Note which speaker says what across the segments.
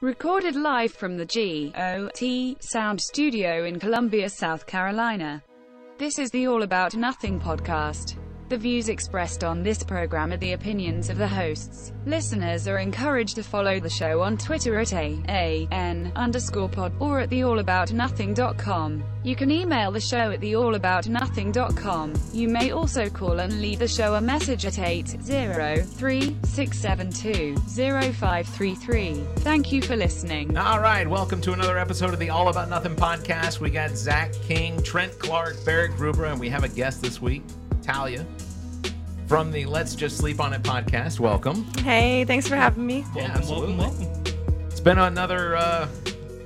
Speaker 1: recorded live from the G.O.T. Sound Studio in Columbia, South Carolina. This is the All About Nothing podcast. The views expressed on this program are the opinions of the hosts. Listeners are encouraged to follow the show on Twitter at AAN underscore pod or at theallaboutnothing.com. You can email the show at theallaboutnothing.com. You may also call and leave the show a message at 803-672-0533. Thank you for listening.
Speaker 2: All right, welcome to another episode of the All About Nothing podcast. We got Zach King, Trent Clark, Barrett Gruber, and we have a guest this week, Talia from the Let's Just Sleep on It podcast. Welcome.
Speaker 3: Hey, thanks for having me.
Speaker 2: Yeah, absolutely. It's been another. Uh,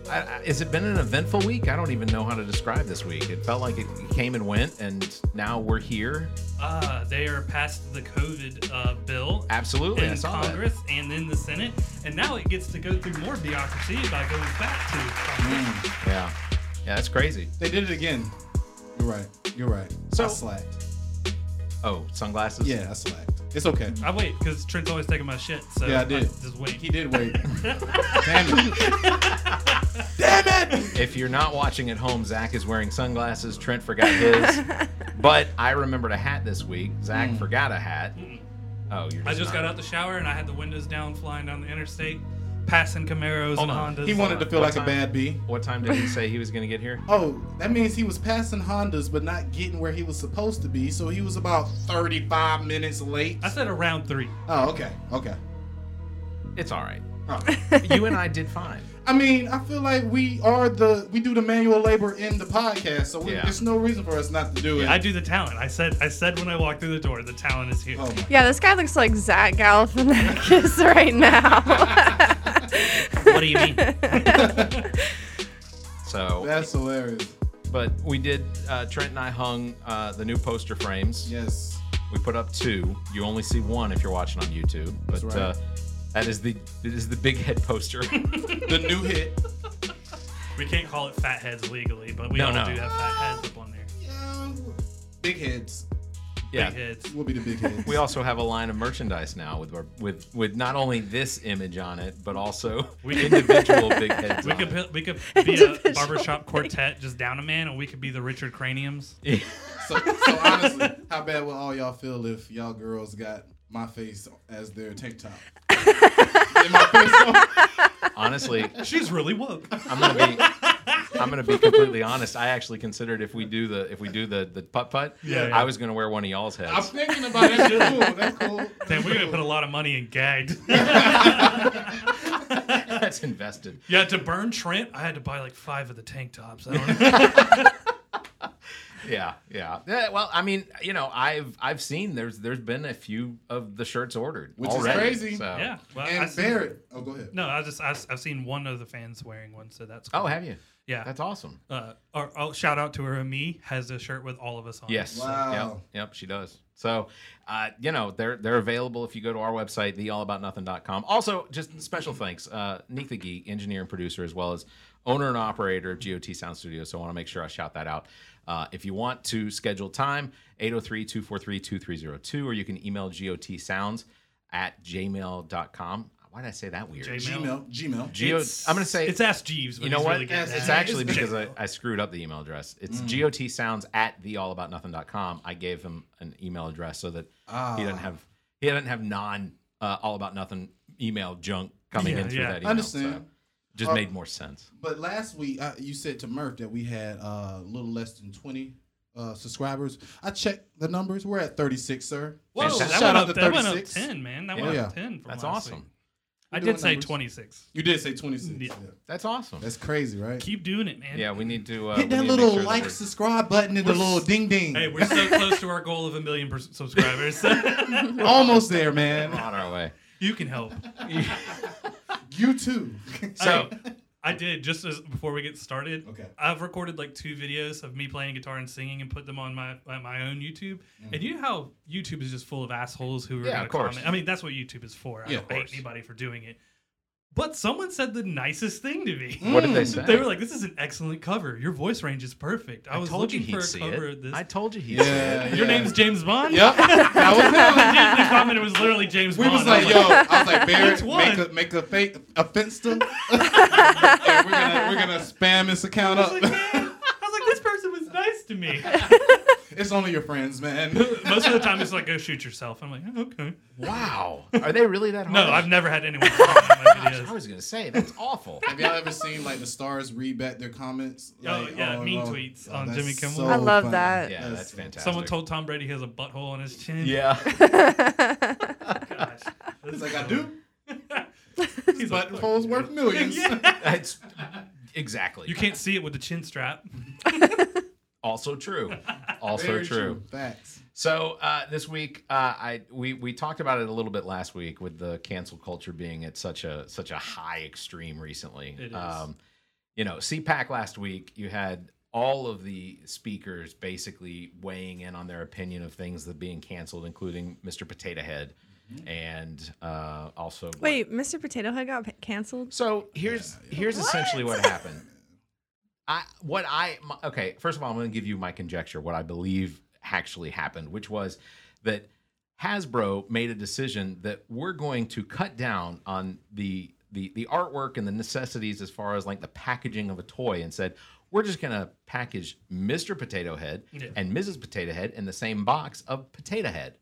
Speaker 2: I, I, has it been an eventful week? I don't even know how to describe this week. It felt like it came and went, and now we're here.
Speaker 4: Uh, they are passed the COVID uh, bill
Speaker 2: Absolutely, I
Speaker 4: in
Speaker 2: saw that.
Speaker 4: Congress and in the Senate, and now it gets to go through more bureaucracy by going back to Congress.
Speaker 2: Yeah, yeah, that's crazy.
Speaker 5: They did it again. You're right. You're right.
Speaker 2: So-
Speaker 5: I slacked.
Speaker 2: Oh, sunglasses.
Speaker 5: Yeah, I slacked. It's okay.
Speaker 4: I wait because Trent's always taking my shit, so
Speaker 5: Mm. Yeah, I did.
Speaker 4: just wait.
Speaker 5: Uh, He did wait. Damn it. Damn it!
Speaker 2: If you're not watching at home, Zach is wearing sunglasses. Trent forgot his, but I remembered a hat this week. Zach forgot a hat. Oh, you're. Just
Speaker 4: Mm. I just
Speaker 2: not-
Speaker 4: got out the shower and I had the windows down, flying down the interstate, passing Camaros
Speaker 2: Hold on.
Speaker 4: and Hondas.
Speaker 5: Oh He wanted to feel
Speaker 2: What
Speaker 5: like
Speaker 2: time?
Speaker 5: a bad bee.
Speaker 2: What time did he say he was going to get here?
Speaker 5: Oh, that means he was passing Hondas but not getting where he was supposed to be, so he was about 35 minutes late.
Speaker 4: I said around three.
Speaker 5: Oh, okay. Okay.
Speaker 2: It's all right.
Speaker 5: Oh.
Speaker 2: You and I did fine.
Speaker 5: I mean, I feel like we are the we do the manual labor in the podcast, so we,
Speaker 2: Yeah.
Speaker 5: there's no reason for us not to do it.
Speaker 4: I do the talent. I said. I said when I walked through the door, the talent is here.
Speaker 5: Oh my.
Speaker 3: Yeah, this guy looks like Zach Galifianakis right now.
Speaker 4: What do you mean?
Speaker 2: So,
Speaker 5: Oh, That's hilarious.
Speaker 2: but we did. Uh, Trent and I hung uh, the new poster frames.
Speaker 5: Yes.
Speaker 2: We put up two. You only see one if you're watching on YouTube. But
Speaker 5: right.
Speaker 2: uh, that is the it is the big head poster.
Speaker 5: The new hit.
Speaker 4: we can't call it fatheads legally, but we
Speaker 2: No,
Speaker 4: all
Speaker 2: no.
Speaker 4: do have fatheads up on there.
Speaker 5: Um, big heads.
Speaker 2: yeah.
Speaker 4: Big heads.
Speaker 5: We'll be the big heads.
Speaker 2: We also have a line of merchandise now with our, with with not only this image on it, but also
Speaker 4: We-
Speaker 2: individual big heads.
Speaker 4: We
Speaker 2: on
Speaker 4: could
Speaker 2: it.
Speaker 4: pu- we could be a
Speaker 3: Individual
Speaker 4: barbershop quartet, just down a man, and we could be the Richard Craniums.
Speaker 5: So, so honestly, how bad would all y'all feel if y'all girls got my face as their tank top? Get my face on.
Speaker 2: Honestly,
Speaker 4: She's really woke.
Speaker 2: I'm gonna be I'm gonna be completely honest. I actually considered if we do the if we do the the putt putt,
Speaker 4: Yeah, yeah.
Speaker 2: I was gonna wear one of y'all's
Speaker 5: I'm
Speaker 2: heads.
Speaker 5: thinking about it. That's cool. That's cool.
Speaker 4: Damn, we're gonna put a lot of money in gagged.
Speaker 2: That's invested.
Speaker 4: yeah, to burn Trent, I had to buy like five of the tank tops. I don't know.
Speaker 2: Yeah, yeah, yeah. Well, I mean, you know, I've I've seen there's there's been a few of the shirts ordered,
Speaker 5: Which is
Speaker 2: already,
Speaker 5: crazy.
Speaker 2: so-
Speaker 4: yeah, well, I
Speaker 5: And
Speaker 4: seen-
Speaker 5: Barrett. Oh, go ahead.
Speaker 4: No, I just I, have seen one of the fans wearing one, so that's cool.
Speaker 2: Oh, have you?
Speaker 4: yeah.
Speaker 2: That's awesome.
Speaker 4: uh, our, oh, shout out to her. Me has a shirt with all of us on. it.
Speaker 2: Yes.
Speaker 5: Wow.
Speaker 2: Yep. Yep. She does. So, uh, you know, they're they're available if you go to our website, theallaboutnothing.com. Also, just special thanks, uh, Neek the Geek, engineer and producer, as well as owner and operator of GOT Sound Studio. So I want to make sure I shout that out. Uh, if you want to schedule time, 803-243-2302, or you can email gotsounds at gmail.com. Why did I say that weird?
Speaker 4: J-
Speaker 5: Gmail. Gmail.
Speaker 2: Geo- I'm going to say
Speaker 4: It's Ask Jeeves. But
Speaker 2: you know
Speaker 4: he's
Speaker 2: what?
Speaker 4: Really good at
Speaker 2: it's
Speaker 4: that. Mm.
Speaker 2: actually because I, I screwed up the email address. It's GOT sounds at the all about nothing.com. I gave him an email address so that he
Speaker 4: Ah.
Speaker 2: doesn't have he doesn't have non uh, all about nothing email junk coming
Speaker 4: Yeah,
Speaker 2: in through
Speaker 4: yeah.
Speaker 2: that email.
Speaker 5: Understand.
Speaker 2: so just made more sense.
Speaker 5: But last week, uh, you said to Murph that we had uh, a little less than 20 uh, subscribers. I checked the numbers. We're at 36, sir.
Speaker 4: Whoa,
Speaker 2: Fantastic.
Speaker 4: that,
Speaker 2: Shout
Speaker 4: went
Speaker 5: out
Speaker 4: up,
Speaker 5: to
Speaker 4: that went up
Speaker 5: 36.
Speaker 4: ten, man. That
Speaker 5: Yeah.
Speaker 4: went
Speaker 5: Yeah.
Speaker 4: up ten. From
Speaker 2: That's
Speaker 4: last
Speaker 2: awesome.
Speaker 4: Week. I
Speaker 5: doing
Speaker 4: did say
Speaker 5: numbers.
Speaker 4: twenty six.
Speaker 5: You did say 26.
Speaker 4: Yeah.
Speaker 5: Yeah.
Speaker 2: That's awesome.
Speaker 5: That's crazy, right?
Speaker 4: Keep doing it, man.
Speaker 2: yeah, we need to uh,
Speaker 5: Hit
Speaker 2: we need
Speaker 5: that
Speaker 2: to make
Speaker 5: little
Speaker 2: sure that
Speaker 5: like,
Speaker 2: we're-
Speaker 5: subscribe button, and the
Speaker 4: We're s-
Speaker 5: little ding ding.
Speaker 4: Hey, we're so close to our goal of a million pers- subscribers.
Speaker 5: Almost there,
Speaker 2: we're
Speaker 5: man.
Speaker 2: on our way.
Speaker 4: you can help.
Speaker 5: You too.
Speaker 2: So
Speaker 4: I did just as, before we get started.
Speaker 5: Okay.
Speaker 4: I've recorded like two videos of me playing guitar and singing and put them on my on my own YouTube. And you know how YouTube is just full of assholes who are
Speaker 2: Mm. Yeah,
Speaker 4: going
Speaker 2: of
Speaker 4: to
Speaker 2: course.
Speaker 4: comment. I mean, that's what YouTube is for. I
Speaker 5: Yeah,
Speaker 4: don't
Speaker 5: of
Speaker 4: hate
Speaker 2: course.
Speaker 4: anybody for doing it. But someone said the nicest thing to me.
Speaker 2: What did they say?
Speaker 4: They were like, "This is an excellent cover. Your voice range is perfect." I,
Speaker 2: I
Speaker 4: was
Speaker 2: told you
Speaker 4: looking
Speaker 2: he'd
Speaker 4: for a
Speaker 2: see
Speaker 4: cover
Speaker 2: it.
Speaker 4: of this.
Speaker 2: I told you he'd
Speaker 5: Yeah,
Speaker 2: see it.
Speaker 5: yeah.
Speaker 4: Your name's James Bond.
Speaker 5: Yep. That was him.
Speaker 4: Legitimately comment. It was literally James
Speaker 5: We
Speaker 4: Bond.
Speaker 5: was
Speaker 4: I
Speaker 5: like, yo, I was like,
Speaker 4: Which
Speaker 5: Barrett,
Speaker 4: one?
Speaker 5: make a make a fake a finster. and we're gonna we're gonna spam this account
Speaker 4: I was like,
Speaker 5: up.
Speaker 4: man. I was like, this person was nice to me.
Speaker 5: it's only your friends, man.
Speaker 4: Most of the time, it's like, go shoot yourself. I'm like, "Oh, okay.
Speaker 2: Wow. Are they really that hard?
Speaker 4: No, I've never had anyone comment on my
Speaker 2: I
Speaker 4: videos.
Speaker 2: was gonna say that's awful.
Speaker 5: Have y'all ever seen like the stars read back their comments?
Speaker 4: Oh,
Speaker 5: Like,
Speaker 4: yeah, mean
Speaker 5: no.
Speaker 4: tweets on
Speaker 5: that's
Speaker 4: Jimmy Kimmel.
Speaker 5: so
Speaker 3: I love
Speaker 5: funny.
Speaker 3: that.
Speaker 2: Yeah, that's fantastic.
Speaker 4: Someone told Tom Brady he has a butthole on his chin.
Speaker 2: Yeah.
Speaker 4: Gosh.
Speaker 5: It's like I do,
Speaker 4: He's
Speaker 5: but
Speaker 4: like,
Speaker 5: holes worth millions.
Speaker 2: That's exactly.
Speaker 4: you can't see it with the chin strap.
Speaker 2: also true. Also
Speaker 5: Very
Speaker 2: true.
Speaker 5: Facts.
Speaker 2: So uh, this week, uh, I we we talked about it a little bit last week with the cancel culture being at such a such a high extreme recently. Um,
Speaker 4: It is.
Speaker 2: you know, CPAC last week, you had all of the speakers basically weighing in on their opinion of things that being canceled, including Mr. Potato Head,
Speaker 4: Mm-hmm.
Speaker 2: and uh, also
Speaker 3: Wait, Mr. Potato Head got p- canceled?
Speaker 2: So here's here's essentially what happened. I what I my, okay. First of all, I'm going to give you my conjecture, what I believe actually happened, which was that Hasbro made a decision that we're going to cut down on the the the artwork and the necessities as far as like the packaging of a toy, and said we're just going to package Mr. Potato Head
Speaker 4: Yeah.
Speaker 2: and Mrs. Potato Head in the same box of Potato Head.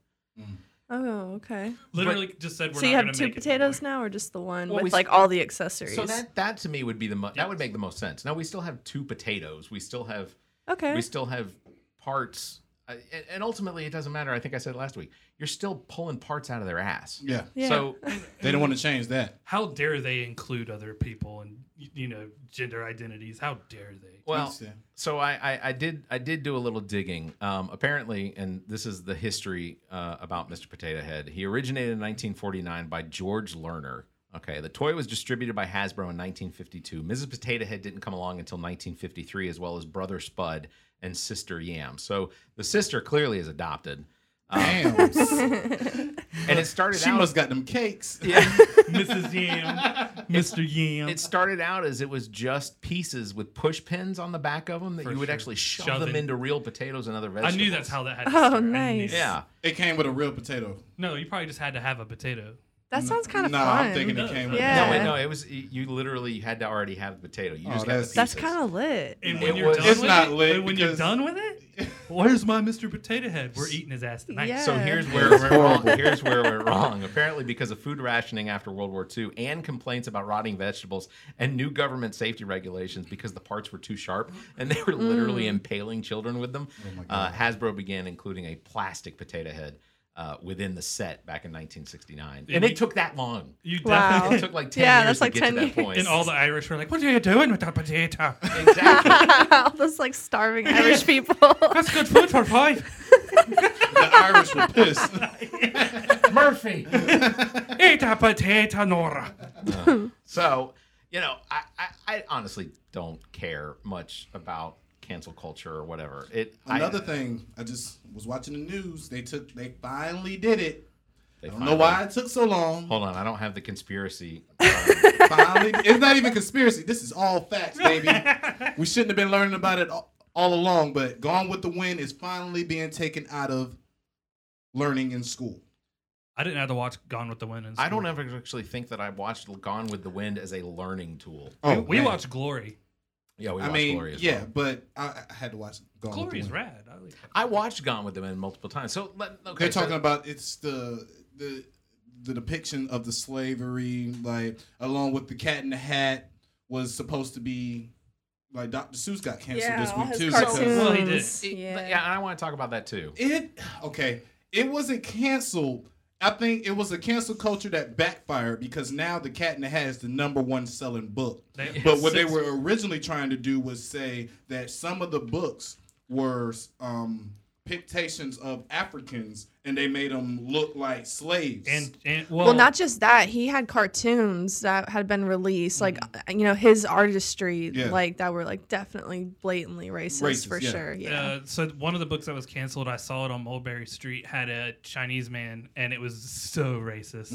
Speaker 3: Oh, okay.
Speaker 4: Literally just said we're not
Speaker 3: So you
Speaker 4: gonna
Speaker 3: have two
Speaker 4: make it
Speaker 3: potatoes
Speaker 4: anymore.
Speaker 3: now, or just the one
Speaker 2: Well, we
Speaker 3: with like
Speaker 2: s-
Speaker 3: all the accessories?
Speaker 2: So that that to me would be the mo- that would make the most sense. Now we still have two potatoes. We still have
Speaker 3: okay.
Speaker 2: we still have parts uh, and, and ultimately it doesn't matter i think i said it last week you're still pulling parts out of their ass
Speaker 5: Yeah.
Speaker 3: Yeah.
Speaker 2: so
Speaker 5: They don't want to change that.
Speaker 4: How dare they include other people and y- you know gender identities? How dare they?
Speaker 2: well
Speaker 5: Makes sense.
Speaker 2: so I, I i did i did do a little digging um apparently and this is the history uh, about mr potato head he originated in 1949 by george lerner okay the toy was distributed by hasbro in 1952 mrs potato head didn't come along until 1953 as well as brother spud and sister yam so the sister clearly is adopted
Speaker 5: Damn.
Speaker 2: and it started
Speaker 5: she
Speaker 2: out
Speaker 5: must got them cakes.
Speaker 4: Mrs. Yam, Mr. Yam.
Speaker 2: It started out as it was just pieces with push pins on the back of them that
Speaker 4: For
Speaker 2: you would
Speaker 4: sure.
Speaker 2: actually shove
Speaker 4: Shove
Speaker 2: them
Speaker 4: in.
Speaker 2: into real potatoes and other
Speaker 4: I
Speaker 2: vegetables.
Speaker 4: knew that's how that had. To
Speaker 3: Oh,
Speaker 4: start. I knew
Speaker 3: nice.
Speaker 4: that.
Speaker 2: Yeah,
Speaker 5: It came with a real potato.
Speaker 4: No, you probably just had to have a potato.
Speaker 3: that sounds kind of
Speaker 5: Nah,
Speaker 3: fun.
Speaker 5: I'm thinking it came with.
Speaker 3: Yeah.
Speaker 2: no, wait, no, it was y- you literally had to already have the potato. You
Speaker 5: Oh,
Speaker 2: just got the
Speaker 5: that's-
Speaker 3: That's
Speaker 2: pieces.
Speaker 3: kind of lit.
Speaker 2: It
Speaker 4: And when you're
Speaker 2: was-
Speaker 4: done
Speaker 2: It's
Speaker 4: with
Speaker 5: not
Speaker 4: it,
Speaker 5: lit
Speaker 4: and when you're
Speaker 5: because-
Speaker 4: done with it, where's my Mr. Potato Head? We're eating his ass tonight.
Speaker 3: Yeah.
Speaker 2: So here's where we're wrong. Here's where we're wrong. Apparently, because of food rationing after World War II and complaints about rotting vegetables and new government safety regulations, because the parts were too sharp and they were literally
Speaker 3: Mm.
Speaker 2: impaling children with them, uh, Hasbro began including a plastic potato head. Uh, within the set back in 1969, and it took that long.
Speaker 4: You
Speaker 3: Wow.
Speaker 4: definitely
Speaker 2: It took like 10
Speaker 3: Yeah,
Speaker 2: years
Speaker 3: that's
Speaker 2: to
Speaker 3: like
Speaker 2: get
Speaker 3: 10
Speaker 2: to that
Speaker 3: years.
Speaker 2: point.
Speaker 4: and all the Irish were like, "What are you doing with that potato?
Speaker 2: exactly.
Speaker 3: all those like starving Irish people.
Speaker 4: That's good food for five.
Speaker 5: The Irish were pissed.
Speaker 2: Murphy.
Speaker 4: Eat a potato, Nora."
Speaker 2: So, you know, I, I, I honestly don't care much about cancel culture or whatever. It I-
Speaker 5: Another thing, I just was watching the news. They took, they finally did it.
Speaker 2: they
Speaker 5: I don't know why it took so long.
Speaker 2: Hold on, I don't have the conspiracy. Um, Oh.
Speaker 5: Finally, it's not even conspiracy. This is all facts, baby. We shouldn't have been learning about it all, all along, but Gone with the Wind is finally being taken out of learning in school.
Speaker 4: I didn't have to watch Gone with the Wind. in
Speaker 2: I don't
Speaker 4: school.
Speaker 2: ever actually think that I watched Gone with the Wind as a learning tool.
Speaker 5: Oh,
Speaker 4: we
Speaker 5: man.
Speaker 4: watched Glory.
Speaker 2: Yeah, we
Speaker 5: I
Speaker 2: watched
Speaker 5: mean,
Speaker 2: Glory as
Speaker 5: yeah,
Speaker 2: well.
Speaker 5: but I, I had to watch Gone with the
Speaker 4: Glory's
Speaker 5: Wind.
Speaker 4: rad. I like that.
Speaker 2: I watched Gone with the Wind multiple times. So let, okay,
Speaker 5: They're talking
Speaker 2: so,
Speaker 5: about it's the the the depiction of the slavery, like along with the Cat in the Hat was supposed to be like Dr. Seuss got canceled this week too. because-
Speaker 4: Well, he did.
Speaker 2: it-
Speaker 3: Yeah.
Speaker 2: yeah, and I want to talk about that too.
Speaker 5: It okay. It wasn't canceled. I think it was a cancel culture that backfired because now the Cat in the Hat is the number one selling book.
Speaker 4: They-
Speaker 5: but what they
Speaker 4: Yes.
Speaker 5: were originally trying to do was say that some of the books were um, pictations of Africans and they made them look like slaves.
Speaker 4: And, and well,
Speaker 3: Well, not just that. He had cartoons that had been released, like uh, you know his artistry,
Speaker 5: Yeah.
Speaker 3: like that were like definitely blatantly racist,
Speaker 5: Racist,
Speaker 3: for
Speaker 5: yeah.
Speaker 3: sure. Yeah.
Speaker 4: Uh, so one of the books that was canceled, I saw it on Mulberry Street, had a Chinese man, and it was so racist.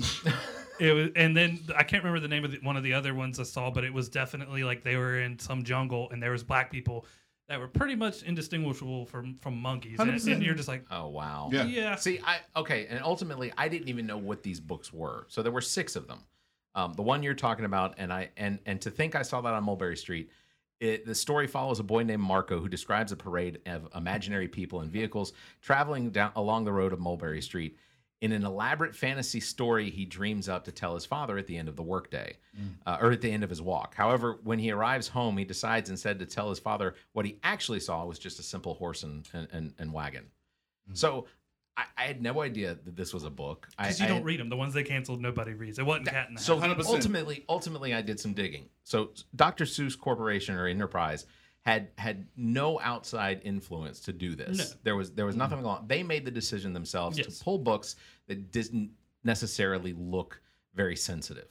Speaker 4: it was, and then I can't remember the name of the, one of the other ones I saw, but it was definitely like they were in some jungle, and there was black people that were pretty much indistinguishable from from monkeys, and,
Speaker 5: 100%.
Speaker 4: and you're just like,
Speaker 2: Oh wow.
Speaker 5: Yeah.
Speaker 4: yeah,
Speaker 2: See, I okay, and ultimately, I didn't even know what these books were. So there were six of them. Um, the one you're talking about, and I and and to think I saw that on Mulberry Street. It, the story follows a boy named Marco who describes a parade of imaginary people and vehicles traveling down along the road of Mulberry Street. In an elaborate fantasy story, he dreams up to tell his father at the end of the workday,
Speaker 4: Mm.
Speaker 2: uh, or at the end of his walk. However, when he arrives home, he decides instead to tell his father what he actually saw was just a simple horse and and, and, and wagon.
Speaker 4: Mm.
Speaker 2: So I, I had no idea that this was a book. I,
Speaker 4: because you
Speaker 2: I
Speaker 4: don't
Speaker 2: had-
Speaker 4: read them. The ones they canceled, nobody reads. It wasn't Cat in the
Speaker 2: So
Speaker 4: Hat.
Speaker 5: 100%.
Speaker 2: ultimately, ultimately, I did some digging. So Dr. Seuss Corporation or Enterprise had had no outside influence to do this.
Speaker 4: No.
Speaker 2: There was there was nothing going on. They made the decision themselves
Speaker 4: Yes.
Speaker 2: to pull books that didn't necessarily look very sensitive.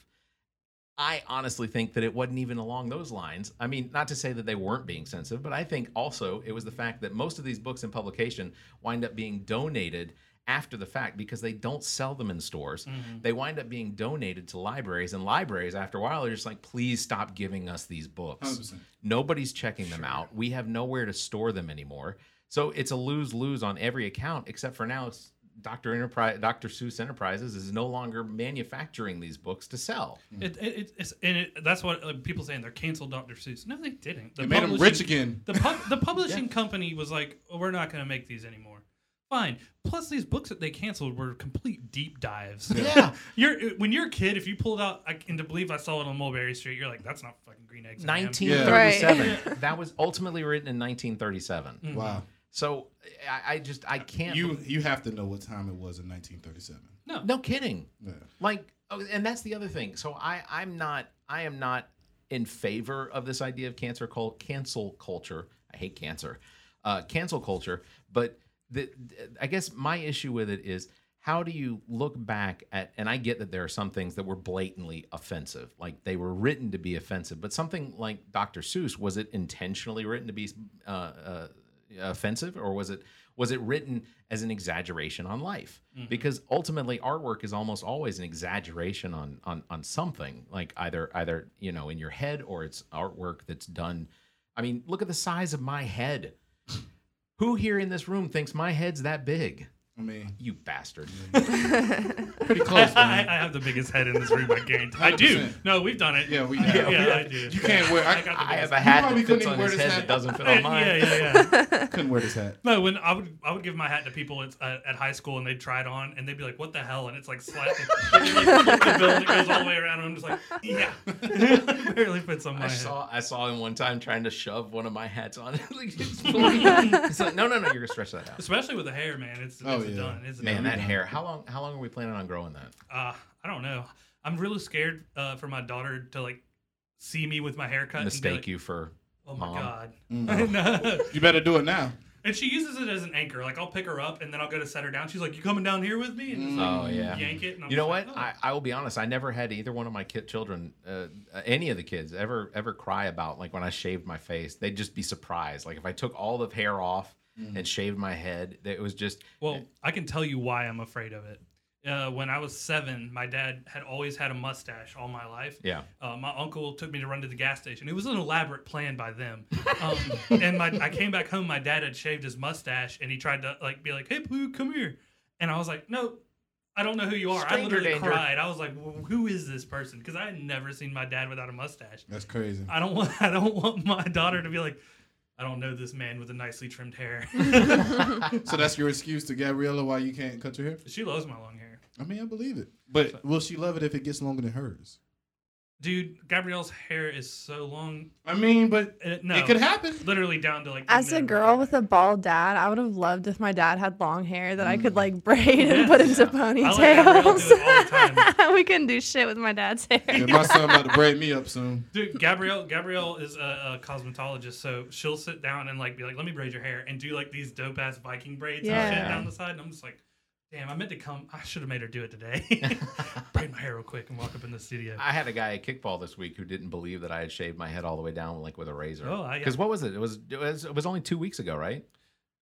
Speaker 2: I honestly think that it wasn't even along those lines. I mean, not to say that they weren't being sensitive, but I think also it was the fact that most of these books in publication wind up being donated after the fact because they don't sell them in stores. They wind up being donated to libraries, and libraries, after a while, are just like, please stop giving us these books.
Speaker 5: 100%.
Speaker 2: Nobody's checking them out. We have nowhere to store them anymore. So it's a lose lose on every account, except for now it's Dr. Enterprise, Dr. Seuss Enterprises is no longer manufacturing these books to sell.
Speaker 4: It, it, it- it's, and it, that's what like, people saying they're canceled Dr. Seuss. No, they didn't. The
Speaker 5: It made 'em
Speaker 4: publishing-
Speaker 5: rich again.
Speaker 4: The pub, the publishing company was like, "Oh, we're not going to make these anymore. Fine. Plus, these books that they canceled were complete deep dives.
Speaker 2: Yeah.
Speaker 4: you're when you're a kid, if you pulled out, I, and to believe I saw it on Mulberry Street, you're like, that's not fucking green eggs. and ham."
Speaker 2: 1937. That was ultimately written in 1937.
Speaker 5: Wow.
Speaker 2: So I, I just I can't.
Speaker 5: You you have to know what time it was in 1937.
Speaker 4: No,
Speaker 2: no kidding.
Speaker 5: Yeah.
Speaker 2: Like, oh, and that's the other thing. So I I'm not I am not in favor of this idea of cancer cult cancel culture. I hate cancer, uh, cancel culture. But the, I guess my issue with it is how do you look back at and I get that there are some things that were blatantly offensive, like they were written to be offensive. But something like Dr. Seuss was it intentionally written to be uh, uh, offensive, or was it was it written as an exaggeration on life?
Speaker 5: Mm-hmm.
Speaker 2: Because ultimately, artwork is almost always an exaggeration on on on something, like either either you know in your head or it's artwork that's done. I mean, look at the size of my head. Who here in this room thinks my head's that big?
Speaker 5: I mean,
Speaker 2: You bastard.
Speaker 5: pretty close.
Speaker 4: I,
Speaker 5: man.
Speaker 4: I have the biggest head in this room. I guarantee. I do.
Speaker 5: 100%.
Speaker 4: No, we've done it.
Speaker 5: Yeah, we
Speaker 4: I-
Speaker 5: have.
Speaker 4: Yeah,
Speaker 5: Yeah.
Speaker 4: I do.
Speaker 5: You can't wear. I,
Speaker 4: I got the
Speaker 2: I have
Speaker 4: biggest-
Speaker 2: a hat
Speaker 5: probably
Speaker 2: that
Speaker 5: couldn't
Speaker 2: fits on
Speaker 5: even
Speaker 2: his
Speaker 5: wear this
Speaker 2: head
Speaker 5: hat.
Speaker 2: that doesn't fit on mine.
Speaker 4: Yeah, yeah, yeah.
Speaker 5: couldn't wear this hat.
Speaker 4: No, when I would I would give my hat to people at, at, at high school and they'd try it on and they'd be like, "What the hell?" and it's like slapping. like, flip the bill and it goes all the way around. And I'm just like, "Yeah, barely fits on my
Speaker 2: I
Speaker 4: head."
Speaker 2: saw I saw him one time trying to shove one of my hats on. Like, it's fully- it's like, no, no, no, you're gonna stretch that out.
Speaker 4: Especially with the hair, man. It's,
Speaker 5: Oh,
Speaker 4: it's
Speaker 5: yeah.
Speaker 4: done. It's
Speaker 2: Man,
Speaker 4: done.
Speaker 2: that hair. How long how long are we planning on growing that?
Speaker 4: Uh, I don't know. I'm really scared uh, for my daughter to like see me with my haircut.
Speaker 2: Mistake
Speaker 4: and be like,
Speaker 2: Uh, you for
Speaker 4: Oh my
Speaker 2: mom.
Speaker 4: god.
Speaker 5: Mm.
Speaker 4: No.
Speaker 5: You better do it now.
Speaker 4: And she uses it as an anchor. Like I'll pick her up and then I'll go to set her down. She's like, "You coming down here with me?" And it's like,
Speaker 2: Oh yeah.
Speaker 4: yank it. And I'm
Speaker 2: You know
Speaker 4: just
Speaker 2: what?
Speaker 4: like, "Oh."
Speaker 2: I, I will be honest. I never had either one of my kid children, uh, uh, any of the kids, ever ever cry about like when I shaved my face. They'd just be surprised. Like if I took all the hair off and shaved my head, that it was just
Speaker 4: Well, I can tell you why I'm afraid of it. Uh, when I was seven, my dad had always had a mustache all my life.
Speaker 2: yeah.
Speaker 4: Uh, my uncle took me to run to the gas station. It was an elaborate plan by them. Um, and my, I came back home. My dad had shaved his mustache, and he tried to like be like, "Hey, Pooh, come here." And I was like, "No, I don't know who you are." I
Speaker 2: Stranger
Speaker 4: literally
Speaker 2: danger.
Speaker 4: cried. I was like, "Wh- "Who is this person?" Because I had never seen my dad without a mustache.
Speaker 5: That's crazy.
Speaker 4: I don't want. I don't want my daughter to be like, "I don't know this man with the nicely trimmed hair."
Speaker 5: So that's your excuse to Gabriella why you can't cut your hair.
Speaker 4: she loves my long hair.
Speaker 5: I mean, I believe it. But will she love it if it gets longer than hers?
Speaker 4: Dude, Gabrielle's hair is so long.
Speaker 5: I mean, but
Speaker 4: Uh, no,
Speaker 5: it could happen.
Speaker 4: Literally down to like. the
Speaker 3: As a
Speaker 4: mid-
Speaker 3: girl with a bald dad, I would have loved if my dad had long hair that I could like braid and put into
Speaker 4: Mm. I let Gabrielle do
Speaker 3: ponytails.
Speaker 4: it all the time.
Speaker 3: we couldn't do shit with my dad's hair.
Speaker 5: Yeah, my son about to braid me up soon.
Speaker 4: Dude, Gabrielle, Gabrielle is a, a cosmetologist, so she'll sit down and like be like, "Let me braid your hair," and do like these dope ass Viking braids and
Speaker 3: Yeah.
Speaker 4: shit down the side. And I'm just like, "Damn, I meant to come. I should have made her do it today. braid my hair real quick and walk up in the studio."
Speaker 2: I had a guy at kickball this week who didn't believe that I had shaved my head all the way down like with a razor.
Speaker 4: Oh, I-
Speaker 2: because what was it? It was, it was it was only two weeks ago, right?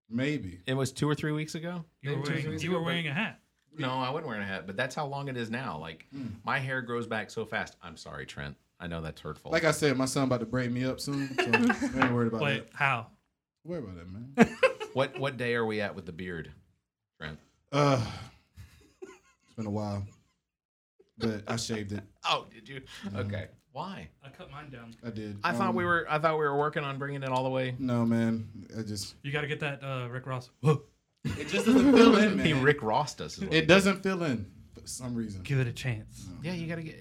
Speaker 5: Maybe.
Speaker 2: It was two or three weeks ago.
Speaker 4: you were
Speaker 2: Maybe two or three
Speaker 4: wearing,
Speaker 2: weeks
Speaker 4: you
Speaker 2: ago,
Speaker 4: were
Speaker 2: but-
Speaker 4: wearing a hat.
Speaker 2: No, I wouldn't wear a hat, but that's how long it is now. Like my hair grows back so fast. I'm sorry, Trent. I know that's hurtful.
Speaker 5: Like I said, my son about to braid me up soon. So I ain't worried about
Speaker 4: Wait,
Speaker 5: that.
Speaker 4: how?
Speaker 5: Worry about that, man.
Speaker 2: what what day are we at with the beard, Trent?
Speaker 5: Uh, it's been a while, but I shaved it.
Speaker 2: Oh, did you? Okay. Why?
Speaker 4: I cut mine down.
Speaker 5: I did.
Speaker 2: I thought
Speaker 5: Um,
Speaker 2: we were I thought we were working on bringing it all the way.
Speaker 5: No, man. I just.
Speaker 4: You got to get that uh, Rick Ross. Whoa.
Speaker 5: It just doesn't fill in,
Speaker 2: He
Speaker 5: man.
Speaker 2: Rick Rossed us. is what he
Speaker 5: It
Speaker 2: did.
Speaker 5: doesn't fill in for some reason.
Speaker 4: Give it a chance.
Speaker 2: Yeah, you gotta get.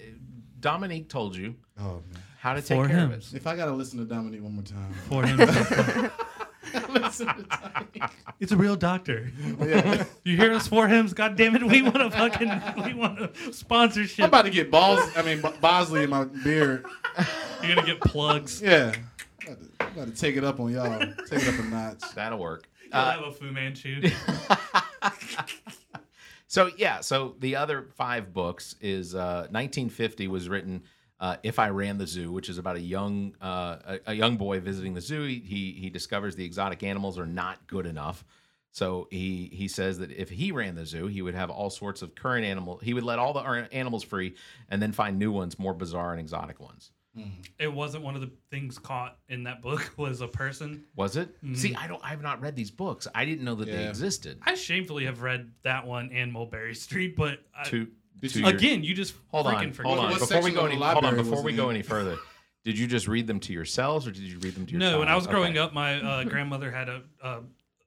Speaker 2: Dominique told you
Speaker 5: Oh man.
Speaker 2: how to take
Speaker 4: For
Speaker 2: care
Speaker 4: him.
Speaker 2: of it.
Speaker 5: If I gotta listen to Dominique one more time.
Speaker 4: For him.
Speaker 5: listen to Dominique.
Speaker 4: it's a real doctor.
Speaker 5: Yeah.
Speaker 4: You hear us for him? God damn it, we want to fucking we want a sponsorship.
Speaker 5: I'm about to get balls. I mean, Bo- Bosley in my beard.
Speaker 4: You're gonna get plugs.
Speaker 5: Yeah. I'm about to- I'm about to take it up on y'all. Take it up a notch.
Speaker 2: That'll work.
Speaker 4: You'll
Speaker 2: Uh,
Speaker 4: have a Fu Manchu.
Speaker 2: So yeah, so the other five books is uh, 1950 was written. Uh, if I ran the zoo, which is about a young uh, a, a young boy visiting the zoo, he, he he discovers the exotic animals are not good enough. So he he says that if he ran the zoo, he would have all sorts of current animal. He would let all the ar- animals free, and then find new ones, more bizarre and exotic ones.
Speaker 4: It wasn't one of the things caught in that book was a person.
Speaker 2: Was it? See, I don't. I have not read these books. I didn't know that they
Speaker 5: Mm-hmm. Yeah.
Speaker 2: existed.
Speaker 4: I shamefully have read that one and Mulberry Street, but I,
Speaker 2: Two,
Speaker 5: Did
Speaker 2: two
Speaker 5: you-
Speaker 2: years-
Speaker 4: again, you just
Speaker 2: Hold
Speaker 4: freaking
Speaker 2: on,
Speaker 4: forget.
Speaker 2: hold on.
Speaker 5: What
Speaker 2: Before we
Speaker 5: section
Speaker 2: go
Speaker 5: of the
Speaker 2: any, hold on.
Speaker 5: library
Speaker 2: Before
Speaker 5: was
Speaker 2: we
Speaker 5: it
Speaker 2: go
Speaker 5: in?
Speaker 2: any further, did you just read them to yourselves, or did you read them to your
Speaker 4: No,
Speaker 2: child?
Speaker 4: when I was growing
Speaker 2: Okay.
Speaker 4: up, my uh, grandmother had a uh,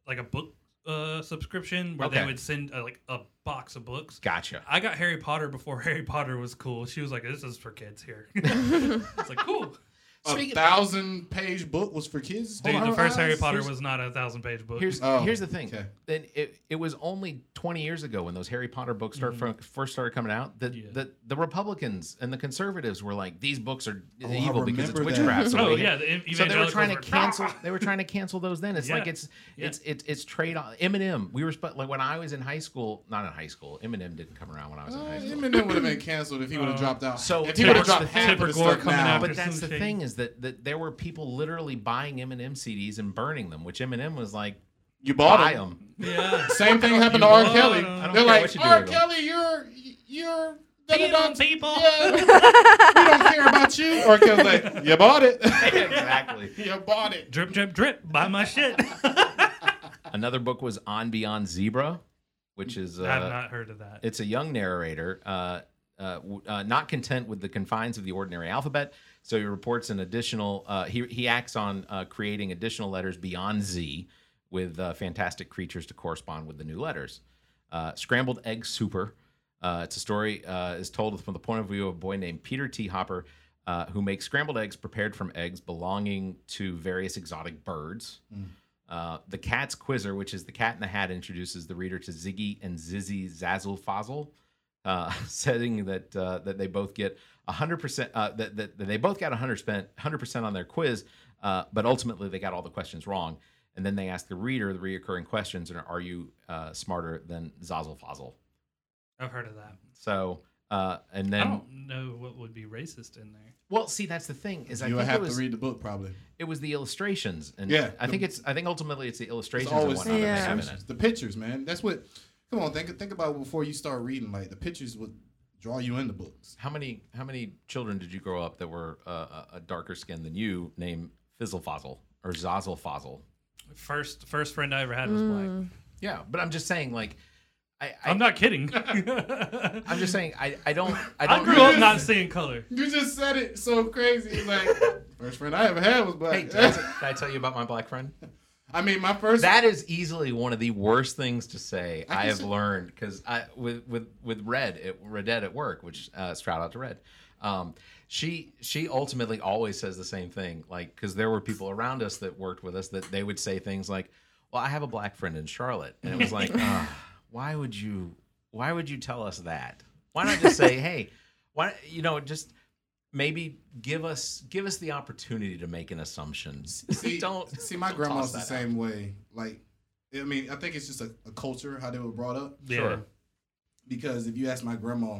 Speaker 4: like a book uh, subscription where
Speaker 2: Okay.
Speaker 4: they would send uh, like a box of books.
Speaker 2: Gotcha.
Speaker 4: I got Harry Potter before Harry Potter was cool. She was like, "This is for kids here." it's like cool.
Speaker 5: A
Speaker 2: Speaking-
Speaker 5: thousand page book was for kids.
Speaker 4: Dude,
Speaker 5: Hold
Speaker 4: the
Speaker 5: on,
Speaker 4: first Harry
Speaker 5: eyes.
Speaker 4: Potter
Speaker 5: First-
Speaker 4: was not a thousand page book.
Speaker 2: Here's
Speaker 5: Oh,
Speaker 2: here's the thing.
Speaker 5: okay.
Speaker 2: Then it, it was only 20 years ago when those Harry Potter books start fir- first started coming out that
Speaker 4: Mm-hmm. Yeah.
Speaker 2: the, the Republicans and the conservatives were like these books are
Speaker 5: Oh, I
Speaker 2: evil because it's
Speaker 5: remember that.
Speaker 2: witchcraft. so
Speaker 4: oh
Speaker 2: we-
Speaker 4: yeah,
Speaker 2: So
Speaker 4: the
Speaker 2: they were
Speaker 4: evangelicals
Speaker 2: trying to
Speaker 4: were-
Speaker 2: cancel. they were trying to cancel those. Then it's
Speaker 4: Yeah.
Speaker 2: like it's
Speaker 4: Yeah.
Speaker 2: it's it's it's trade on Eminem. We were sp- like when I was in high school, not in high school. Eminem didn't come around when I was in
Speaker 5: Uh,
Speaker 2: high school.
Speaker 5: Eminem would have been canceled if he would
Speaker 4: Uh,
Speaker 5: have dropped out.
Speaker 2: so
Speaker 5: if he would
Speaker 2: that's
Speaker 5: have dropped
Speaker 2: the
Speaker 5: half of
Speaker 4: Tipper
Speaker 5: the
Speaker 4: Gore
Speaker 5: stuff
Speaker 4: coming
Speaker 5: now,
Speaker 4: out.
Speaker 2: but
Speaker 4: After
Speaker 2: that's the
Speaker 4: some shade.
Speaker 2: thing is that, that there were people literally buying Eminem CDs and burning them, which Eminem was like,
Speaker 5: you
Speaker 2: buy
Speaker 5: bought him.
Speaker 2: them.
Speaker 4: Yeah.
Speaker 5: Same thing happened to
Speaker 4: You
Speaker 5: R.
Speaker 4: bought
Speaker 5: Kelly.
Speaker 4: 'em. I don't
Speaker 2: care
Speaker 5: They're like,
Speaker 2: what you do
Speaker 5: R.
Speaker 2: with 'em."
Speaker 5: Kelly, you're you're
Speaker 4: Beat 'em, people.
Speaker 5: Yeah, we don't care about you. R. Kelly's like, you bought it.
Speaker 2: exactly.
Speaker 5: you bought it.
Speaker 4: Drip, drip, drip. Buy my shit.
Speaker 2: Another book was On Beyond Zebra, which is uh,
Speaker 4: I've not heard of that.
Speaker 2: it's a young narrator, uh, uh, w- uh, not content with the confines of the ordinary alphabet. So he reports an additional. Uh, he he acts on uh, creating additional letters beyond Z, with uh, fantastic creatures to correspond with the new letters. Uh, Scrambled Egg Super. Uh, it's a story uh, is told from the point of view of a boy named Peter T. Hopper, uh, who makes scrambled eggs prepared from eggs belonging to various exotic birds. Uh, the Cat's Quizzer, which is the Cat in the Hat, introduces the reader to Ziggy and Zizzy Zazzle Fazzle, uh, setting that uh, that they both get hundred percent uh, that, that that they both got hundred spent hundred percent on their quiz, uh, but ultimately they got all the questions wrong. And then they ask the reader the reoccurring questions: and are you uh, smarter than Zazzle Fazzle?
Speaker 4: I've heard of that.
Speaker 2: So. Uh, and
Speaker 4: I
Speaker 5: Oh.
Speaker 2: then,
Speaker 4: don't know what would be racist in there.
Speaker 2: well, see, that's the thing is, I
Speaker 5: You would
Speaker 2: think
Speaker 5: have
Speaker 2: it was
Speaker 5: to read the book probably.
Speaker 2: it was the illustrations, and
Speaker 5: Yeah,
Speaker 2: I
Speaker 5: the-
Speaker 2: think it's I think ultimately it's the illustrations
Speaker 5: It's
Speaker 2: and
Speaker 5: always
Speaker 2: whatnot that they
Speaker 3: Yeah.
Speaker 2: have in it.
Speaker 5: the pictures, man. That's what. Come on, think think about it before you start reading. Like the pictures would draw you into books.
Speaker 2: How many how many children did you grow up that were uh, a- a darker skin than you, named Fizzle Fozzle or Zazzle Fozzle?
Speaker 4: First, first friend I ever had was black.
Speaker 2: Yeah, but I'm just saying, like, I, I
Speaker 4: I'm
Speaker 2: am
Speaker 4: not kidding. I
Speaker 2: just saying, I, I don't I don't
Speaker 4: grew up not seeing color.
Speaker 5: You just said it so crazy. Like first friend I ever had was
Speaker 2: Hey,
Speaker 5: black.
Speaker 2: did I, t- did I tell you about my black friend?
Speaker 5: I mean, my first.
Speaker 2: That is easily one of the worst things to say
Speaker 5: I
Speaker 2: I,
Speaker 5: can
Speaker 2: have
Speaker 5: see-
Speaker 2: learned because I with with with Red at Redette at work, which uh, shout out to Red. Um, she she ultimately always says the same thing, like because there were people around us that worked with us that they would say things like, "Well, I have a black friend in Charlotte," and it was like, "Ugh, why would you why would you tell us that? Why not just say, hey, why you know just maybe give us give us the opportunity to make an assumption.
Speaker 5: See,
Speaker 2: don't
Speaker 5: see, my
Speaker 2: don't
Speaker 5: grandma's
Speaker 2: toss
Speaker 5: the
Speaker 2: that
Speaker 5: same way. Like, I mean, I think it's just a, a culture how they were brought up.
Speaker 4: Yeah.
Speaker 2: Sure.
Speaker 5: Because if you ask my grandma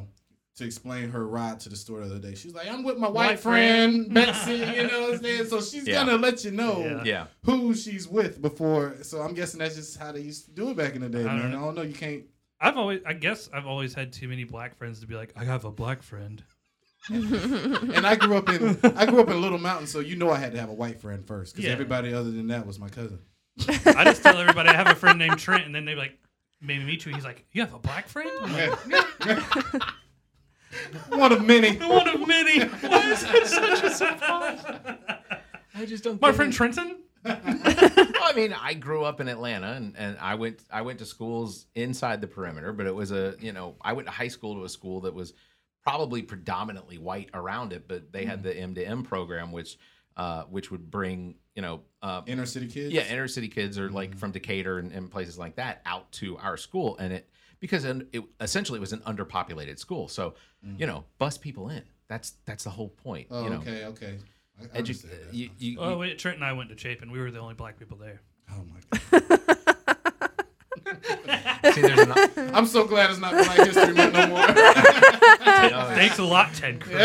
Speaker 5: to explain her ride to the store the other day, she's like, "I'm with my
Speaker 4: White
Speaker 5: white, friend, Betsy." You know what I'm saying? So she's
Speaker 2: Yeah.
Speaker 5: gonna let you know
Speaker 4: Yeah.
Speaker 2: out. Yeah,
Speaker 5: who she's with before. So I'm guessing that's just how they used to do it back in the day,
Speaker 4: I
Speaker 5: man.
Speaker 4: don't-
Speaker 5: I don't know. You can't.
Speaker 4: I've always, I guess, I've always had too many black friends to be like, I have a black friend.
Speaker 5: And I grew up in I grew up in Little Mountain, so you know I had to have a white friend first because
Speaker 4: Yeah.
Speaker 5: everybody other than that was my cousin.
Speaker 4: I just tell everybody I have a friend named Trent, and then they're like, maybe me too. He's like, you have a black friend? I'm like,
Speaker 5: One of many.
Speaker 4: One of many. Why is that such a surprise?
Speaker 2: I just don't.
Speaker 4: My
Speaker 2: get
Speaker 4: friend
Speaker 2: it.
Speaker 4: Trenton?
Speaker 2: Well, I mean, I grew up in Atlanta, and, and I went I went to schools inside the perimeter, but it was a you know I went to high school to a school that was probably predominantly white around it, but they
Speaker 5: Mm.
Speaker 2: had the M to M program, which uh, which would bring you know uh,
Speaker 5: Inner Mm. city kids.
Speaker 2: yeah inner city kids or like from Decatur and, and places like that out to our school, and it because it, it essentially was an underpopulated school, so you know bus people in. That's that's the whole point.
Speaker 5: Mm. Oh,
Speaker 2: you know,
Speaker 5: okay, okay. I, I
Speaker 2: Edu- uh,
Speaker 5: understand that.
Speaker 2: you, you,
Speaker 4: Oh, wait, Trent and I went to Chapin. We were the only black people there.
Speaker 5: oh my god.
Speaker 2: you- see, there's an,
Speaker 5: I'm so glad it's not Black History Month no more.
Speaker 4: Thanks a lot, Ted Cruz.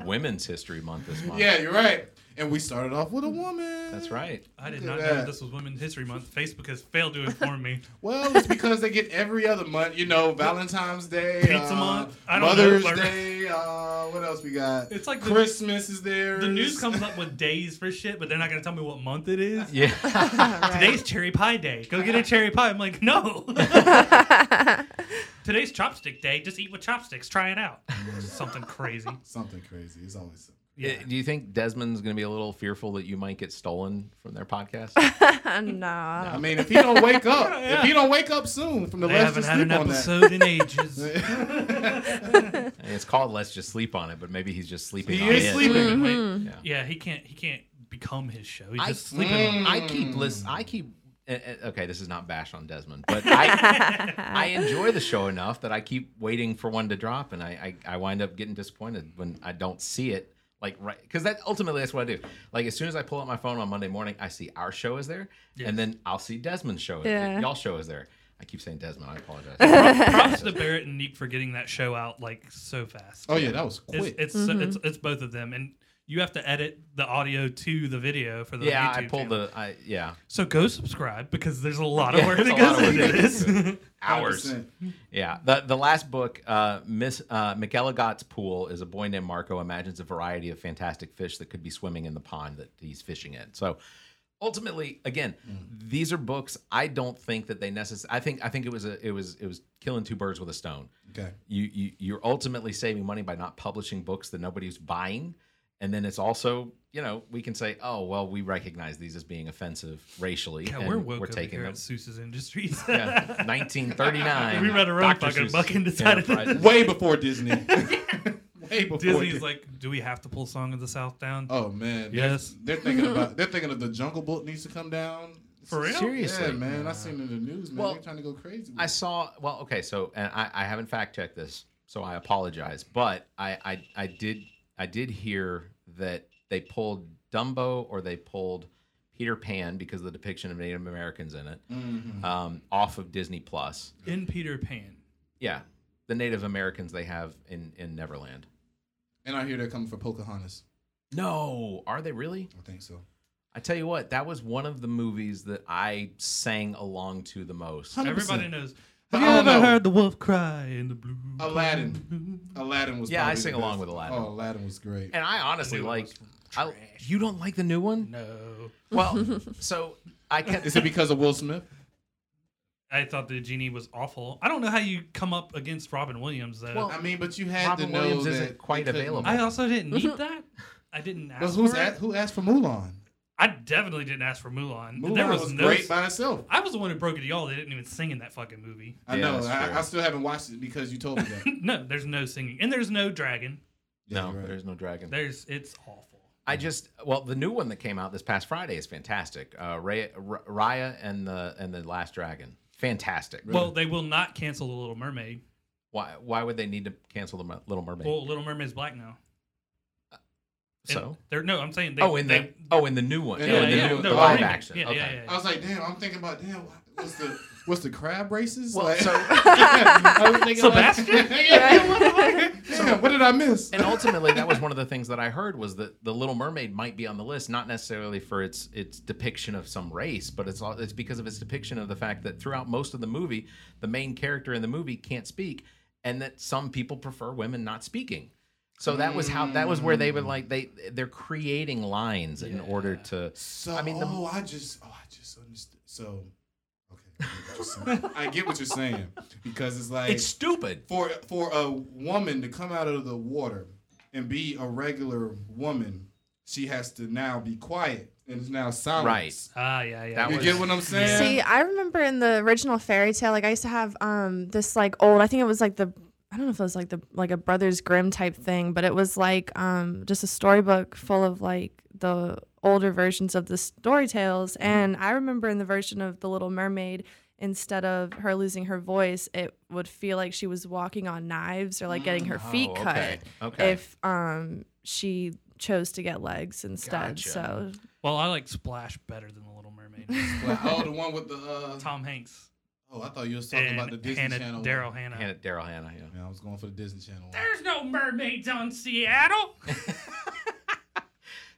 Speaker 2: Women's History Month this month.
Speaker 5: yeah, you're right. And we started off with a woman.
Speaker 2: That's right.
Speaker 4: I did
Speaker 5: Look
Speaker 4: not
Speaker 5: at
Speaker 4: know
Speaker 5: that.
Speaker 4: this was Women's History Month. Facebook has failed to inform me.
Speaker 5: Well, it's because they get every other month, you know, Valentine's Day,
Speaker 4: Pizza
Speaker 5: uh,
Speaker 4: month? I don't know,
Speaker 5: Mother's
Speaker 4: like-
Speaker 5: Day. Uh, what else we got?
Speaker 4: It's like the-
Speaker 5: Christmas is there.
Speaker 4: The news comes up with days for shit, but they're not going to tell me what month it is.
Speaker 2: Yeah.
Speaker 4: Today's cherry pie day. Go get a cherry pie. I'm like, no. Today's chopstick day. Just eat with chopsticks. Try it out. Something crazy.
Speaker 5: Something crazy. It's always something.
Speaker 4: Yeah.
Speaker 2: Do you think Desmond's going to be a little fearful that you might get stolen from their podcast?
Speaker 3: nah.
Speaker 5: I mean, if he don't wake up, if he don't wake up soon from the
Speaker 4: They
Speaker 5: last
Speaker 4: haven't
Speaker 5: sleep
Speaker 4: had an
Speaker 5: on that,
Speaker 4: episode in ages.
Speaker 2: And it's called Let's Just Sleep on It, but maybe he's just sleeping
Speaker 5: He
Speaker 2: on
Speaker 5: is
Speaker 2: it.
Speaker 5: sleeping. Mm-hmm.
Speaker 4: Yeah. he can't. He can't become his show. He's
Speaker 2: I,
Speaker 4: just sleeping. on it.
Speaker 2: I keep listening. I keep. eh, eh, Okay, this is not bash on Desmond, but I, I enjoy the show enough that I keep waiting for one to drop, and I, I, I wind up getting disappointed when I don't see it. Like right, because that ultimately that's what I do. Like as soon as I pull up my phone on Monday morning, I see our show is there, and then I'll see Desmond's show.
Speaker 3: Yeah.
Speaker 2: Y'all show is there. I keep saying Desmond. I apologize.
Speaker 4: Props to Barrett and Neek for getting that show out like so fast.
Speaker 5: oh yeah, that was
Speaker 4: It's
Speaker 5: quick.
Speaker 4: it's, it's it's both of them, and you have to edit the audio to the video for the
Speaker 2: yeah,
Speaker 4: YouTube
Speaker 2: I pulled
Speaker 4: channel.
Speaker 2: the. I, yeah,
Speaker 4: So go subscribe because there's a lot of
Speaker 2: Yeah,
Speaker 4: work
Speaker 2: it's
Speaker 4: that
Speaker 2: a lot
Speaker 4: goes
Speaker 2: of
Speaker 4: into
Speaker 2: work that goes
Speaker 4: this.
Speaker 2: hours.
Speaker 5: 100%.
Speaker 2: Yeah. The the last book, uh, Miss uh, McElligott's Pool, is a boy named Marco imagines a variety of fantastic fish that could be swimming in the pond that he's fishing in. So ultimately, again,
Speaker 4: Mm.
Speaker 2: these are books. I don't think that they necessarily. I think I think it was a it was it was killing two birds with a stone.
Speaker 5: Okay.
Speaker 2: You you you're ultimately saving money by not publishing books that nobody's buying. And then it's also, you know, we can say, oh, well, we recognize these as being offensive racially.
Speaker 4: Yeah,
Speaker 2: and
Speaker 4: we're woke over
Speaker 2: taking
Speaker 4: here
Speaker 2: them.
Speaker 4: at Seuss's Industries.
Speaker 2: Yeah, 1939.
Speaker 4: We read a road
Speaker 2: Dr.
Speaker 4: fucking
Speaker 2: Seuss
Speaker 4: buck and decided-
Speaker 2: Enterprises.
Speaker 5: Way before Disney. Way before
Speaker 4: Disney's
Speaker 5: Di-
Speaker 4: like, do we have to pull Song of the South down?
Speaker 5: Oh man. They're-
Speaker 4: Yes.
Speaker 5: They're, thinking about. They're thinking of the Jungle Book needs to come down.
Speaker 4: For real?
Speaker 2: Seriously.
Speaker 5: Yeah, man. I seen it in the news, man.
Speaker 2: Well,
Speaker 5: they're trying to go crazy. with
Speaker 2: I
Speaker 5: it.
Speaker 2: saw. Well, okay. So, and I, I haven't fact checked this, so I apologize. But I, I, I did, I did hear that they pulled Dumbo or they pulled Peter Pan because of the depiction of Native Americans in it
Speaker 5: Mm-hmm.
Speaker 2: um, off of Disney Plus.
Speaker 4: In Peter Pan.
Speaker 2: Yeah, the Native Americans they have in in Neverland.
Speaker 5: And I hear they're coming for Pocahontas.
Speaker 2: No, are they really?
Speaker 5: I think so.
Speaker 2: I tell you what, that was one of the movies that I sang along to the most.
Speaker 4: Everybody knows.
Speaker 5: Have you ever heard
Speaker 4: the wolf cry in the blue?
Speaker 5: Aladdin. Aladdin was.
Speaker 2: Yeah, I
Speaker 5: probably the
Speaker 2: sing along
Speaker 5: best.
Speaker 2: with Aladdin.
Speaker 5: Oh, Aladdin was great.
Speaker 2: And I honestly
Speaker 4: New one
Speaker 2: like.
Speaker 4: was
Speaker 2: I, you don't like the new one?
Speaker 4: No.
Speaker 2: Well, so I kept.
Speaker 5: Is it because of Will Smith?
Speaker 4: I thought the genie was awful. I don't know how you come up against Robin Williams though.
Speaker 2: Well,
Speaker 5: I mean, but you had
Speaker 2: Robin
Speaker 5: to know
Speaker 2: Williams
Speaker 5: that
Speaker 2: isn't
Speaker 5: they
Speaker 2: quite
Speaker 5: couldn't-
Speaker 2: available.
Speaker 4: I also didn't need that. I didn't ask
Speaker 5: Well, who's
Speaker 4: for it.
Speaker 5: at, who asked for Mulan?
Speaker 4: I definitely didn't ask for Mulan.
Speaker 5: Mulan
Speaker 4: there was,
Speaker 5: was
Speaker 4: no.
Speaker 5: great by itself.
Speaker 4: I was the one who broke it to y'all. They didn't even sing in that fucking movie.
Speaker 5: I
Speaker 2: Yeah,
Speaker 5: know.
Speaker 2: that's true.
Speaker 5: I, I still haven't watched it because you told me that.
Speaker 4: no, there's no singing, and there's no dragon.
Speaker 2: No,
Speaker 5: you're right.
Speaker 2: there's no dragon.
Speaker 4: There's it's awful.
Speaker 2: I just well, the new one that came out this past Friday is fantastic. Uh, Raya, R- Raya and the and the Last Dragon, fantastic.
Speaker 4: Well, they will not cancel the Little Mermaid.
Speaker 2: why why would they need to cancel the Mer- Little Mermaid?
Speaker 4: Well, Little Mermaid's black now. And
Speaker 2: so
Speaker 4: they're no, I'm saying they.
Speaker 2: oh, in the
Speaker 4: they-
Speaker 2: oh, in the new one,
Speaker 5: Yeah,
Speaker 2: oh, in the
Speaker 5: yeah,
Speaker 2: new
Speaker 5: no,
Speaker 2: the live
Speaker 5: remake.
Speaker 2: action.
Speaker 4: Yeah,
Speaker 2: okay.
Speaker 4: yeah, yeah.
Speaker 5: I was like, damn. I'm thinking about damn. What's the what's the crab races?
Speaker 2: Well,
Speaker 5: Like-
Speaker 2: so-
Speaker 5: I was thinking like-
Speaker 4: Sebastian?
Speaker 5: yeah, damn, what did I miss?
Speaker 2: And ultimately, that was one of the things that I heard was that the Little Mermaid might be on the list, not necessarily for its its depiction of some race, but it's all- it's because of its depiction of the fact that throughout most of the movie, the main character in the movie can't speak, and that some people prefer women not speaking. So that was how that was where they would like they they're creating lines in order to.
Speaker 5: So
Speaker 2: I mean, the-
Speaker 5: oh, I just oh, I just understood. So okay, I get what you're saying. I get what you're saying because it's like
Speaker 2: It's stupid.
Speaker 5: for for a woman to come out of the water and be a regular woman, she has to now be quiet and it's now silence.
Speaker 4: Ah, yeah, yeah.
Speaker 2: That
Speaker 5: You
Speaker 2: was-
Speaker 5: get what I'm saying?
Speaker 3: See, I remember in the original fairy tale, like I used to have um this like old, I think it was like the I don't know if it was like the like a Brothers Grimm type thing, but it was like um just a storybook full of like the older versions of the story tales. And I remember in the version of The Little Mermaid, instead of her losing her voice, it would feel like she was walking on knives or like getting her feet
Speaker 2: Oh,
Speaker 3: cut
Speaker 2: okay. Okay.
Speaker 3: if um she chose to get legs instead.
Speaker 2: Gotcha.
Speaker 3: So
Speaker 4: well, I like Splash better than the Little Mermaid.
Speaker 5: Like, oh, the one with the uh,
Speaker 4: Tom Hanks
Speaker 5: oh, I thought you was talking
Speaker 4: and
Speaker 5: about the Disney
Speaker 4: Hannah
Speaker 5: Channel. one.
Speaker 4: Daryl Hannah.
Speaker 2: Hannah, Daryl Hannah. Yeah.
Speaker 5: Man, I was going for the Disney Channel. one.
Speaker 4: There's no mermaids on Seattle.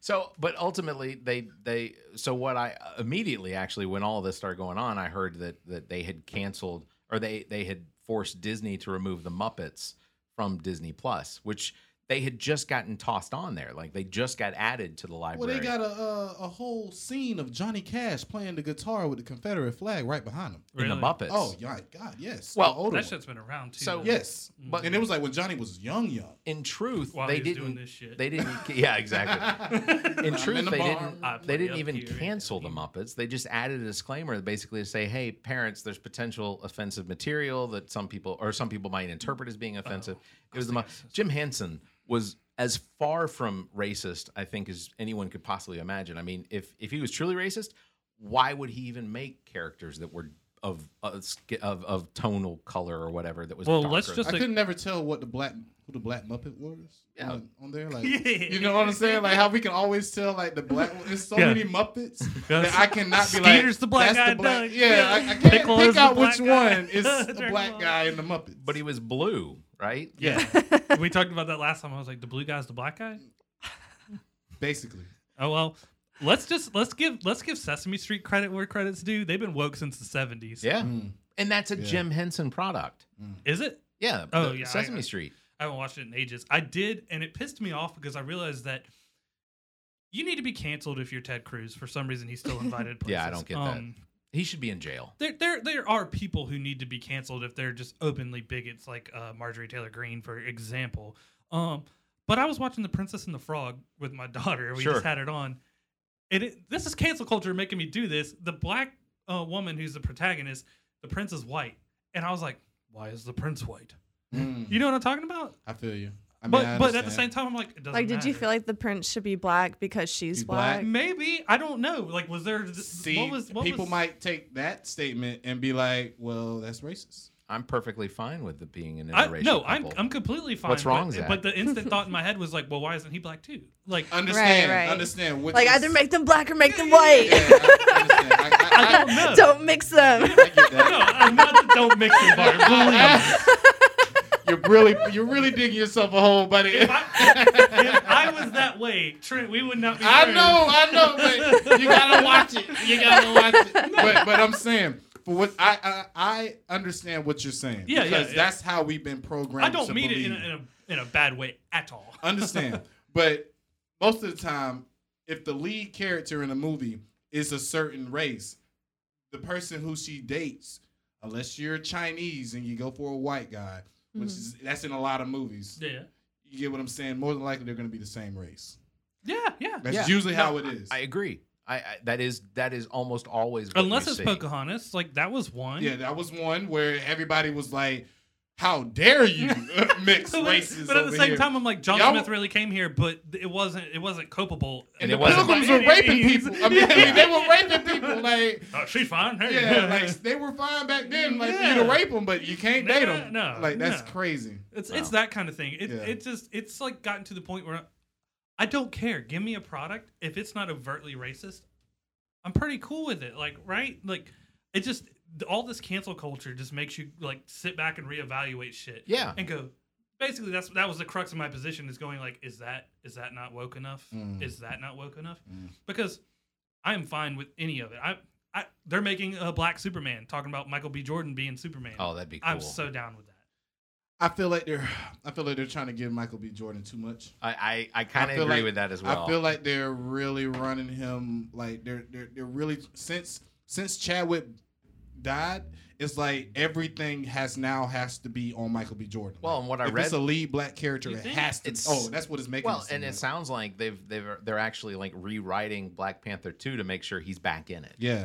Speaker 2: So, but ultimately, they they so what I immediately actually when all this started going on, I heard that that they had canceled or they they had forced Disney to remove the Muppets from Disney Plus, which they had just gotten tossed on there, like they just got added to the
Speaker 5: Well,
Speaker 2: library.
Speaker 5: they got a uh, a whole scene of Johnny Cash playing the guitar with the Confederate flag right behind him.
Speaker 2: in the Muppets.
Speaker 5: Oh, yeah, God, yes.
Speaker 2: Well, Mm-hmm.
Speaker 5: The older
Speaker 4: That
Speaker 5: one.
Speaker 4: shit's been around too.
Speaker 2: So-
Speaker 5: yes,
Speaker 2: But-
Speaker 5: and it was like when Johnny was young, young.
Speaker 2: in truth,
Speaker 4: While
Speaker 2: they
Speaker 4: he's
Speaker 2: didn't.
Speaker 4: doing this shit.
Speaker 2: They didn't. Yeah, exactly. in
Speaker 5: I'm
Speaker 2: truth,
Speaker 5: in the
Speaker 2: they
Speaker 5: bar.
Speaker 2: didn't.
Speaker 4: I play
Speaker 2: They didn't
Speaker 4: up
Speaker 2: even
Speaker 4: here.
Speaker 2: cancel the Muppets. They just added a disclaimer, basically to say, "Hey, parents, there's potential offensive material that some people or some people might interpret as being
Speaker 4: Oh,
Speaker 2: offensive." it was the Mu- Jim Henson was as far from racist, I think, as anyone could possibly imagine. I mean, if if he was truly racist, why would he even make characters that were of of sk- of, of tonal color or whatever that was?
Speaker 4: Well, let's
Speaker 2: darker?
Speaker 4: just-
Speaker 5: I
Speaker 4: It's like-
Speaker 5: could never tell what the black who the black Muppet was
Speaker 2: Yeah.
Speaker 5: on, on there. Like you know what I'm saying? Like how we can always tell like the black. one- There's so
Speaker 4: Yeah.
Speaker 5: many Muppets
Speaker 4: Yeah.
Speaker 5: that I cannot be like.
Speaker 4: Skeeter's the black
Speaker 5: that's
Speaker 4: guy,
Speaker 5: The black.
Speaker 4: Doug.
Speaker 5: Yeah, I, I
Speaker 4: Yeah.
Speaker 5: can't
Speaker 4: Pickle
Speaker 5: pick
Speaker 4: is the
Speaker 5: out
Speaker 4: black
Speaker 5: which
Speaker 4: guy.
Speaker 5: one is the
Speaker 4: Dragon
Speaker 5: black
Speaker 4: Ball.
Speaker 5: guy in the Muppets.
Speaker 2: But he was blue, right?
Speaker 5: yeah,
Speaker 4: we talked about that last time. I was like, the blue guy's the black guy.
Speaker 5: basically.
Speaker 4: Oh well, let's just let's give let's give Sesame Street credit where credits due. They've been woke since the seventies.
Speaker 2: Yeah,
Speaker 5: Mm.
Speaker 2: and that's a
Speaker 5: Yeah.
Speaker 2: Jim Henson product.
Speaker 4: Is it?
Speaker 2: Yeah.
Speaker 4: Oh,
Speaker 2: the-
Speaker 4: yeah, I-
Speaker 2: Sesame
Speaker 4: I-
Speaker 2: Street.
Speaker 4: I haven't watched it in ages. I did, and it pissed me off because I realized that you need to be canceled if you're Ted Cruz. For some reason, he's still invited. Places. Um,
Speaker 2: Yeah, I don't get that. He should be in jail.
Speaker 4: There, there, there are people who need to be canceled if they're just openly bigots, like uh, Marjorie Taylor Greene, for example. Um, but I was watching The Princess and the Frog with my daughter. We
Speaker 2: Sure.
Speaker 4: just had it on, and it, this is cancel culture making me do this. The black uh, woman who's the protagonist, the prince is white, and I was like, "Why is the prince white?"
Speaker 5: Mm.
Speaker 4: You know what I'm talking about?
Speaker 5: I feel you. I mean, I
Speaker 4: but but at the
Speaker 5: understand.
Speaker 4: same time, I'm like, it doesn't
Speaker 3: like did you
Speaker 4: matter.
Speaker 3: feel like the prince should be black because she's
Speaker 5: Be black?
Speaker 3: black?
Speaker 4: maybe I don't know? Like, was there th-
Speaker 5: See,
Speaker 4: what was what
Speaker 5: people
Speaker 4: was-
Speaker 5: might take that statement and be like, "Well, that's racist."
Speaker 2: I'm perfectly fine with it being an
Speaker 4: I,
Speaker 2: interracial
Speaker 4: no, I'm
Speaker 2: couple.
Speaker 4: I'm completely fine.
Speaker 2: What's wrong,
Speaker 4: but,
Speaker 2: Zach?
Speaker 4: but the instant thought in my head was like, well, why isn't he black too? Like,
Speaker 5: Understand,
Speaker 3: right.
Speaker 5: understand. Which
Speaker 3: Like
Speaker 5: is-
Speaker 3: either make them black or make them
Speaker 5: Yeah,
Speaker 3: white.
Speaker 5: I, understand. I, I-
Speaker 4: I don't know.
Speaker 3: Don't mix them.
Speaker 5: I get that.
Speaker 4: no, I'm not. the Don't mix them. Bart. Believe me.
Speaker 5: You're really you're really digging yourself a hole, buddy.
Speaker 4: If I, if I was that way, Trent, we would not be.
Speaker 5: I
Speaker 4: friends.
Speaker 5: know, I know, but you gotta watch it. You gotta watch it. But but I'm saying, for what I I, I understand what you're saying.
Speaker 4: Yeah, yeah,
Speaker 5: because
Speaker 4: yeah.
Speaker 5: that's how we've been programmed.
Speaker 4: I don't
Speaker 5: to
Speaker 4: mean it in
Speaker 5: believe.
Speaker 4: a, in a in a bad way at all.
Speaker 5: understand. But most of the time, if the lead character in a movie is a certain race, the person who she dates, unless you're Chinese and you go for a white guy, which is that's in a lot of movies.
Speaker 4: Yeah,
Speaker 5: You get what I'm saying? More than likely, they're going to be the same race.
Speaker 4: yeah, yeah.
Speaker 5: That's
Speaker 2: Yeah.
Speaker 5: usually
Speaker 2: No,
Speaker 5: how it is.
Speaker 2: I agree. I, I that is that is almost always what
Speaker 4: Unless
Speaker 2: we
Speaker 4: it's
Speaker 2: see.
Speaker 4: Pocahontas, like that was one.
Speaker 5: Yeah, that was one where everybody was like, "How dare you mix
Speaker 4: But-
Speaker 5: races?"
Speaker 4: but at the
Speaker 5: over
Speaker 4: same
Speaker 5: here.
Speaker 4: time, I'm like John
Speaker 5: Y'all-
Speaker 4: Smith really came here, but it wasn't it wasn't culpable.
Speaker 5: and
Speaker 2: it
Speaker 5: the
Speaker 2: wasn't
Speaker 5: pilgrims
Speaker 4: by
Speaker 5: were
Speaker 4: any
Speaker 5: raping
Speaker 4: means.
Speaker 5: people. I mean, I mean,
Speaker 4: Yeah.
Speaker 5: they were raping people. Like,
Speaker 4: Oh, she's fine. Hey.
Speaker 5: yeah, like they were fine back then. Like, you to
Speaker 4: Yeah.
Speaker 5: rape them, but you can't
Speaker 4: No,
Speaker 5: date them.
Speaker 4: no,
Speaker 5: like that's
Speaker 4: no.
Speaker 5: crazy.
Speaker 4: It's
Speaker 2: Wow.
Speaker 4: it's that kind of thing. It,
Speaker 5: Yeah.
Speaker 4: It's just it's like gotten to the point where I don't care. Give me a product if it's not overtly racist. I'm pretty cool with it. Like right, like it just all this cancel culture just makes you like sit back and reevaluate shit.
Speaker 2: Yeah.
Speaker 4: and go. Basically, that's that was the crux of my position is going like, is that is that not woke enough?
Speaker 5: Mm.
Speaker 4: Is that not woke enough?
Speaker 5: Mm.
Speaker 4: Because I am fine with any of it. I, I they're making a black Superman talking about Michael B. Jordan being Superman.
Speaker 2: Oh, that'd be cool.
Speaker 4: I'm so down with that.
Speaker 5: I feel like they're, I feel like they're trying to give Michael B. Jordan too much.
Speaker 2: I I, I kind
Speaker 5: I
Speaker 2: of
Speaker 5: feel
Speaker 2: agree
Speaker 5: like-
Speaker 2: with that as well.
Speaker 5: I feel like they're really running him like they're they're they're really since since Chadwick died, it's like everything has now has to be on Michael B. Jordan.
Speaker 2: Well, and what I
Speaker 5: if it's
Speaker 2: read-
Speaker 5: a lead black character,
Speaker 4: You
Speaker 5: it
Speaker 4: think?
Speaker 5: has to.
Speaker 2: It's-
Speaker 5: oh, that's what it's making.
Speaker 2: well,
Speaker 5: it seem
Speaker 2: and it
Speaker 5: like.
Speaker 2: sounds like they've they've they're actually like rewriting Black Panther 2 to make sure he's back in it.
Speaker 5: yeah.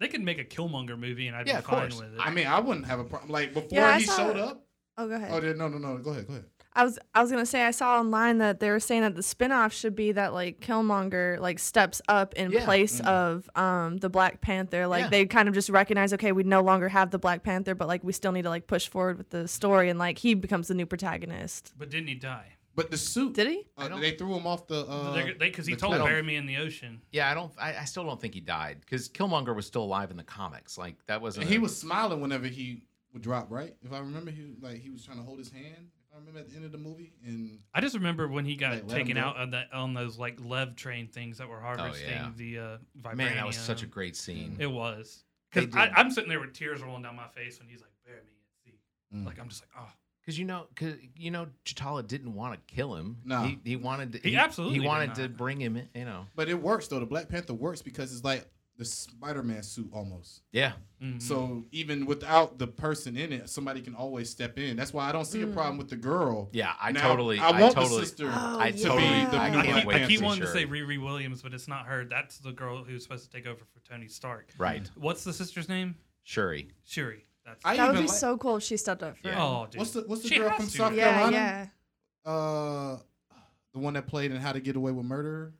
Speaker 4: They could make a Killmonger movie, and I'd
Speaker 2: Yeah,
Speaker 4: be
Speaker 2: of
Speaker 4: fine
Speaker 2: course.
Speaker 4: with it.
Speaker 5: I mean, I wouldn't have a problem. Like before
Speaker 3: Yeah, I
Speaker 5: he
Speaker 3: saw
Speaker 5: showed
Speaker 3: it.
Speaker 5: up.
Speaker 3: Oh, go ahead.
Speaker 5: Oh, no, no, no. Go ahead, go ahead.
Speaker 3: I was I was gonna say I saw online that they were saying that the spinoff should be that like Killmonger like steps up in
Speaker 2: Yeah.
Speaker 3: place of um the Black Panther. Like
Speaker 2: Yeah.
Speaker 3: they kind of just recognize, okay, we no longer have the Black Panther, but like we still need to like push forward with the story and like he becomes the new protagonist.
Speaker 4: but didn't he die?
Speaker 5: But the suit.
Speaker 3: Did he?
Speaker 2: I
Speaker 5: Uh,
Speaker 2: don't-
Speaker 5: they threw him off the. Uh,
Speaker 4: Because they, 'cause he
Speaker 5: the
Speaker 4: told her,
Speaker 5: cliff.
Speaker 4: bury me in the ocean.
Speaker 2: Yeah, I don't. I, I still don't think he died because Killmonger was still alive in the comics. Like that wasn't.
Speaker 5: And he
Speaker 2: a-
Speaker 5: was smiling whenever he would drop, right? If I remember, he was, like he was trying to hold his hand. If I remember at the end of the movie, and
Speaker 4: I just remember when he got
Speaker 5: Like, let him Oh,
Speaker 4: taken
Speaker 5: go.
Speaker 4: out on that on those like lev train things that were harvesting
Speaker 2: yeah.
Speaker 4: the uh, vibranium.
Speaker 2: man. That was such a great scene.
Speaker 4: It was
Speaker 2: They
Speaker 4: because
Speaker 2: did.
Speaker 4: I'm sitting there with tears rolling down my face when he's like, "Bury me at sea."
Speaker 5: Mm.
Speaker 4: Like I'm just like, "Oh,
Speaker 2: Because you know, cause you know, Chitala didn't want to kill him.
Speaker 5: No.
Speaker 2: he, he wanted. To,
Speaker 4: He absolutely
Speaker 2: he
Speaker 4: did
Speaker 2: wanted
Speaker 4: not.
Speaker 2: to bring him. in, You know.
Speaker 5: but it works though. The Black Panther works because it's like the Spider-Man suit almost.
Speaker 2: Yeah.
Speaker 4: mhm.
Speaker 5: So even without the person in it, somebody can always step in. That's why I don't see
Speaker 3: Mm.
Speaker 5: a problem with the girl.
Speaker 2: Yeah. I
Speaker 5: Now,
Speaker 2: totally.
Speaker 5: I want
Speaker 2: totally,
Speaker 5: the sister.
Speaker 3: Oh,
Speaker 2: I
Speaker 3: to be
Speaker 2: totally.
Speaker 5: the
Speaker 2: I
Speaker 5: new
Speaker 4: I
Speaker 5: Black
Speaker 2: can't wait.
Speaker 4: keep, I
Speaker 5: Panther.
Speaker 4: keep
Speaker 2: for
Speaker 4: wanting to
Speaker 2: sure.
Speaker 4: say Riri Williams, but it's not her. That's the girl who's supposed to take over for Tony Stark.
Speaker 2: right.
Speaker 4: What's the sister's name?
Speaker 2: Shuri.
Speaker 4: Shuri. That's
Speaker 5: I
Speaker 3: That would
Speaker 5: even
Speaker 3: be
Speaker 5: like-
Speaker 3: so cool if she stepped up for
Speaker 2: Yeah.
Speaker 3: him.
Speaker 4: oh, dude.
Speaker 5: What's the What's the
Speaker 4: She
Speaker 5: girl
Speaker 4: has
Speaker 5: from
Speaker 4: to.
Speaker 5: South
Speaker 3: Yeah,
Speaker 5: Carolina?
Speaker 3: yeah.
Speaker 5: Uh, the one that played in How to Get Away with Murder,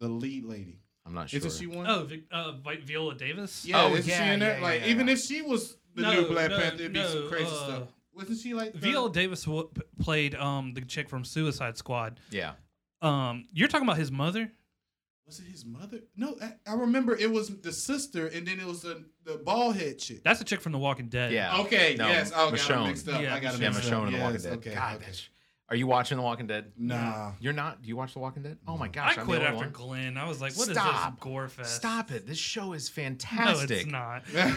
Speaker 5: the lead lady.
Speaker 2: I'm not sure.
Speaker 5: Isn't she one?
Speaker 4: Oh, Vic, uh, Vi- Viola Davis.
Speaker 5: Yeah,
Speaker 2: Oh,
Speaker 5: isn't
Speaker 2: yeah,
Speaker 5: she in there?
Speaker 2: yeah,
Speaker 5: like,
Speaker 2: yeah,
Speaker 5: even
Speaker 2: yeah.
Speaker 5: if she was the
Speaker 4: No,
Speaker 5: new Black
Speaker 4: no,
Speaker 5: Panther, it'd be some
Speaker 4: no,
Speaker 5: crazy
Speaker 4: uh,
Speaker 5: stuff. Wasn't she like the-
Speaker 4: Viola Davis w- p- played um the chick from Suicide Squad.
Speaker 2: yeah.
Speaker 4: Um, you're talking about his mother.
Speaker 5: Was it his mother? No, I, I remember it was the sister, and then it was the the bald head chick.
Speaker 4: That's a chick from The Walking Dead.
Speaker 2: Yeah.
Speaker 5: okay,
Speaker 2: No,
Speaker 5: yes, I got
Speaker 2: Michonne.
Speaker 5: it mixed up.
Speaker 4: Yeah,
Speaker 5: I got it
Speaker 2: Yeah,
Speaker 4: Michonne.
Speaker 5: mixed
Speaker 2: Michonne
Speaker 5: up.
Speaker 2: in The Walking
Speaker 5: Yes,
Speaker 2: Dead.
Speaker 5: Okay,
Speaker 2: God,
Speaker 5: okay.
Speaker 2: that's. Are you watching The Walking Dead?
Speaker 5: Nah,
Speaker 2: You're not. Do you watch The Walking Dead? Oh my gosh!
Speaker 4: I
Speaker 2: I'm the
Speaker 4: quit
Speaker 2: only
Speaker 4: after
Speaker 2: one?
Speaker 4: Glenn. I was like, "What is
Speaker 2: Stop.
Speaker 4: this gore fest?
Speaker 2: Stop it! This show is
Speaker 4: No,
Speaker 2: fantastic.
Speaker 4: it's not.
Speaker 5: to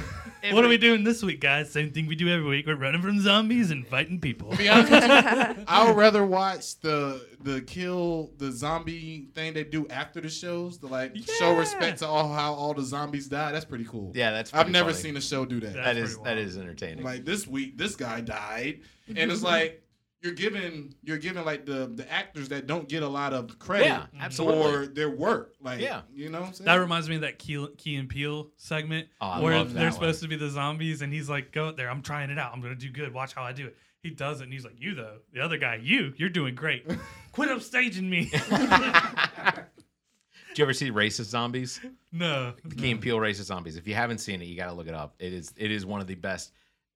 Speaker 4: What are we doing this week, guys? Same thing we do every week. We're running from zombies and fighting people.
Speaker 5: be honest with you, I would rather watch the the kill the zombie thing they do after the shows to like show
Speaker 4: Yeah.
Speaker 5: respect to all how all the zombies die. That's pretty cool.
Speaker 2: Yeah, that's.
Speaker 5: I've
Speaker 2: pretty
Speaker 5: never
Speaker 2: funny.
Speaker 5: seen a show do that.
Speaker 4: That-
Speaker 2: That
Speaker 4: That's
Speaker 2: is
Speaker 4: pretty
Speaker 2: that
Speaker 4: wild.
Speaker 2: is entertaining.
Speaker 5: like this week this guy died
Speaker 2: Mm-hmm.
Speaker 5: and it's like you're giving you're giving like the the actors that don't get a lot of credit
Speaker 2: Yeah,
Speaker 5: for
Speaker 2: absolutely.
Speaker 5: their work like
Speaker 2: Yeah.
Speaker 5: you know what I'm saying?
Speaker 4: That reminds me of that Key, Key and Peele segment
Speaker 2: Oh, I
Speaker 4: where
Speaker 2: love that
Speaker 4: they're
Speaker 2: one.
Speaker 4: supposed to be the zombies, and he's like, "Go out there, I'm trying it out. I'm gonna do good. Watch how I do it." He does it, and he's like, "You though, the other guy, you, you're doing great. Quit upstaging me."
Speaker 2: Do you ever see racist zombies?
Speaker 4: no,
Speaker 2: Key and Peele racist zombies. If you haven't seen it, you got to look it up. It is it is one of the best.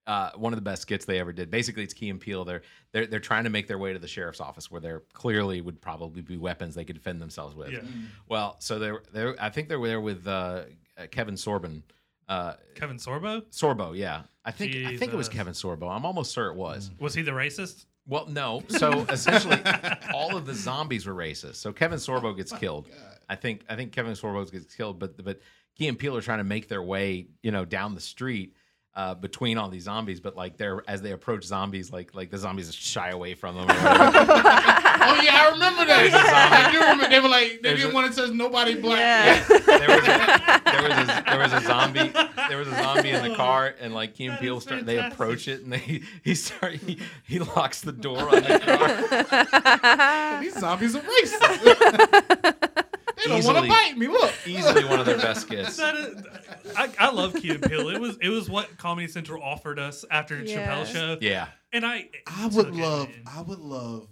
Speaker 2: Uh, one of the best skits they ever did. Basically, it's Key and Peele. They're they're they're trying to make their way to the sheriff's office, where there clearly would probably be weapons they could defend themselves with.
Speaker 4: Yeah.
Speaker 2: Well, so they're they're I think they were there with uh, Kevin Sorbo. Uh,
Speaker 4: Kevin Sorbo
Speaker 2: Sorbo, yeah. I think I think it was
Speaker 4: Jesus.
Speaker 2: Kevin Sorbo. I'm almost sure it was.
Speaker 4: was he the racist?
Speaker 2: Well, no. So essentially, all of the zombies were racist. So Kevin Sorbo
Speaker 4: Oh
Speaker 2: gets killed. I think I think Kevin Sorbo gets killed, but but Key and Peele are trying to make their way, you know, down the street uh, between all these zombies. But like they're as they approach zombies, like like the zombies shy away from them. or whatever.
Speaker 5: oh yeah I remember that I do remember they were like they
Speaker 2: There's
Speaker 5: didn't
Speaker 2: a-
Speaker 5: want to touch nobody black
Speaker 3: Yeah.
Speaker 2: there, was a, there was a there was a zombie there was a zombie in the car, and like Key and
Speaker 4: That
Speaker 2: Peele
Speaker 4: is
Speaker 2: start they
Speaker 4: fantastic.
Speaker 2: approach it, and they he start he, he locks the door on the car.
Speaker 5: these zombies are racist They don't want to bite me. Look.
Speaker 2: easily one of their best skits.
Speaker 4: That is, I, I love Key and Peele. It was it was what Comedy Central offered us after
Speaker 3: Yeah.
Speaker 4: Chappelle's show.
Speaker 2: Yeah.
Speaker 4: And I
Speaker 5: I would
Speaker 4: took it,
Speaker 5: love,
Speaker 4: man.
Speaker 5: I would love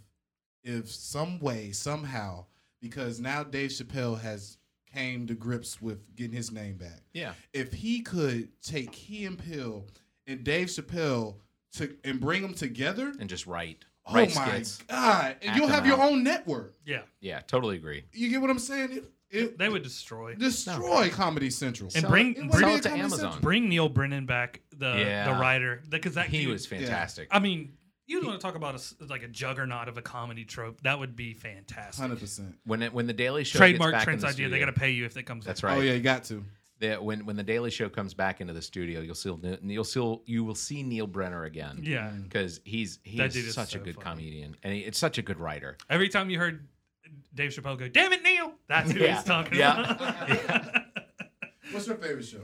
Speaker 5: if some way, somehow, because now Dave Chappelle has came to grips with getting his name back.
Speaker 2: Yeah.
Speaker 5: If he could take Key and Pill and Dave Chappelle to and bring them together,
Speaker 2: And just write.
Speaker 5: oh my
Speaker 2: write skits.
Speaker 5: god, and
Speaker 2: Act
Speaker 5: you'll
Speaker 2: them
Speaker 5: have your
Speaker 2: out.
Speaker 5: own network.
Speaker 4: Yeah.
Speaker 2: Yeah, totally agree.
Speaker 5: You get what I'm saying? It, it
Speaker 4: They would destroy.
Speaker 5: destroy Comedy Central.
Speaker 4: And
Speaker 2: Sell
Speaker 4: bring-
Speaker 2: it,
Speaker 4: bring-
Speaker 2: sell it to
Speaker 5: Comedy
Speaker 2: Amazon.
Speaker 5: Central.
Speaker 4: Bring Neil Brennan back, the the
Speaker 2: Yeah.
Speaker 4: writer, because that
Speaker 2: He
Speaker 4: dude-
Speaker 2: was fantastic.
Speaker 4: I mean, you want to talk about a s like a juggernaut of a comedy trope? That would be fantastic.
Speaker 5: Hundred percent.
Speaker 2: When it, when the Daily Show
Speaker 4: Trademark
Speaker 2: gets back
Speaker 4: Trent's
Speaker 2: in the
Speaker 4: idea. They
Speaker 2: studio-
Speaker 4: got to pay you if it comes.
Speaker 2: That's
Speaker 4: up.
Speaker 2: right.
Speaker 5: Oh yeah, you got to.
Speaker 2: that when when the Daily Show comes back into the studio, you'll see you'll see you will see Neil Brenner again.
Speaker 4: Yeah.
Speaker 5: Mm.
Speaker 2: because he's he
Speaker 4: That
Speaker 2: is
Speaker 4: dude is
Speaker 2: such a
Speaker 4: so
Speaker 2: good
Speaker 4: funny.
Speaker 2: comedian and he, it's such a good writer.
Speaker 4: Every time you heard Dave Chappelle go, "Damn it, Neil," that's who
Speaker 2: Yeah.
Speaker 4: he's talking
Speaker 2: Yeah.
Speaker 4: about.
Speaker 5: What's your favorite show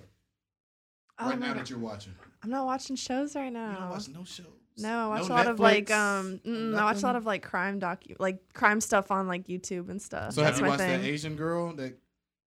Speaker 3: Oh,
Speaker 5: right
Speaker 3: my
Speaker 5: now
Speaker 3: God.
Speaker 5: that you're watching?
Speaker 3: I'm not watching shows right
Speaker 5: You don't
Speaker 3: now.
Speaker 5: watch no shows.
Speaker 3: No, I watch
Speaker 5: No
Speaker 3: a lot of like
Speaker 5: Netflix,
Speaker 3: um mm, I watch a lot
Speaker 5: nothing?
Speaker 3: of like crime docu like crime stuff on like YouTube and stuff.
Speaker 5: So have
Speaker 3: That's
Speaker 5: you
Speaker 3: my
Speaker 5: watched
Speaker 3: thing.
Speaker 5: that Asian girl that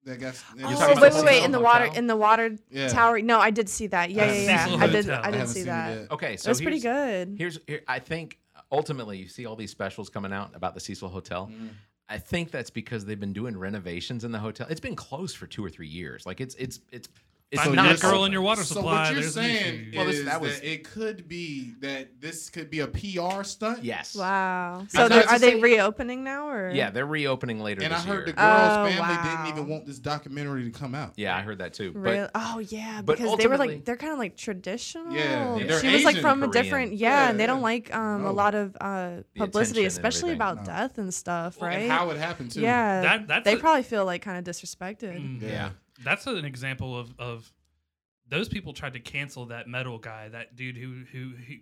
Speaker 5: that got? that-
Speaker 2: You're
Speaker 3: Oh
Speaker 2: talking
Speaker 3: wait,
Speaker 2: about
Speaker 3: wait,
Speaker 2: the
Speaker 3: wait!
Speaker 2: Cecil
Speaker 3: In the water,
Speaker 2: Hotel?
Speaker 3: in the water
Speaker 5: Yeah.
Speaker 3: tower. No, I did see that. Yeah,
Speaker 5: I haven't
Speaker 3: yeah, yeah.
Speaker 4: seen
Speaker 3: I
Speaker 4: Cecil
Speaker 3: did.
Speaker 4: Hotel.
Speaker 3: I
Speaker 4: I
Speaker 3: did
Speaker 5: haven't
Speaker 3: see
Speaker 5: seen it
Speaker 3: that.
Speaker 5: yet.
Speaker 2: Okay, so
Speaker 3: it was pretty
Speaker 2: here's-
Speaker 3: good.
Speaker 2: Here's here, I think ultimately you see all these specials coming out about the Cecil Hotel.
Speaker 5: Mm.
Speaker 2: I think that's because they've been doing renovations in the hotel. It's been closed for two or three years. Like it's it's it's it's
Speaker 4: Find
Speaker 5: not
Speaker 4: not a
Speaker 5: yes.
Speaker 4: girl in your water
Speaker 5: So
Speaker 4: supply.
Speaker 5: what you're
Speaker 4: there's an
Speaker 5: saying
Speaker 4: issue.
Speaker 5: is
Speaker 2: Well, this- that
Speaker 5: that,
Speaker 2: was-
Speaker 5: it could be that this could be a PR stunt.
Speaker 2: Yes.
Speaker 3: Wow.
Speaker 5: I
Speaker 3: So
Speaker 5: thought
Speaker 3: they're,
Speaker 5: it's
Speaker 3: are
Speaker 5: the
Speaker 3: they
Speaker 5: same-
Speaker 3: reopening now or?
Speaker 2: Yeah, they're reopening later
Speaker 5: And I
Speaker 2: this
Speaker 5: heard the
Speaker 2: year.
Speaker 5: girl's
Speaker 3: Oh,
Speaker 5: family
Speaker 3: wow.
Speaker 5: didn't even want this documentary to come out.
Speaker 2: yeah, I heard that too.
Speaker 3: Really?
Speaker 2: But
Speaker 3: Oh yeah,
Speaker 2: but
Speaker 3: because they were
Speaker 2: ultimately-
Speaker 3: like they're kind of like traditional.
Speaker 5: Yeah,
Speaker 3: she
Speaker 2: they're
Speaker 3: was like
Speaker 5: Asian
Speaker 3: from
Speaker 2: Korean.
Speaker 3: a different. Yeah,
Speaker 5: Yeah,
Speaker 3: and they don't
Speaker 5: yeah.
Speaker 3: like um
Speaker 5: No.
Speaker 3: a lot of uh
Speaker 2: The attention
Speaker 3: publicity,
Speaker 2: and
Speaker 3: especially
Speaker 2: everything.
Speaker 3: about
Speaker 5: No.
Speaker 3: death and stuff, right?
Speaker 5: And how it happened too.
Speaker 3: yeah,
Speaker 4: That- that's
Speaker 3: they
Speaker 4: a-
Speaker 3: probably feel like kind of disrespected.
Speaker 4: Mm.
Speaker 5: Yeah.
Speaker 4: That's an example of of those people tried to cancel that metal guy, that dude who who who.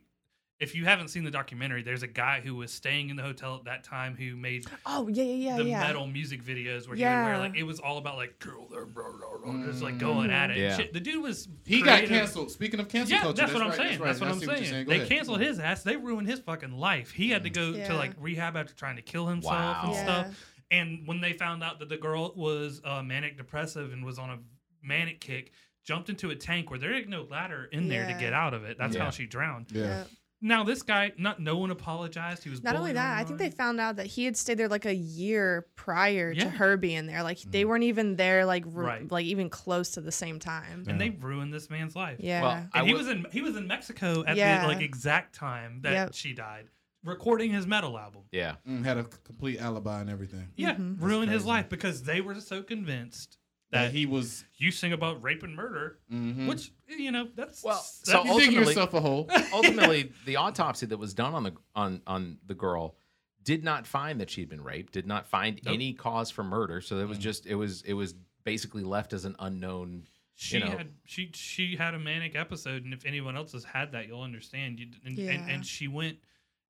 Speaker 4: If you haven't seen the documentary, there's a guy who was staying in the hotel at that time who made
Speaker 3: Oh yeah, yeah, yeah,
Speaker 4: the
Speaker 3: yeah.
Speaker 4: metal music videos where he would wear
Speaker 3: Yeah.
Speaker 4: like it was all about like girl, they're blah, blah, blah, just like going at it. and
Speaker 2: Yeah.
Speaker 4: Shit. The dude was
Speaker 5: He
Speaker 4: creative.
Speaker 5: got canceled. Speaking of cancel
Speaker 4: Yeah,
Speaker 5: culture,
Speaker 4: that's, what I'm
Speaker 5: right,
Speaker 4: saying.
Speaker 5: right.
Speaker 4: That's,
Speaker 5: I
Speaker 4: what I'm
Speaker 5: see what
Speaker 4: saying.
Speaker 5: you're Go
Speaker 4: They
Speaker 5: ahead. Mm.
Speaker 4: canceled his ass. They ruined his fucking life. He had to go
Speaker 3: Yeah.
Speaker 4: to like rehab after trying to kill himself and
Speaker 2: Wow.
Speaker 3: Yeah.
Speaker 4: stuff. And when they found out that the girl was uh, manic depressive and was on a manic kick, jumped into a tank where there ain't no ladder in there
Speaker 3: Yeah.
Speaker 4: to get out of it. That's
Speaker 2: Yeah.
Speaker 4: how she drowned.
Speaker 5: Yeah.
Speaker 3: Yeah.
Speaker 4: Now this guy, not no one apologized. He was
Speaker 3: Not only
Speaker 4: bullied
Speaker 3: that, I think they
Speaker 4: online.
Speaker 3: found out that he had stayed there like a year prior
Speaker 4: Yeah.
Speaker 3: to her being there. Like they weren't even there, like r-
Speaker 4: Right.
Speaker 3: like even close to the same time.
Speaker 4: and they ruined this man's life.
Speaker 3: Yeah.
Speaker 2: well, I
Speaker 4: And he
Speaker 2: will-
Speaker 4: was in he was in Mexico at
Speaker 3: Yeah.
Speaker 4: the like exact time that
Speaker 3: Yep.
Speaker 4: she died, recording his metal album.
Speaker 2: yeah.
Speaker 5: Mm, had a complete alibi and everything.
Speaker 4: Yeah, ruined his
Speaker 5: crazy.
Speaker 4: life because they were so convinced
Speaker 5: That,
Speaker 4: that
Speaker 5: he was.
Speaker 4: you sing about rape and murder,
Speaker 5: mhm.
Speaker 4: which you know that's
Speaker 2: Well,
Speaker 4: that's-
Speaker 2: so
Speaker 5: you dig
Speaker 2: ultimately-
Speaker 5: yourself a hole.
Speaker 2: ultimately the autopsy that was done on the on on the girl did not find that she'd been raped did not find
Speaker 4: Nope. Mm.
Speaker 2: any cause for murder so it was just it was it was basically left as an unknown
Speaker 4: she
Speaker 2: you know.
Speaker 4: had she she had a manic episode, and if anyone else has had that, you'll understand. You and,
Speaker 3: Yeah.
Speaker 4: and, and she went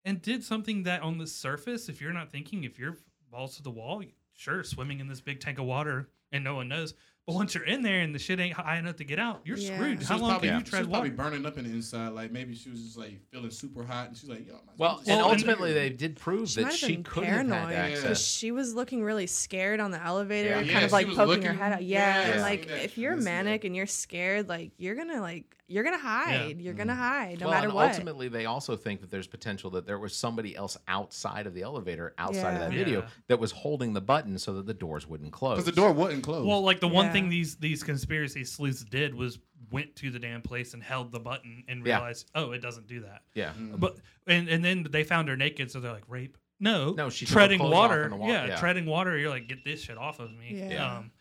Speaker 4: and did something that on the surface, if you're not thinking, if you're balls to the wall, sure, swimming in this big tank of water and no one knows. But once you're in there and the shit ain't high enough to get out, you're
Speaker 3: Yeah.
Speaker 4: screwed.
Speaker 5: She
Speaker 4: How
Speaker 5: was
Speaker 4: long
Speaker 5: probably,
Speaker 4: can you
Speaker 5: she was
Speaker 4: tread
Speaker 5: probably
Speaker 4: water?
Speaker 5: burning up in the inside. Like maybe she was just like feeling super hot, and she's like, "Yo, I might as
Speaker 2: well and
Speaker 5: just sit in
Speaker 2: ultimately
Speaker 5: here."
Speaker 2: they did prove
Speaker 3: She
Speaker 2: that
Speaker 3: might have
Speaker 2: she
Speaker 3: been
Speaker 2: couldn't have had
Speaker 3: paranoid because
Speaker 2: access
Speaker 3: she was looking really scared on the elevator,
Speaker 2: Yeah.
Speaker 3: kind
Speaker 2: Yeah,
Speaker 3: of
Speaker 5: she
Speaker 3: like
Speaker 5: was
Speaker 3: poking her
Speaker 5: looking-
Speaker 3: head out. Yeah,
Speaker 5: yeah,
Speaker 3: and
Speaker 5: I
Speaker 3: like
Speaker 5: seen that.
Speaker 3: if you're
Speaker 5: Listen,
Speaker 3: manic
Speaker 5: yeah.
Speaker 3: and you're scared, like you're gonna like you're gonna hide. You're gonna hide no
Speaker 2: well,
Speaker 3: matter
Speaker 2: and
Speaker 3: what.
Speaker 2: ultimately, they also think that there's potential that there was somebody else outside of the elevator, outside of
Speaker 3: Yeah.
Speaker 2: that video,
Speaker 4: Yeah.
Speaker 2: that was holding the button so that the doors wouldn't close.
Speaker 5: because the door wasn't closed.
Speaker 4: Well, like the one
Speaker 3: Yeah.
Speaker 4: thing these these conspiracy sleuths did was went to the damn place and held the button and
Speaker 2: Yeah.
Speaker 4: realized, oh, it doesn't do that.
Speaker 2: Yeah.
Speaker 4: But and and then they found her naked, so they're like rape. No,
Speaker 2: No, she took her
Speaker 4: treading
Speaker 2: clothes off
Speaker 4: water.
Speaker 2: in the wa-
Speaker 4: yeah,
Speaker 2: yeah.
Speaker 4: treading water. You're like, get this shit off of me.
Speaker 3: Yeah.
Speaker 2: Yeah.
Speaker 4: Um,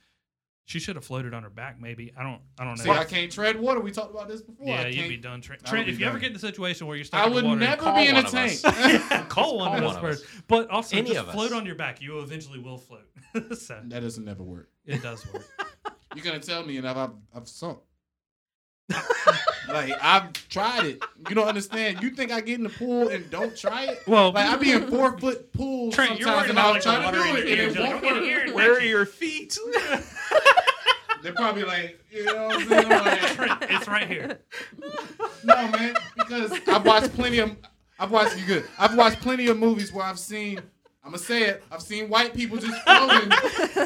Speaker 4: she should have floated on her back. Maybe I don't. I don't know.
Speaker 5: see, I can't tread water. We talked about this before. I
Speaker 4: yeah,
Speaker 5: can't-
Speaker 4: you'd be done. Trent,
Speaker 5: I would
Speaker 4: Trent
Speaker 5: be
Speaker 4: if you ever
Speaker 5: done.
Speaker 4: get in the situation where you're stuck
Speaker 5: I
Speaker 4: in
Speaker 5: would
Speaker 4: the water,
Speaker 5: never
Speaker 2: call
Speaker 5: be in a
Speaker 2: one of us.
Speaker 5: tank.
Speaker 4: call
Speaker 2: Call
Speaker 4: one, of us
Speaker 2: one of
Speaker 4: first. But also,
Speaker 2: Any
Speaker 4: just
Speaker 2: of us.
Speaker 4: float on your back. You eventually will float. so
Speaker 5: that doesn't never work.
Speaker 4: it does work.
Speaker 5: You're gonna tell me, and I've I've, I've sunk. like I've tried it. You don't understand. You think I get in the pool and don't try it?
Speaker 4: Well-
Speaker 5: like I be in four foot pools
Speaker 4: Trent, you're
Speaker 5: sometimes,
Speaker 4: worried
Speaker 5: and
Speaker 4: about
Speaker 5: I'll
Speaker 4: like, the
Speaker 5: try to
Speaker 4: water in your
Speaker 5: do it,
Speaker 4: ears.
Speaker 5: and it
Speaker 4: You're like,
Speaker 5: won't
Speaker 4: I'm gonna
Speaker 5: work.
Speaker 4: hear it.
Speaker 2: Where are your feet?
Speaker 5: They're probably like, you know, what I'm saying? Like,
Speaker 4: Trent, it's right here.
Speaker 5: No, man, because I've watched plenty of. I've watched you good. I've watched plenty of movies where I've seen. I'm gonna say it. I've seen white people just floating,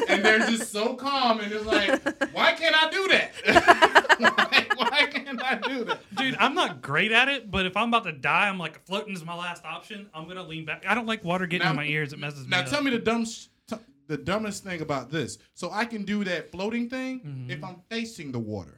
Speaker 5: and they're just so calm, and it's like, why can't I do that? Like, why can't I do that?
Speaker 4: Dude, I'm not great at it, but if I'm about to die, I'm like floating is my last option. I'm gonna lean back. I don't like water getting
Speaker 5: Now-
Speaker 4: in my ears; it messes me
Speaker 5: Now
Speaker 4: up.
Speaker 5: tell me the dumb, sh- t- the dumbest thing about this. So I can do that floating thing if I'm facing the water.
Speaker 4: Mm-hmm.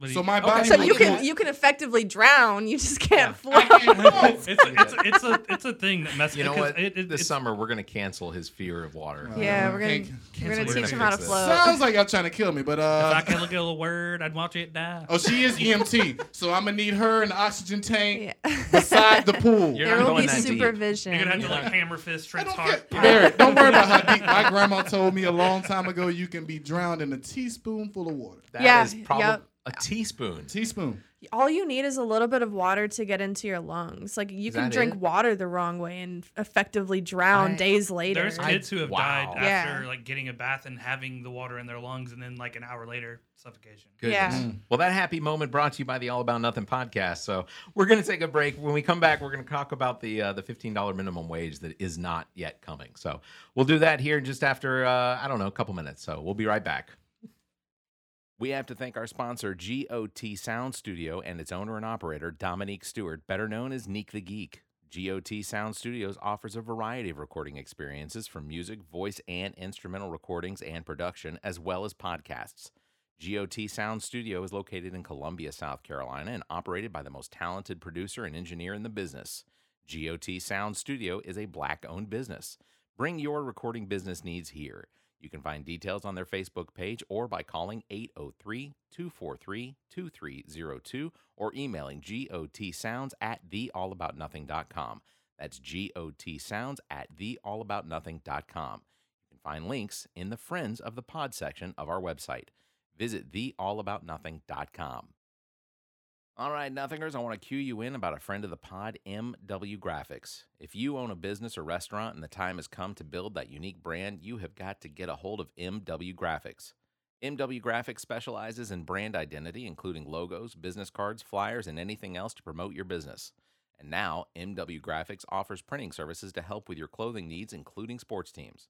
Speaker 4: What do
Speaker 5: so
Speaker 4: you-
Speaker 5: my body-
Speaker 3: So
Speaker 5: I
Speaker 3: you
Speaker 5: can-
Speaker 3: can you can effectively drown. You just can't
Speaker 5: I
Speaker 3: float.
Speaker 5: can't float.
Speaker 4: it's a, it's a, it's a it's a thing that messes.
Speaker 2: You know
Speaker 4: 'cause
Speaker 2: what?
Speaker 4: It, it,
Speaker 2: this
Speaker 4: it's-
Speaker 2: summer we're gonna cancel his fear of water.
Speaker 3: Yeah, we're
Speaker 5: Can't-
Speaker 3: gonna we're
Speaker 4: We're
Speaker 3: gonna
Speaker 4: gonna
Speaker 3: teach him how to
Speaker 2: fix this.
Speaker 3: float.
Speaker 5: Sounds like y'all trying to kill me, but
Speaker 4: uh, if I
Speaker 5: uh.
Speaker 4: could look at a word, I'd watch it die.
Speaker 5: Oh, she is EMT, so I'm gonna need her in the oxygen tank
Speaker 3: Yeah.
Speaker 5: beside the pool.
Speaker 2: You're
Speaker 3: There
Speaker 2: not
Speaker 3: will
Speaker 2: going
Speaker 3: be
Speaker 2: that deep.
Speaker 3: supervision.
Speaker 4: You're gonna have to
Speaker 2: Yeah.
Speaker 4: like hammer fist
Speaker 5: I
Speaker 4: Trent's
Speaker 5: don't
Speaker 4: heart.
Speaker 5: care. Barrett, don't worry about how deep. My grandma told me a long time ago you can be drowned in a teaspoonful of water.
Speaker 2: That
Speaker 3: Yeah,
Speaker 2: is probably
Speaker 3: yep.
Speaker 2: a teaspoon.
Speaker 5: Teaspoon.
Speaker 3: All you need is a little bit of water to get into your lungs. Like you can
Speaker 2: that
Speaker 3: drink
Speaker 2: it?
Speaker 3: water the wrong way and effectively drown
Speaker 2: I-
Speaker 3: days later.
Speaker 4: There's kids who have
Speaker 2: Wow.
Speaker 4: died after
Speaker 3: Yeah.
Speaker 4: like getting a bath and having the water in their lungs, and then like an hour later, suffocation.
Speaker 3: Yeah.
Speaker 2: Goodness. Mm. Well, that happy moment brought to you by the All About Nothing podcast. So we're going to take a break. When we come back, we're going to talk about the uh, the fifteen dollar minimum wage that is not yet coming. So we'll do that here just after uh, I don't know a couple minutes. So we'll be right back. We have to thank our sponsor, GOT Sound Studio, and its owner and operator, Dominique Stewart, better known as Neek the Geek. GOT Sound Studios offers a variety of recording experiences from music, voice, and instrumental recordings and production, as well as podcasts. GOT Sound Studio is located in Columbia, South Carolina, and operated by the most talented producer and engineer in the business. GOT Sound Studio is a black owned business. Bring your recording business needs here. You can find details on their Facebook page or by calling 803 243 2302 or emailing gotsounds at theallaboutnothing.com. That's gotsounds at theallaboutnothing.com. You can find links in the Friends of the Pod section of our website. Visit theallaboutnothing.com. All right, nothingers, I want to cue you in about a friend of the pod, MW Graphics. If you own a business or restaurant and the time has come to build that unique brand, you have got to get a hold of MW Graphics. MW Graphics specializes in brand identity, including logos, business cards, flyers, and anything else to promote your business. And now, MW Graphics offers printing services to help with your clothing needs, including sports teams.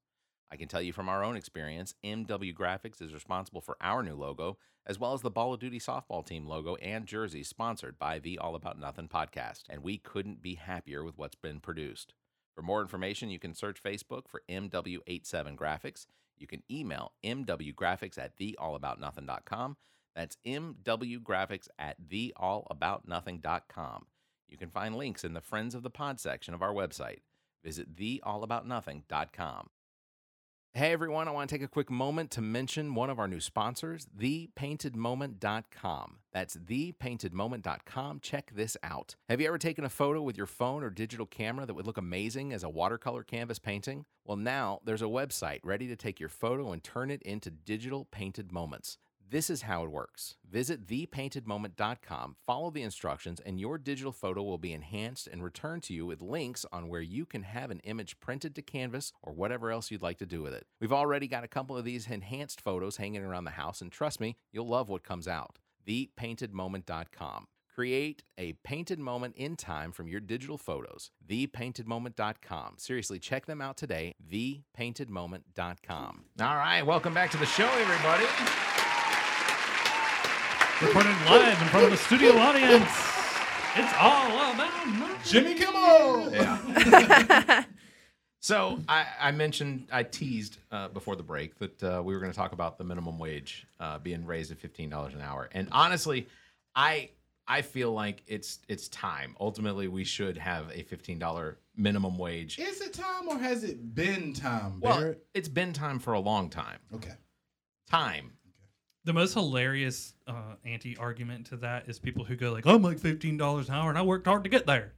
Speaker 2: I can tell you from our own experience, MW Graphics is responsible for our new logo, as well as the Ball of Duty softball team logo and jersey sponsored by the All About Nothing podcast. And we couldn't be happier with what's been produced. For more information, you can search Facebook for MW87 Graphics. You can email MWGraphics at theallaboutnothing.com. That's MWGraphics at theallaboutnothing.com. You can find links in the Friends of the Pod section of our website. Visit theallaboutnothing.com. Hey everyone, I want to take a quick moment to mention one of our new sponsors, thepaintedmoment.com. That's thepaintedmoment.com. Check this out. Have you ever taken a photo with your phone or digital camera that would look amazing as a watercolor canvas painting? Well, now there's a website ready to take your photo and turn it into digital painted moments. This is how it works. Visit thepaintedmoment.com, follow the instructions, and your digital photo will be enhanced and returned to you with links on where you can have an image printed to canvas or whatever else you'd like to do with it. We've already got a couple of these enhanced photos hanging around the house, and trust me, you'll love what comes out. Thepaintedmoment.com. Create a painted moment in time from your digital photos. Thepaintedmoment.com. Seriously, check them out today. Thepaintedmoment.com. All right, welcome back to the show, everybody.
Speaker 4: Recorded live in front of a studio audience. It's all about nothing.
Speaker 5: Jimmy Kimmel.
Speaker 2: So I, I mentioned, I teased uh, before the break that uh, we were going to talk about the minimum wage uh, being raised to fifteen dollars an hour, and honestly, I I feel like it's it's time. Ultimately, we should have a fifteen dollar minimum wage.
Speaker 5: Is it time or has it been time,
Speaker 2: Well,
Speaker 5: Barrett?
Speaker 2: it's been time for a long time.
Speaker 5: okay.
Speaker 2: Time.
Speaker 4: The most hilarious uh, anti argument to that is people who go like, "I'm like fifteen dollars an hour, and I worked hard to get there."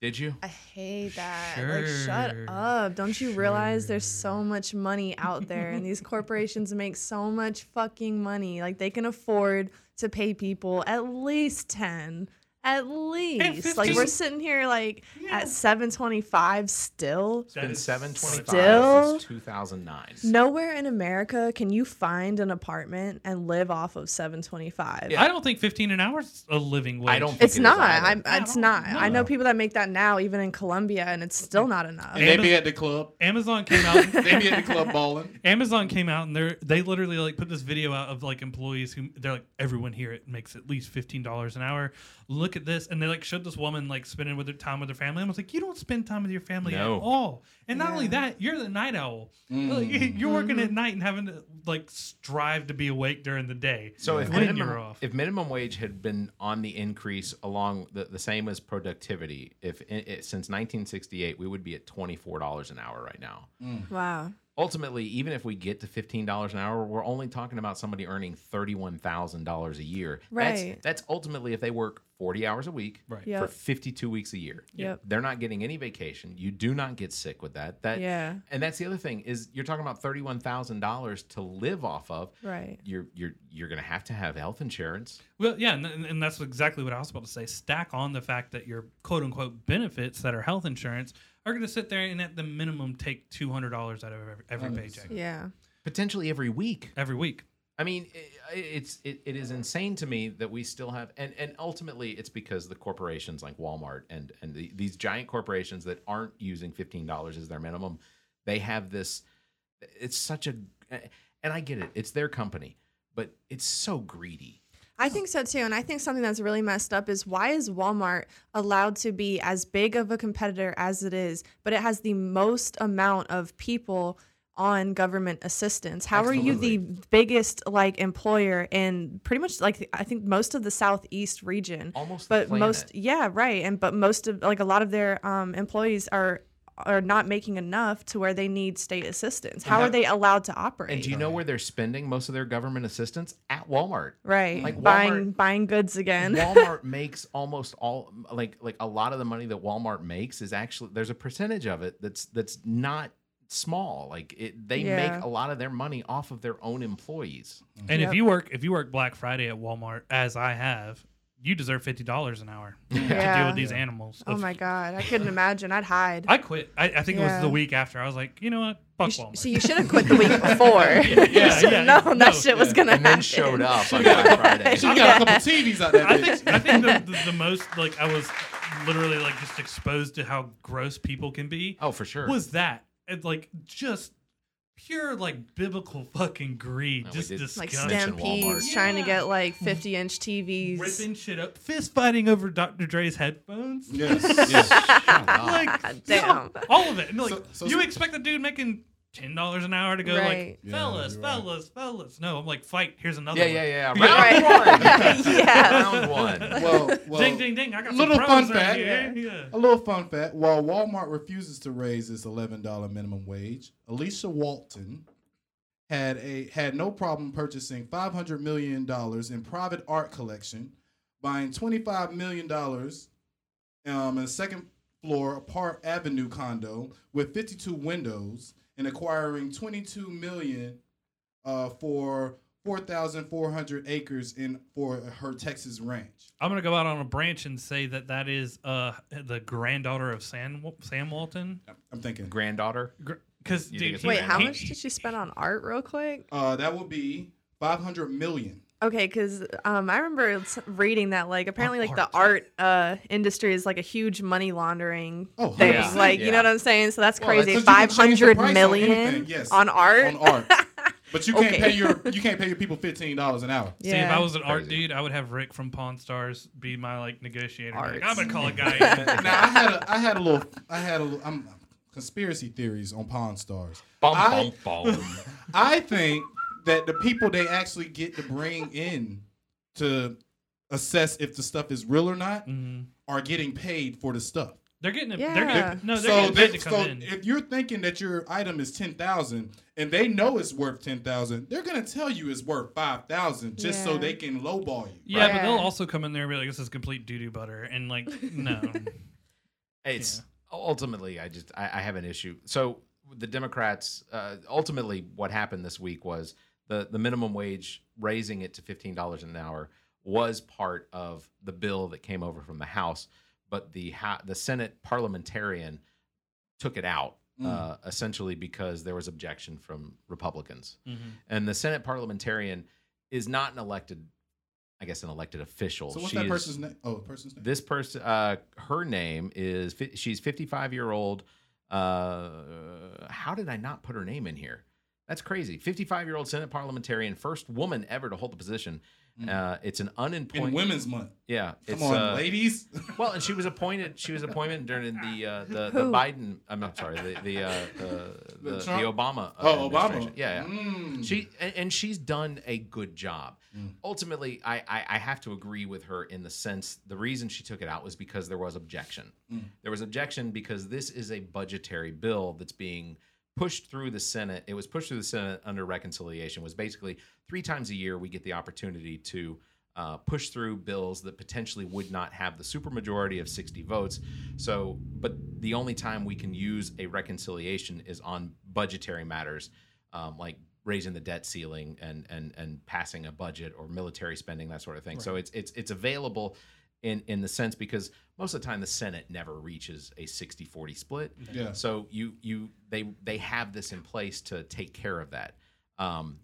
Speaker 2: Did you?
Speaker 3: I hate that. Like, shut
Speaker 4: Sure.
Speaker 3: up. Don't you realize there's so much money out there and these corporations make so much fucking money? Like, they can afford to pay people at least 10, At least, like
Speaker 4: 15
Speaker 3: we're sitting here like
Speaker 4: Yeah.
Speaker 3: at seven twenty-five still.
Speaker 2: It's been
Speaker 4: is
Speaker 2: 725
Speaker 3: still-
Speaker 2: since 2009.
Speaker 3: Nowhere in America can you find an apartment and live off of seven twenty-five.
Speaker 2: Yeah.
Speaker 4: I don't think 15 an hour is a living wage.
Speaker 2: I don't think
Speaker 3: It's
Speaker 2: it is
Speaker 3: not.
Speaker 2: either.
Speaker 3: I'm,
Speaker 4: I
Speaker 3: it's
Speaker 4: don't
Speaker 3: not. I
Speaker 4: know.
Speaker 3: know people that make that now, even in Colombia, and it's still not enough.
Speaker 5: And they be at the club.
Speaker 4: Amazon came out.
Speaker 5: They be at the club balling.
Speaker 4: Amazon came out and they they literally like put this video out of like employees who they're like everyone here it makes at least fifteen dollars an hour. Look at this, and they like showed this woman like spending with her time with her family. I was like, you don't spend time with your family
Speaker 2: No. Mm.
Speaker 4: at all. And not only that, you're the night owl. Like, you're working at night and having to like strive to be awake during the day.
Speaker 2: So if
Speaker 4: when
Speaker 2: minimum,
Speaker 4: you're off,
Speaker 2: if minimum wage had been on the increase along the, the same as productivity, if i it, since 1968 we would be at twenty four dollars an hour right now.
Speaker 3: Wow.
Speaker 2: Ultimately, even if we get to fifteen dollars an hour, we're only talking about somebody earning thirty one thousand dollars a year.
Speaker 3: Right.
Speaker 2: That's, that's ultimately if they work forty hours a week
Speaker 4: Right.
Speaker 2: for
Speaker 3: Yep.
Speaker 2: fifty two weeks a year.
Speaker 3: Yep.
Speaker 2: They're not getting any vacation. You do not get sick with that. That
Speaker 3: Yeah.
Speaker 2: And that's the other thing is you're talking about thirty one thousand dollars to live off of.
Speaker 3: Right.
Speaker 2: You're you're you're gonna have to have health insurance.
Speaker 4: Well, yeah, and, and and that's exactly what I was about to say. Stack on the fact that your quote unquote benefits that are health insurance are going to sit there and at the minimum take two hundred dollars out of every, every paycheck
Speaker 3: Yeah.
Speaker 2: potentially every week.
Speaker 4: every week.
Speaker 2: I mean, i it's it, it is insane to me that we still have, and and ultimately it's because the corporations like Walmart and and the, these giant corporations that aren't using fifteen dollars as their minimum, they have this. It's such a, and I get it. It's their company, but it's so greedy.
Speaker 3: I think so too. And I think something that's really messed up is why is Walmart allowed to be as big of a competitor as it is, but it has the most amount of people on government assistance? How are you the biggest like employer in pretty much like I think most of the southeast region?
Speaker 2: Almost the
Speaker 3: But most
Speaker 2: planet.
Speaker 3: yeah, right. And but most of like a lot of their um, employees are are not making enough to where they need state assistance. How are they allowed to operate?
Speaker 2: And do you know where they're spending most of their government assistance at Walmart?
Speaker 3: right.
Speaker 2: like
Speaker 3: buying
Speaker 2: Walmart-
Speaker 3: buying goods again.
Speaker 2: Walmart makes almost all like like a lot of the money that Walmart makes is actually there's a percentage of it that's that's not small. Like it, they
Speaker 3: Yeah.
Speaker 2: make a lot of their money off of their own employees.
Speaker 4: And
Speaker 3: Yep.
Speaker 4: if you work if you work Black Friday at Walmart as I have, you deserve fifty dollars an hour to deal
Speaker 3: Yeah.
Speaker 4: with these animals.
Speaker 3: Oh my god, I couldn't imagine. I'd hide.
Speaker 4: I quit. I, I think it
Speaker 3: Yeah.
Speaker 4: was the week after. I was like, you know what? Fuck
Speaker 3: You sh-
Speaker 4: Walmart.
Speaker 3: so you should have quit the week before. yeah,
Speaker 4: yeah, yeah,
Speaker 3: no,
Speaker 4: no,
Speaker 3: that shit was
Speaker 4: yeah.
Speaker 3: gonna
Speaker 2: And then
Speaker 3: happen.
Speaker 2: showed up on Black Friday.
Speaker 5: She got a couple TVs out there.
Speaker 4: I think I think the, the, the most like I was literally like just exposed to how gross people can be.
Speaker 2: Oh, for sure.
Speaker 4: was that and like just pure like biblical fucking greed
Speaker 2: we
Speaker 4: just
Speaker 2: did
Speaker 4: disgusting
Speaker 3: Like
Speaker 2: Mention
Speaker 3: stampedes
Speaker 2: Walmart.
Speaker 3: trying to
Speaker 4: Yeah.
Speaker 3: get like 50 inch TVs.
Speaker 4: ripping shit up fist fighting over dr dre's headphones
Speaker 5: Yes. yes.
Speaker 4: like
Speaker 3: Damn.
Speaker 4: no, all of it And, like
Speaker 5: So- so-
Speaker 4: you expect the dude making ten dollars an hour to go
Speaker 3: Right.
Speaker 4: like fellas fellas fellas no i'm like fight here's another
Speaker 2: yeah,
Speaker 4: one
Speaker 2: yeah, yeah.
Speaker 4: Yeah.
Speaker 2: Round
Speaker 3: yeah.
Speaker 2: one. Round one.
Speaker 5: Well, well,
Speaker 4: ding ding ding i got
Speaker 5: Little
Speaker 4: some
Speaker 5: fun
Speaker 4: pros out
Speaker 5: fact.
Speaker 4: here. Yeah.
Speaker 5: A little fun fact: While Walmart refuses to raise its eleven dollar minimum wage, Alicia Walton had a had no problem purchasing five hundred million dollars in private art collection, buying twenty five million dollars um, in a second floor Park Avenue condo with fifty two windows, and acquiring twenty two million uh, for four thousand four hundred acres in for her Texas ranch.
Speaker 4: i'm gonna go out on a branch and say that that is uh the granddaughter of sam sam walton
Speaker 5: I'm thinking
Speaker 2: Granddaughter.
Speaker 4: because
Speaker 2: You
Speaker 4: dude
Speaker 2: think it's
Speaker 4: he-
Speaker 3: Wait, how
Speaker 4: he-
Speaker 3: much did she spend on art, real quick?
Speaker 5: uh, that would be five hundred million.
Speaker 3: Okay, because um, I remember s- reading that like apparently like the
Speaker 4: art.
Speaker 3: art uh, industry is like a huge money laundering
Speaker 5: Oh,
Speaker 3: thing.
Speaker 2: yeah.
Speaker 3: Like you know
Speaker 2: Yeah.
Speaker 3: what I'm saying? So that's
Speaker 5: Well,
Speaker 3: crazy.
Speaker 5: that's 'cause you
Speaker 3: Five
Speaker 5: can change the
Speaker 3: hundred
Speaker 5: price on
Speaker 3: million
Speaker 5: anything, yes.
Speaker 3: on art.
Speaker 5: on art. But you can't
Speaker 3: Okay.
Speaker 5: pay your you can't pay your people fifteen dollars an hour.
Speaker 4: See, if
Speaker 3: Yeah.
Speaker 4: I was an art
Speaker 2: Crazy.
Speaker 4: dude, I would have Rick from Pawn Stars be my like negotiator. Like,
Speaker 3: Arts.
Speaker 4: I'm gonna call a guy.
Speaker 5: Now I had a I had a little I had a little, I'm conspiracy theories on Pawn Stars.
Speaker 2: Bum,
Speaker 5: I,
Speaker 2: bum, bum.
Speaker 5: I think that the people they actually get to bring in to assess if the stuff is real or not
Speaker 4: Mhm.
Speaker 5: are getting paid for the stuff.
Speaker 4: They're getting a, they're
Speaker 3: Yeah.
Speaker 4: getting, no, they're
Speaker 5: so
Speaker 4: getting paid
Speaker 5: they-
Speaker 4: to come
Speaker 5: so
Speaker 4: in.
Speaker 5: if you're thinking that your item is ten thousand and they know it's worth ten thousand, they're gonna tell you it's worth five thousand just so
Speaker 3: Yeah.
Speaker 5: they can lowball you.
Speaker 4: yeah, but
Speaker 3: Yeah.
Speaker 4: they'll also come in there and be like, "This is complete doo doo butter," and like, no,
Speaker 2: It's ultimately, I just I, I have an issue. So the Democrats, uh, ultimately, what happened this week was the the minimum wage raising it to fifteen dollars an hour was part of the bill that came over from the House, but the ha- the Senate parliamentarian took it out
Speaker 5: Mm. Hmm.
Speaker 2: uh, essentially because there was objection from Republicans.
Speaker 4: Mm-hmm.
Speaker 2: And the Senate parliamentarian is not an elected, I guess, an elected official.
Speaker 5: So what's
Speaker 2: She
Speaker 5: that
Speaker 2: is-
Speaker 5: person's name? Oh, person's name.
Speaker 2: this person uh her name is fi- she's 55 year old uh how did i not put her name in here that's crazy 55 year old senate parliamentarian first woman ever to hold the position uh it's an
Speaker 5: Mm. in
Speaker 2: unemployed
Speaker 5: Women's Month.
Speaker 2: yeah
Speaker 5: Come
Speaker 2: it's,
Speaker 5: on,
Speaker 2: uh,
Speaker 5: ladies.
Speaker 2: well and she was appointed she was appointed during the uh the, the
Speaker 3: Who?
Speaker 2: biden i'm not sorry the the uh the, the, the,
Speaker 5: Trump?
Speaker 2: obama uh,
Speaker 5: oh, Obama.
Speaker 2: administration. yeah, yeah.
Speaker 5: Mm.
Speaker 2: She and, and she's done a good job. Ultimately, I, I I have to agree with her in the sense the reason she took it out was because there was objection. There was objection because this is a budgetary bill that's being pushed through the Senate. It was pushed through the Senate under reconciliation. Was basically three times a year we get the opportunity to. Uh, push through bills that potentially would not have the supermajority of 60 votes. So, but the only time we can use a reconciliation is on budgetary matters um, like raising the debt ceiling and and and passing a budget or military spending that sort of thing. So it's it's it's available in in the sense because most of the time the Senate never reaches a 60-40 split.
Speaker 5: Yeah.
Speaker 2: So you you they they have this in place to take care of that. Um,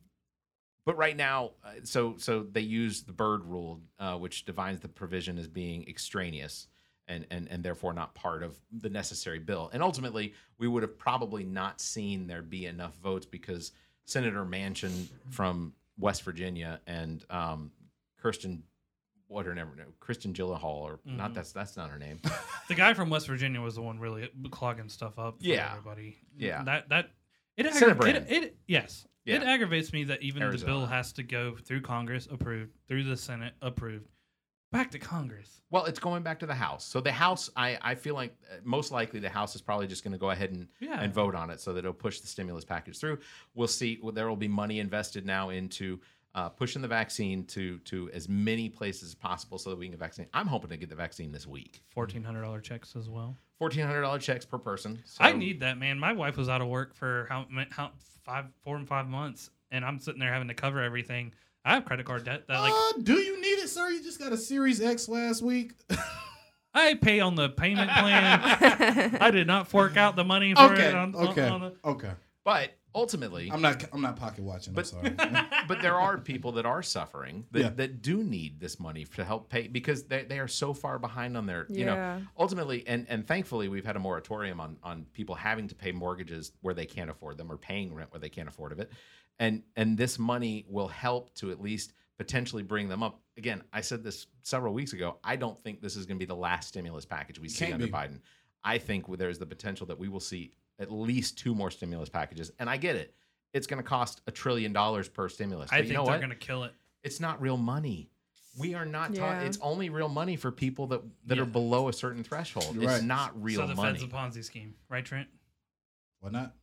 Speaker 2: but right now, uh, so so they use the Bird Rule, uh, which defines the provision as being extraneous and and and therefore not part of the necessary bill. And ultimately, we would have probably not seen there be enough votes because Senator Manchin from West Virginia and um, Kirsten, what her name, no, Kristen Gillihall, or not that's that's not her name.
Speaker 4: The guy from West Virginia was the one really clogging stuff up. For
Speaker 2: Yeah.
Speaker 4: everybody.
Speaker 2: Yeah.
Speaker 4: that that it,
Speaker 2: Senate
Speaker 4: aggra- it,
Speaker 2: brand.
Speaker 4: it yes. It
Speaker 2: Yeah.
Speaker 4: aggravates me that even the bill
Speaker 2: Arizona.
Speaker 4: has to go through Congress, approved through the Senate, approved, back to Congress.
Speaker 2: Well, it's going back to the House. So the House, I, I feel like uh, most likely the House is probably just going to go ahead and,
Speaker 4: Yeah.
Speaker 2: and vote on it so that it'll push the stimulus package through. We'll see. Well, there will be money invested now into uh, pushing the vaccine to to as many places as possible so that we can get vaccine. I'm hoping to get the vaccine this week.
Speaker 4: Fourteen hundred dollar checks as well.
Speaker 2: Fourteen hundred dollar checks per person. So
Speaker 4: I need that, man. My wife was out of work for how, ma- how five, four and five months, and I'm sitting there having to cover everything. I have credit card debt that like
Speaker 5: uh, do you need it, sir? You just got a Series X last week.
Speaker 4: I pay on the payment plan. I did not fork out the money for
Speaker 5: okay.
Speaker 4: it. On, on-
Speaker 5: okay.
Speaker 4: on the-
Speaker 5: okay.
Speaker 2: But ultimately,
Speaker 5: I'm not. I'm not pocket watching.
Speaker 2: But-
Speaker 5: I'm sorry.
Speaker 2: but there are people that are suffering that,
Speaker 5: Yeah.
Speaker 2: that do need this money to help pay because they, they are so far behind on their you
Speaker 3: Yeah.
Speaker 2: know ultimately and and thankfully we've had a moratorium on on people having to pay mortgages where they can't afford them or paying rent where they can't afford of it and and this money will help to at least potentially bring them up again i said this several weeks ago i don't think this is going to be the last stimulus package we see
Speaker 5: Can't
Speaker 2: under
Speaker 5: be.
Speaker 2: biden i think there's the potential that we will see at least two more stimulus packages and i get it it's going to cost a trillion dollars per stimulus.
Speaker 4: I
Speaker 2: But
Speaker 4: think
Speaker 2: you know
Speaker 4: they're
Speaker 2: what?
Speaker 4: gonna kill it.
Speaker 2: It's not real money. We are not. ta-
Speaker 3: Yeah.
Speaker 2: it's only real money for people that that
Speaker 4: Yeah.
Speaker 2: are below a certain threshold.
Speaker 5: You're
Speaker 2: It's
Speaker 5: right.
Speaker 2: not real
Speaker 4: so the
Speaker 2: money.
Speaker 4: Fed's a Ponzi scheme, right, Trent?
Speaker 5: Why not?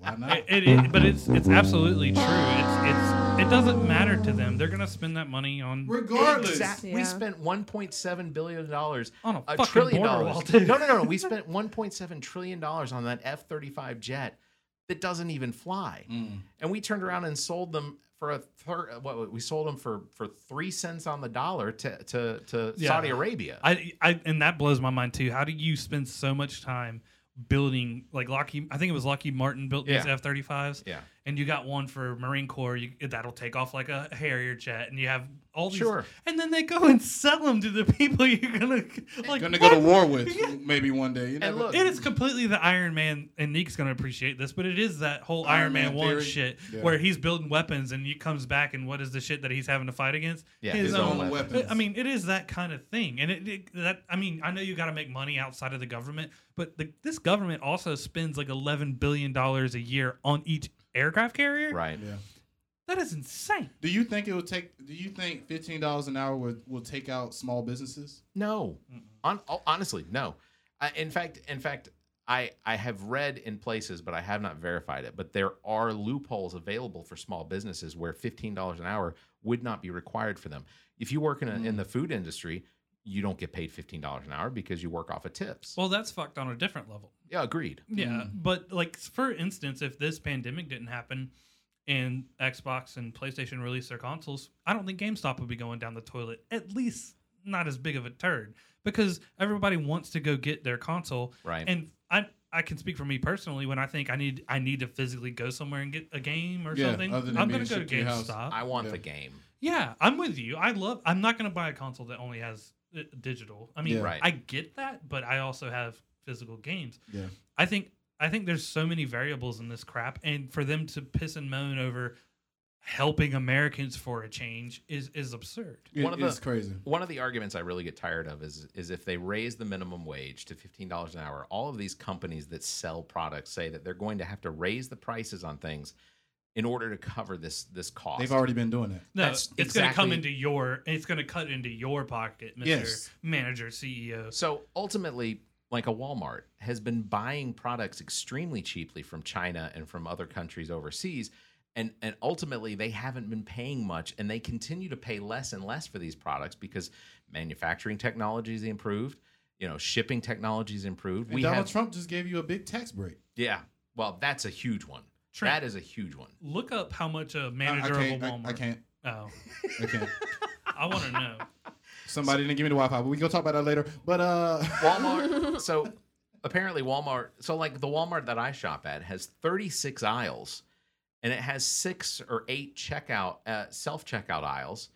Speaker 5: Why not?
Speaker 4: It, it, it- but it's it's absolutely true. It's it's it doesn't matter to them. They're gonna spend that money on.
Speaker 5: Regardless.
Speaker 2: Exact- We
Speaker 3: Yeah.
Speaker 2: spent 1.7 billion dollars
Speaker 4: On a
Speaker 2: a
Speaker 4: fucking
Speaker 2: trillion
Speaker 4: border
Speaker 2: dollars.
Speaker 4: wall, dude.
Speaker 2: no, no, no. We spent 1.7 trillion dollars on that F-35 jet that doesn't even fly, and we turned around and sold them for a third. What we sold them for for three cents on the dollar to to, to
Speaker 4: Yeah.
Speaker 2: Saudi Arabia.
Speaker 4: I, I and that blows my mind too. How do you spend so much time building like Lockheed? I think it was Lockheed Martin built these
Speaker 2: Yeah.
Speaker 4: F thirty fives.
Speaker 2: Yeah.
Speaker 4: and you got one for Marine Corps. You, that'll take off like a Harrier jet, and you have all these.
Speaker 2: Sure.
Speaker 4: and then they go and sell them to the people you're gonna like.
Speaker 5: Gonna go to
Speaker 4: what?
Speaker 5: war with maybe one day. You never-
Speaker 2: look-
Speaker 4: It is completely the Iron Man, and Neek's gonna appreciate this, but it is that whole Iron,
Speaker 5: Iron
Speaker 4: Man,
Speaker 5: Man
Speaker 4: one
Speaker 5: theory.
Speaker 4: shit
Speaker 5: Yeah.
Speaker 4: where he's building weapons, and he comes back, and what is the shit that he's having to fight against?
Speaker 2: Yeah, his own
Speaker 5: weapons.
Speaker 4: I mean, it is that kind of thing, and it, it- that I mean, I know you got to make money outside of the government, but the, this government also spends like eleven billion dollars a year on each aircraft carrier.
Speaker 2: right.
Speaker 5: Yeah.
Speaker 4: that is insane.
Speaker 5: Do you think it will take? Do you think fifteen dollars an hour will, will take out small businesses?
Speaker 2: No, Hon- oh, honestly, no. I, in fact, in fact, I I have read in places, but I have not verified it. But there are loopholes available for small businesses where fifteen dollars an hour would not be required for them. If you work in a,
Speaker 4: Hmm.
Speaker 2: in the food industry, you don't get paid fifteen dollars an hour because you work off of tips.
Speaker 4: Well, that's fucked on a different level.
Speaker 2: yeah, agreed.
Speaker 4: Yeah, but like for instance, if this pandemic didn't happen, and Xbox and PlayStation release their consoles, I don't think GameStop would be going down the toilet. At least not as big of a turd because everybody wants to go get their console.
Speaker 2: Right.
Speaker 4: And I I can speak for me personally when I think I need I need to physically go somewhere and get a game or
Speaker 5: Yeah,
Speaker 4: something.
Speaker 5: other than
Speaker 4: I'm
Speaker 5: being
Speaker 4: going to go to
Speaker 5: shipped to your house.
Speaker 4: GameStop.
Speaker 2: I want
Speaker 5: Yeah.
Speaker 2: the game.
Speaker 4: uh, Yeah, I'm with you. I love. I'm not going to buy a console that only has uh, digital. I mean,
Speaker 5: Yeah.
Speaker 2: Right.
Speaker 4: I get that, but I also have physical games.
Speaker 5: Yeah.
Speaker 4: I think I think there's so many variables in this crap, and for them to piss and moan over helping Americans for a change is is absurd.
Speaker 5: It-
Speaker 2: One of the-
Speaker 5: it's crazy.
Speaker 2: One of the arguments I really get tired of is is if they raise the minimum wage to fifteen dollars an hour, all of these companies that sell products say that they're going to have to raise the prices on things in order to cover this this cost.
Speaker 5: They've already been doing that.
Speaker 4: No,
Speaker 2: That's
Speaker 4: it's going to come
Speaker 2: exactly-
Speaker 4: into your. It's going to cut into your pocket, Mister
Speaker 5: Yes.
Speaker 4: Manager E CEO.
Speaker 2: So ultimately, like a Walmart has been buying products extremely cheaply from China and from other countries overseas. And, and ultimately, they haven't been paying much, and they continue to pay less and less for these products because manufacturing technology is improved, you know, shipping technology is improved.
Speaker 5: And Donald Trump just gave you a big tax break.
Speaker 2: yeah, well, that's a huge one.
Speaker 4: True.
Speaker 2: That is a huge one.
Speaker 4: Look up how much a
Speaker 5: I, I
Speaker 4: manager of
Speaker 5: can't.
Speaker 4: a
Speaker 5: I,
Speaker 4: Walmart.
Speaker 5: I can't.
Speaker 4: Oh,
Speaker 5: I can't.
Speaker 4: I want to know.
Speaker 5: Somebody didn't give me the Wi-Fi, but we gonna talk about that later. But uh,
Speaker 2: Walmart. so apparently Walmart. So like the Walmart that I shop at has 36 aisles, and it has six or eight checkout uh, self checkout aisles.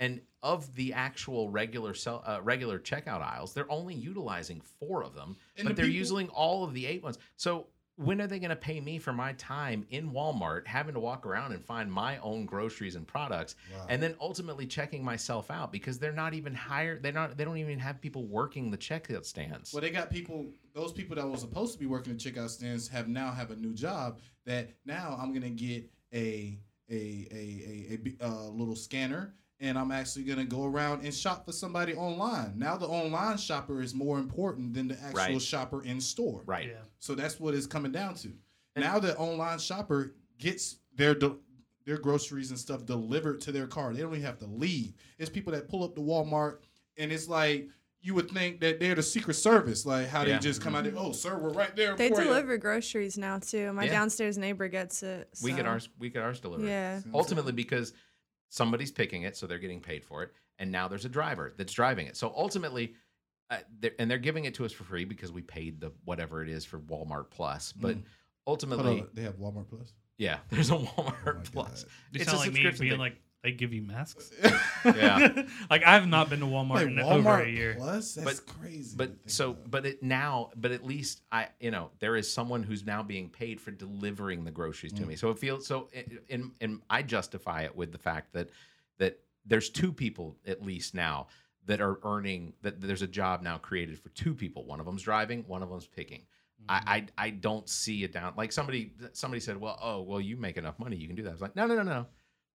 Speaker 2: And of the actual regular sel- uh, regular checkout aisles, they're only utilizing four of them,
Speaker 5: And
Speaker 2: but
Speaker 5: the
Speaker 2: they're
Speaker 5: people-
Speaker 2: using all of the eight ones. So when are they going to pay me for my time in Walmart, having to walk around and find my own groceries and products,
Speaker 5: Wow.
Speaker 2: and then ultimately checking myself out because they're not even hired. They're not. They don't even have people working the checkout stands.
Speaker 5: Well, they got people. Those people that were supposed to be working the checkout stands have now have a new job. That now I'm gonna get a a a a, a, b- uh, little scanner, and I'm actually gonna go around and shop for somebody online. Now the online shopper is more important than the actual
Speaker 2: Right.
Speaker 5: shopper in store.
Speaker 2: right.
Speaker 4: Yeah.
Speaker 5: So that's what it's coming down to. now the online shopper gets their de- their groceries and stuff delivered to their car. They don't even have to leave. It's people that pull up to Walmart and it's like you would think that they're the Secret Service, like how
Speaker 2: Yeah.
Speaker 5: they just come out
Speaker 4: Mm-hmm.
Speaker 5: there. Oh, sir, we're right there.
Speaker 3: They
Speaker 5: for you."
Speaker 3: deliver groceries now too. My
Speaker 2: Yeah.
Speaker 3: downstairs neighbor gets it.
Speaker 2: We get
Speaker 3: so-
Speaker 2: ours. We get ours delivered.
Speaker 3: Yeah.
Speaker 2: Ultimately, because somebody's picking it, so they're getting paid for it, and now there's a driver that's driving it. So ultimately, uh, they're, and they're giving it to us for free because we paid the whatever it is for Walmart Plus. But
Speaker 5: Mm.
Speaker 3: Mm.
Speaker 5: Hold
Speaker 2: ultimately,
Speaker 5: on, they have Walmart Plus. Oh
Speaker 2: yeah, there's a
Speaker 5: my
Speaker 2: Walmart Plus.
Speaker 5: God.
Speaker 4: They
Speaker 2: It's
Speaker 4: sound
Speaker 2: a
Speaker 4: like me being
Speaker 2: subscription thing.
Speaker 4: like they give you masks.
Speaker 2: yeah.
Speaker 4: like I have not been to Walmart
Speaker 5: Like
Speaker 4: in
Speaker 5: Walmart
Speaker 4: over a year.
Speaker 5: Plus, that's
Speaker 2: But-
Speaker 5: crazy.
Speaker 2: But
Speaker 5: to think
Speaker 2: so,
Speaker 5: about.
Speaker 2: but it now, but at least I, you know, there is someone who's now being paid for delivering the groceries
Speaker 5: Mm.
Speaker 2: to me. So it feels so. And and I justify it with the fact that that there's two people at least now that are earning that there's a job now created for two people. One of them's driving, one of them's picking.
Speaker 4: Mm.
Speaker 2: I, I I don't see it down like somebody somebody said, well, oh, well, you make enough money, you can do that. I was like, no, no, no, no.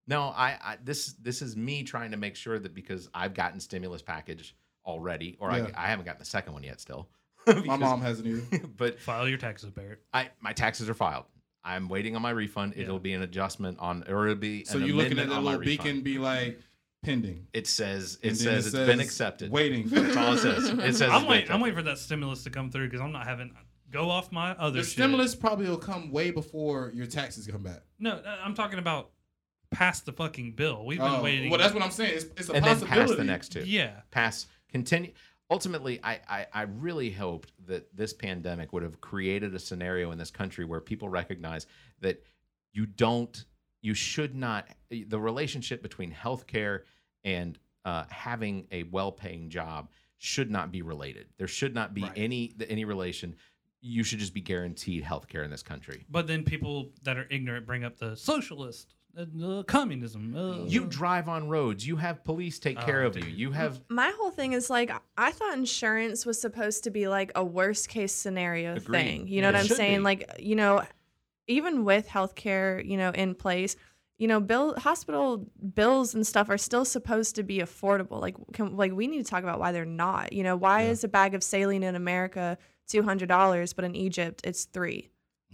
Speaker 2: No, I, I this this is me trying to make sure that because I've gotten stimulus package already, or
Speaker 5: Yeah.
Speaker 2: I, I haven't gotten the second one yet still.
Speaker 5: my
Speaker 2: Because-
Speaker 5: mom hasn't either.
Speaker 2: but
Speaker 4: File your taxes, Barrett.
Speaker 2: I my taxes are filed. I'm waiting on my refund.
Speaker 4: Yeah.
Speaker 2: It'll be an adjustment on, or it'll be
Speaker 5: So
Speaker 2: an
Speaker 5: you looking at
Speaker 2: amendment
Speaker 5: that
Speaker 2: on my
Speaker 5: little beacon,
Speaker 2: refund.
Speaker 5: be like pending.
Speaker 2: It says
Speaker 5: And
Speaker 2: it
Speaker 5: then
Speaker 2: says it's been accepted.
Speaker 5: Waiting.
Speaker 2: That's all it says. It says it's been
Speaker 4: I'm waiting. I'm
Speaker 2: accepted.
Speaker 4: waiting for that stimulus to come through because I'm not having. Go off my other
Speaker 5: The
Speaker 4: shit.
Speaker 5: stimulus probably will come way before your taxes come back.
Speaker 4: No, uh, I'm talking about past the fucking bill. We've been
Speaker 5: Oh,
Speaker 4: waiting.
Speaker 5: Well, that's what I'm saying. It's, it's a
Speaker 2: and then
Speaker 5: possibility.
Speaker 2: pass the next two.
Speaker 4: yeah.
Speaker 2: Pass. Continue. Ultimately, I, I I really hoped that this pandemic would have created a scenario in this country where people recognize that you don't, you should not, the relationship between healthcare and uh, having a well-paying job should not be related. There should not be
Speaker 4: Right.
Speaker 2: any any relation. You should just be guaranteed healthcare in this country.
Speaker 4: But then people that are ignorant bring up the socialist, uh, uh, communism. Uh,
Speaker 2: You drive on roads. You have police take care
Speaker 4: Oh,
Speaker 2: of you.
Speaker 4: dude.
Speaker 2: You have
Speaker 3: My whole thing is like I thought insurance was supposed to be like a worst case scenario
Speaker 2: Agreed.
Speaker 3: thing. You know
Speaker 2: It
Speaker 3: what I'm
Speaker 2: should
Speaker 3: saying?
Speaker 2: be.
Speaker 3: Like you know, even with healthcare, you know, in place, you know, bill hospital bills and stuff are still supposed to be affordable. Like can, like we need to talk about why they're not. You know, why is a bag of saline in America two hundred dollars, but in Egypt it's three?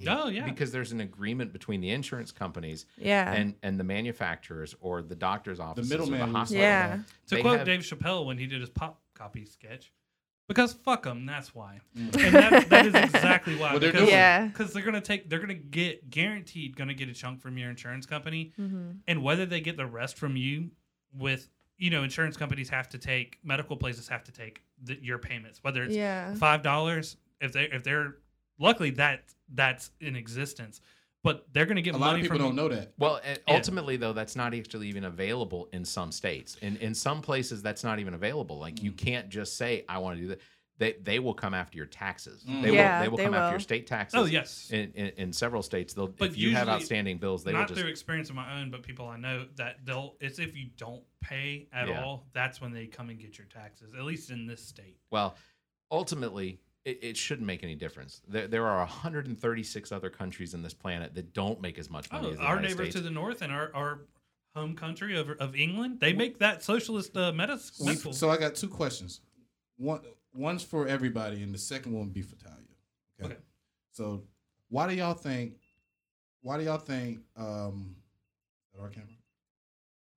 Speaker 4: Oh yeah.
Speaker 2: because there's an agreement between the insurance companies
Speaker 3: Yeah.
Speaker 2: and and the manufacturers or the doctor's
Speaker 5: The
Speaker 2: offices or
Speaker 5: middleman.
Speaker 2: the
Speaker 5: who's
Speaker 2: hospital.
Speaker 3: Yeah.
Speaker 4: to
Speaker 2: they
Speaker 4: quote
Speaker 2: have-
Speaker 4: Dave Chappelle when he did his pop copy sketch, Because fuck them. That's why. And that, that is exactly why.
Speaker 5: What Mm. they're
Speaker 4: because
Speaker 5: doing.
Speaker 3: Yeah.
Speaker 4: Because they're gonna take. They're gonna get guaranteed. Gonna get a chunk from your insurance company,
Speaker 3: Mm-hmm.
Speaker 4: and whether they get the rest from you, with you know, insurance companies have to take medical places have to take the, your payments. Whether it's
Speaker 3: Yeah.
Speaker 4: five dollars, if they if they're luckily that that's in existence, but they're gonna get
Speaker 5: A lot
Speaker 4: money
Speaker 5: of people
Speaker 4: from
Speaker 5: don't know that.
Speaker 2: Well, and
Speaker 4: Yeah.
Speaker 2: ultimately, though, that's not actually even available in some states. In in some places, that's not even available. Like
Speaker 4: Mm.
Speaker 2: you can't just say, "I want to do that." They they will come after your taxes.
Speaker 5: Mm.
Speaker 2: They
Speaker 3: Yeah,
Speaker 2: will. They will
Speaker 3: they
Speaker 2: come after
Speaker 3: will.
Speaker 2: your state taxes.
Speaker 4: Oh yes,
Speaker 2: In, in, in several states, they'll
Speaker 4: But
Speaker 2: if you have
Speaker 4: usually-
Speaker 2: outstanding bills, they will
Speaker 4: not
Speaker 2: just
Speaker 4: through experience of my own, but people I know that they'll. It's if you don't pay at
Speaker 2: Yeah.
Speaker 4: all, that's when they come and get your taxes. At least in this state.
Speaker 2: Well, ultimately, it, it shouldn't make any difference. There, there are 136 other countries in this planet that don't make as much money
Speaker 4: Oh,
Speaker 2: as the
Speaker 4: our
Speaker 2: United
Speaker 4: neighbor
Speaker 2: States.
Speaker 4: to the north and our, our home country of, of England, they make that socialist uh, medis-
Speaker 5: We-
Speaker 4: medical.
Speaker 5: so I got two questions. One, one's for everybody, and the second one would be for Talia. Okay.
Speaker 4: Okay.
Speaker 5: So, why do y'all think? Why do y'all think? Um, is that our camera?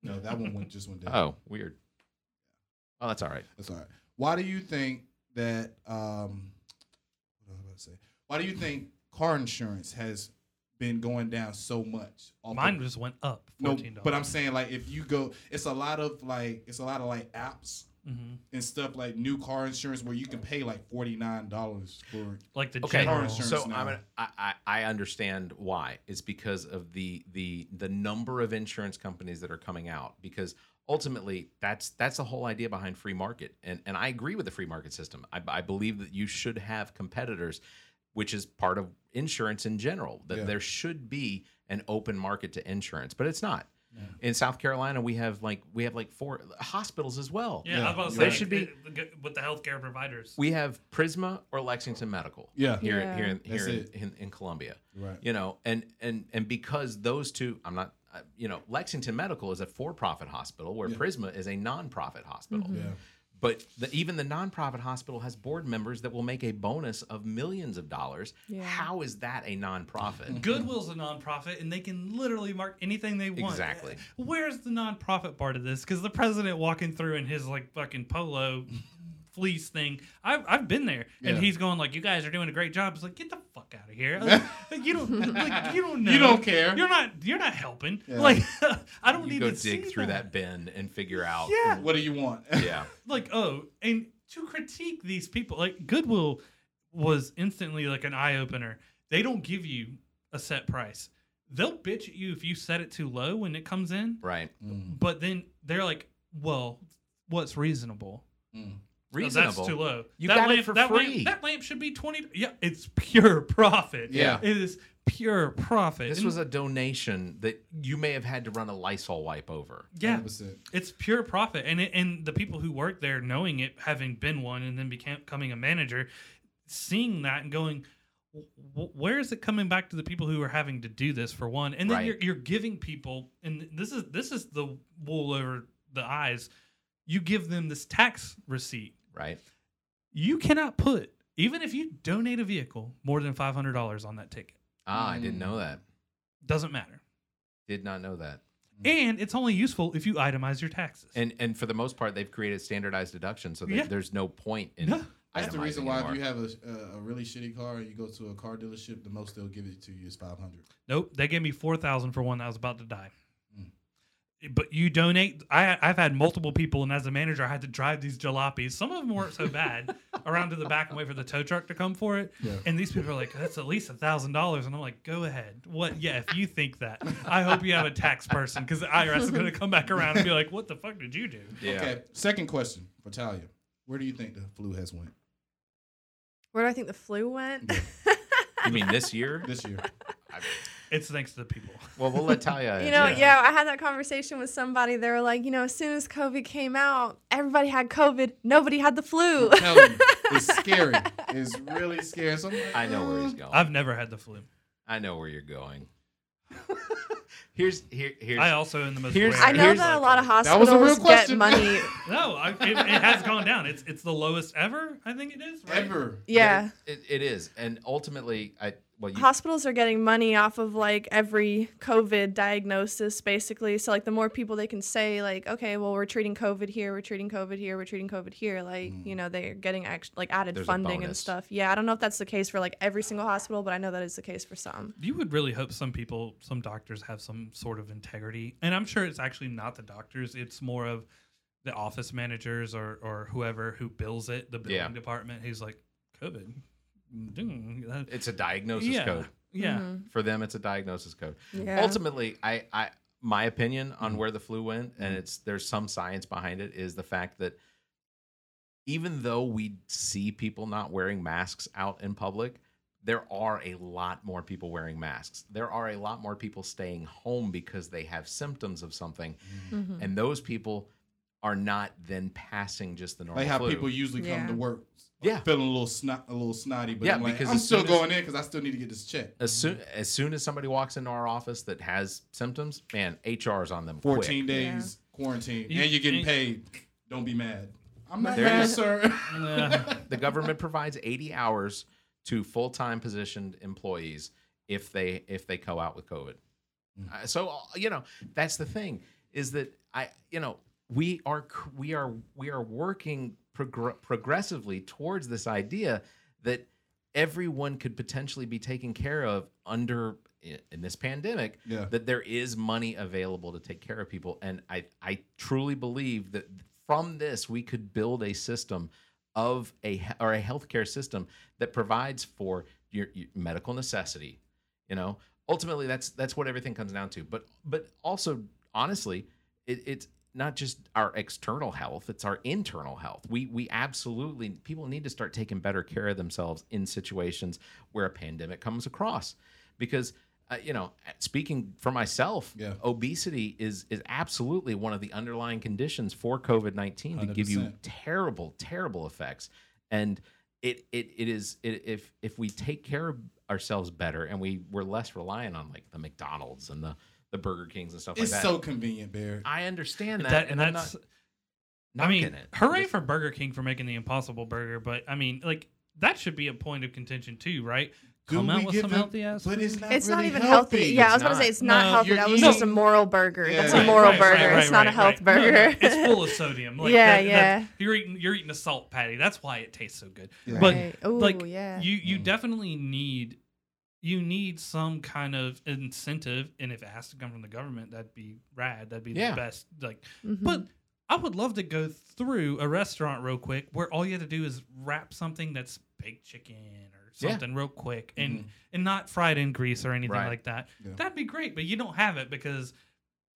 Speaker 5: No, that one went just went down.
Speaker 2: oh, weird. Oh, that's all right.
Speaker 5: That's all right. Why do you think that? Um, what was I about to say? Why do you think car insurance has been going down so much? off of-
Speaker 4: Mine just went up
Speaker 5: no,
Speaker 4: fourteen dollars.
Speaker 5: but I'm saying like if you go, it's a lot of like it's a lot of like apps
Speaker 4: hmm
Speaker 5: and stuff like new car insurance where you can pay like forty nine dollars for.
Speaker 4: like the
Speaker 2: Okay,
Speaker 4: general.
Speaker 5: insurance
Speaker 2: so
Speaker 5: now.
Speaker 2: I'm gonna, I, I I understand why. It's because of the the the number of insurance companies that are coming out. Because ultimately, that's that's the whole idea behind free market. And and I agree with the free market system. I, I believe that you should have competitors, which is part of insurance in general. That
Speaker 5: Yeah.
Speaker 2: there should be an open market to insurance, but it's not. In South Carolina, we have like we have like four hospitals as well.
Speaker 4: Yeah, I was about to
Speaker 2: They
Speaker 4: say,
Speaker 2: should be-
Speaker 4: uh, with the healthcare providers.
Speaker 2: We have Prisma or Lexington Medical
Speaker 5: Yeah,
Speaker 2: here
Speaker 3: Yeah.
Speaker 2: here in,
Speaker 5: That's
Speaker 2: here in,
Speaker 5: it.
Speaker 2: in, in Columbia
Speaker 5: right.
Speaker 2: you know and and and because those two i'm not uh, you know lexington medical is a for-profit hospital where
Speaker 5: Yeah.
Speaker 2: prisma is a non-profit hospital
Speaker 4: Mm-hmm.
Speaker 5: Yeah.
Speaker 2: but the, even the non-profit hospital has board members that will make a bonus of millions of dollars
Speaker 3: Yeah.
Speaker 2: how is that a non-profit
Speaker 4: Goodwill's a nonprofit, and they can literally mark anything they want.
Speaker 2: Exactly.
Speaker 4: Where's the nonprofit part of this? Because the president walking through in his like fucking polo fleece thing. I've I've been there, and
Speaker 5: Yeah.
Speaker 4: he's going like, "You guys are doing a great job." It's like, get the fuck out of here. Like, you don't like you don't know.
Speaker 5: You don't care.
Speaker 4: You're not you're not helping.
Speaker 5: Yeah.
Speaker 4: Like I don't
Speaker 2: you
Speaker 4: need
Speaker 2: go
Speaker 4: to see
Speaker 2: dig through that bin and figure out
Speaker 4: Yeah.
Speaker 5: What do you want?
Speaker 2: yeah
Speaker 4: Like oh, and to critique these people, like Goodwill was instantly like an eye opener. They don't give you a set price. They'll bitch at you if you set it too low when it comes in.
Speaker 2: right
Speaker 5: Mm-hmm.
Speaker 4: But then they're like, well, what's reasonable? No,
Speaker 2: reasonable
Speaker 4: that's too low.
Speaker 2: You
Speaker 4: that
Speaker 2: got it
Speaker 4: lamp,
Speaker 2: for
Speaker 4: that
Speaker 2: free.
Speaker 4: Lamp, that lamp should be 20. Yeah, it's pure profit.
Speaker 5: Yeah.
Speaker 4: It is pure profit.
Speaker 2: this was a donation that you may have had to run a lysol wipe over
Speaker 4: yeah.
Speaker 5: 100%.
Speaker 4: It's pure profit, and it, and the people who work there, knowing it, having been one, and then became, becoming a manager, seeing that and going, "W- w- where is it coming back to the people who are having to do this for one? And then
Speaker 2: Right.
Speaker 4: you're you're giving people, and this is this is the wool over the eyes. You give them this tax receipt.
Speaker 2: right
Speaker 4: You cannot put even if you donate a vehicle more than five hundred dollars on that ticket.
Speaker 2: ah i didn't know
Speaker 4: Mm.
Speaker 2: that
Speaker 4: Doesn't matter,
Speaker 2: did not know that
Speaker 4: and it's only useful if you itemize your taxes.
Speaker 2: Mm. and and for the most part they've created standardized deductions so that
Speaker 4: Yeah.
Speaker 2: there's no point in
Speaker 4: No.
Speaker 5: That's the
Speaker 2: itemizing
Speaker 5: reason why
Speaker 2: anymore.
Speaker 5: if you have a, a, a really shitty car and you go to a car dealership, the most they'll give it to you is five hundred.
Speaker 4: Nope, they gave me four thousand for one that was about to die. But you donate. I I've had multiple people, and as a manager, I had to drive these jalopies. Some of them weren't so bad around to the back and wait for the tow truck to come for it.
Speaker 5: Yeah.
Speaker 4: And these people are like, "That's at least a thousand dollars," and I'm like, "Go ahead. What? Yeah, if you think that, I hope you have a tax person because the IRS is going to come back around and be like, "What the fuck did you do?"
Speaker 2: Yeah.
Speaker 5: Okay. Second question for Talia: Where do you think the flu has went
Speaker 3: Where do I think the flu went?
Speaker 2: You mean this year?
Speaker 5: this year?
Speaker 4: It's thanks to the people.
Speaker 2: Well, we'll let Talia.
Speaker 3: You know,
Speaker 2: yeah.
Speaker 3: yeah. I had that conversation with somebody. They were like, you know, as soon as COVID came out, everybody had COVID. Nobody had the flu.
Speaker 2: Mm.
Speaker 5: Tell me, it's scary. It's really scary. So I'm like,
Speaker 2: I know where
Speaker 5: uh,
Speaker 2: he's going. i
Speaker 4: I've never had the flu.
Speaker 2: know where you're going. here's here here's
Speaker 4: I also in the most.
Speaker 2: Here's-
Speaker 4: rare-
Speaker 3: I know
Speaker 2: Here's-
Speaker 3: that a lot of
Speaker 5: That was a real
Speaker 3: hospitals
Speaker 5: question.
Speaker 3: get money.
Speaker 4: No, I, it, it has gone down. It's it's the lowest ever. I think it is. Right?
Speaker 5: Ever.
Speaker 3: Yeah.
Speaker 2: It, it is, and ultimately, I well, you,
Speaker 3: hospitals are getting money off of like every COVID diagnosis, basically. So like the more people they can say, like, okay, well, we're treating COVID here, we're treating COVID here, we're treating COVID here, like you know they're getting act- like added
Speaker 2: Mm. There's a
Speaker 3: funding and
Speaker 2: bonus.
Speaker 3: stuff. Yeah, I don't know if that's the case for like every single hospital, but I know that is the case for some.
Speaker 4: You would really hope some people, some doctors have some sort of integrity. And I'm sure it's actually not the doctors, it's more of the office managers or, or whoever who bills it, the billing
Speaker 2: Yeah.
Speaker 4: department who's like, COVID. Mm, Ding, that-
Speaker 2: it's a diagnosis
Speaker 4: yeah.
Speaker 2: code.
Speaker 4: Yeah.
Speaker 2: For them, it's a diagnosis code.
Speaker 3: Mm-hmm. Yeah.
Speaker 2: Ultimately, I, I my opinion on where the flu went, and it's there's some science behind it, is the fact that even though we see people not wearing masks out in public, there are a lot more people wearing masks. There are a lot more people staying home because they have symptoms of something,
Speaker 3: Mm-hmm. Mm.
Speaker 2: and those people are not then passing just the normal
Speaker 5: Like how
Speaker 2: flu.
Speaker 5: people usually come
Speaker 3: Yeah.
Speaker 5: to work,
Speaker 2: Yeah.
Speaker 5: feeling a little snot, a little snotty, but
Speaker 2: Yeah,
Speaker 5: I'm like,
Speaker 2: because
Speaker 5: I'm
Speaker 2: as
Speaker 5: still
Speaker 2: soon as-
Speaker 5: going in because I still need to get this checked.
Speaker 2: as soon as soon as somebody walks into our office that has symptoms, man, HR's on them. quick.
Speaker 5: 14 days quarantine,
Speaker 4: You-
Speaker 5: and you're getting
Speaker 4: and-
Speaker 5: paid. Don't be mad. I'm not
Speaker 2: There
Speaker 5: mad,
Speaker 2: is-
Speaker 5: sir.
Speaker 4: Uh,
Speaker 2: The government provides 80 hours to full-time positioned employees if they if they go out with COVID. Uh, so uh, you know that's the thing is that I you know we are c- we are we are working progr- progressively towards this idea that everyone could potentially be taken care of under i- in this pandemic
Speaker 5: Yeah.
Speaker 2: that there is money available to take care of people and i i truly believe that from this we could build a system of a he- or a healthcare system that provides for your, your medical necessity you know ultimately that's that's what everything comes down to but but also honestly it, it's not just our external health it's our internal health we we absolutely people need to start taking better care of themselves in situations where a pandemic comes across because uh, you know speaking for myself
Speaker 5: Yeah.
Speaker 2: obesity is is absolutely one of the underlying conditions for covid-19 to give you
Speaker 5: 100%.
Speaker 2: terrible terrible effects and it it, it is it, if if we take care of ourselves better and we we're less reliant on like the mcdonald's and the the burger kings and stuff
Speaker 5: It's
Speaker 2: like that
Speaker 5: so convenient, Bear.
Speaker 2: i understand that,
Speaker 4: that,
Speaker 2: and
Speaker 4: and
Speaker 2: i'm
Speaker 4: that's
Speaker 2: not
Speaker 4: I mean,
Speaker 2: knocking it I'm
Speaker 4: hooray
Speaker 2: just-
Speaker 4: for Burger King for making the Impossible Burger, but I mean, like that should be a point of contention too, right?
Speaker 5: Do
Speaker 4: Come
Speaker 5: we
Speaker 4: out with
Speaker 5: give
Speaker 4: some
Speaker 5: them-
Speaker 4: healthy ass.
Speaker 5: But it's not.
Speaker 3: It's not
Speaker 5: really
Speaker 3: even healthy. Yeah, I was about to
Speaker 2: not.
Speaker 3: say it's not
Speaker 4: No,
Speaker 3: healthy.
Speaker 5: you're
Speaker 3: That was
Speaker 5: eating-
Speaker 3: just a moral burger.
Speaker 5: Yeah.
Speaker 3: That's
Speaker 5: Right,
Speaker 3: a moral
Speaker 5: right,
Speaker 3: burger.
Speaker 5: right,
Speaker 3: it's not a health
Speaker 4: right. No,
Speaker 3: burger.
Speaker 4: no, it's full of sodium. Like,
Speaker 3: Yeah,
Speaker 4: that-
Speaker 3: yeah.
Speaker 4: that- You're eating you're eating a salt patty. That's why it tastes so good.
Speaker 5: Yeah.
Speaker 4: But
Speaker 3: Right. Ooh,
Speaker 4: like
Speaker 3: yeah.
Speaker 4: you you
Speaker 5: Mm.
Speaker 4: definitely need you need some kind of incentive, and if it has to come from the government, that'd be rad. That'd be
Speaker 2: Yeah.
Speaker 4: the best. Like,
Speaker 3: Mhm.
Speaker 4: but. I would love to go through a restaurant real quick where all you have to do is wrap something that's baked chicken or
Speaker 2: Yeah. Mm-hmm.
Speaker 4: something real quick and
Speaker 5: Mhm.
Speaker 4: and not fried in grease or anything
Speaker 2: Right.
Speaker 4: like that.
Speaker 5: Yeah.
Speaker 4: That'd be great, but you don't have it because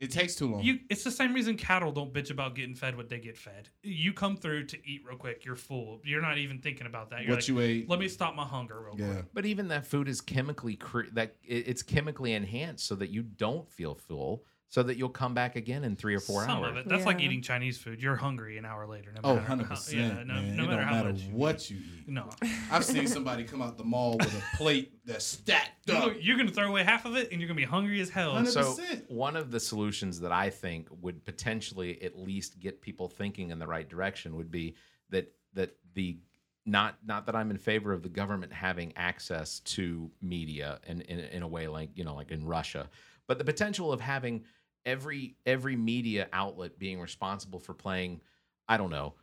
Speaker 5: It takes too long.
Speaker 4: you it's the same reason cattle don't bitch about getting fed what they get fed. You come through to eat real quick, you're full. You're not even thinking about that. You're
Speaker 5: what
Speaker 4: like,
Speaker 5: you ate.
Speaker 4: let me stop my hunger real
Speaker 5: yeah.
Speaker 4: quick.
Speaker 2: but even that food is chemically cre- that it- it's chemically enhanced so that you don't feel full so that you'll come back again in three or four
Speaker 4: Some
Speaker 2: hours
Speaker 4: of it. That's like
Speaker 3: Yeah.
Speaker 4: eating Chinese food. You're hungry an hour later. No
Speaker 5: Oh,
Speaker 4: matter how-
Speaker 5: 100%.
Speaker 4: yeah, no,
Speaker 5: man.
Speaker 4: no
Speaker 5: it
Speaker 4: matter
Speaker 5: don't
Speaker 4: how
Speaker 5: matter
Speaker 4: much. you-
Speaker 5: what you eat.
Speaker 4: No.
Speaker 5: I've seen somebody come out the mall with a plate that's stacked up.
Speaker 4: You're- You're going to throw away half of it and you're going to be hungry as hell.
Speaker 5: Hundred
Speaker 2: So
Speaker 5: 100%.
Speaker 2: one of the solutions that I think would potentially at least get people thinking in the right direction would be that that the not not that I'm in favor of the government having access to media and in, in a way like you know like in Russia, but the potential of having every every media outlet being responsible for playing I don't know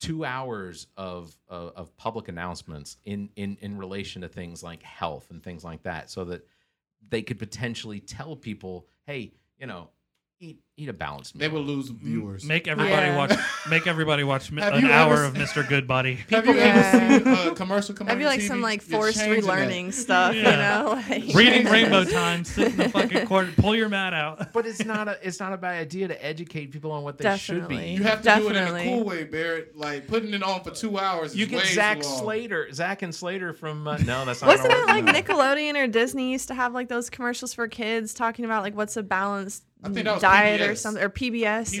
Speaker 2: two hours of, of of public announcements in in in relation to things like health and things like that, so that they could potentially tell people, hey, you know, eat eat a balanced
Speaker 5: They
Speaker 2: meal.
Speaker 5: will lose viewers.
Speaker 4: Make everybody
Speaker 3: Yeah.
Speaker 4: watch. Make everybody watch mi-
Speaker 5: Have
Speaker 4: an
Speaker 5: you ever
Speaker 4: hour
Speaker 5: s-
Speaker 4: of Mr. Goodbody.
Speaker 5: Have you
Speaker 3: Yeah.
Speaker 5: ever seen a commercial come
Speaker 3: That'd
Speaker 5: on
Speaker 3: be
Speaker 5: your
Speaker 3: like some
Speaker 5: TV?
Speaker 3: like
Speaker 5: You're
Speaker 3: forced
Speaker 5: changing that.
Speaker 3: relearning stuff,
Speaker 4: Yeah.
Speaker 3: you know? Like,
Speaker 4: Reading Rainbow Time. Sit in the fucking corner. Pull your mat out.
Speaker 2: But it's not a it's not a bad idea to educate people on what they should be.
Speaker 3: Definitely.
Speaker 5: You have to do it
Speaker 3: Definitely.
Speaker 5: in a cool way, Barrett. Like putting it on for two hours.
Speaker 2: You
Speaker 5: is
Speaker 2: get
Speaker 5: way
Speaker 2: Zach
Speaker 5: too long.
Speaker 2: Slater, Zach and Slater from uh, no, that's not.
Speaker 3: Wasn't
Speaker 2: gonna
Speaker 3: it
Speaker 2: work.
Speaker 3: like
Speaker 2: No.
Speaker 3: Nickelodeon or Disney used to have like those commercials for kids talking about like what's a balanced
Speaker 5: I think that was
Speaker 3: diet or
Speaker 5: PBS.
Speaker 3: something or PBS?
Speaker 5: PBS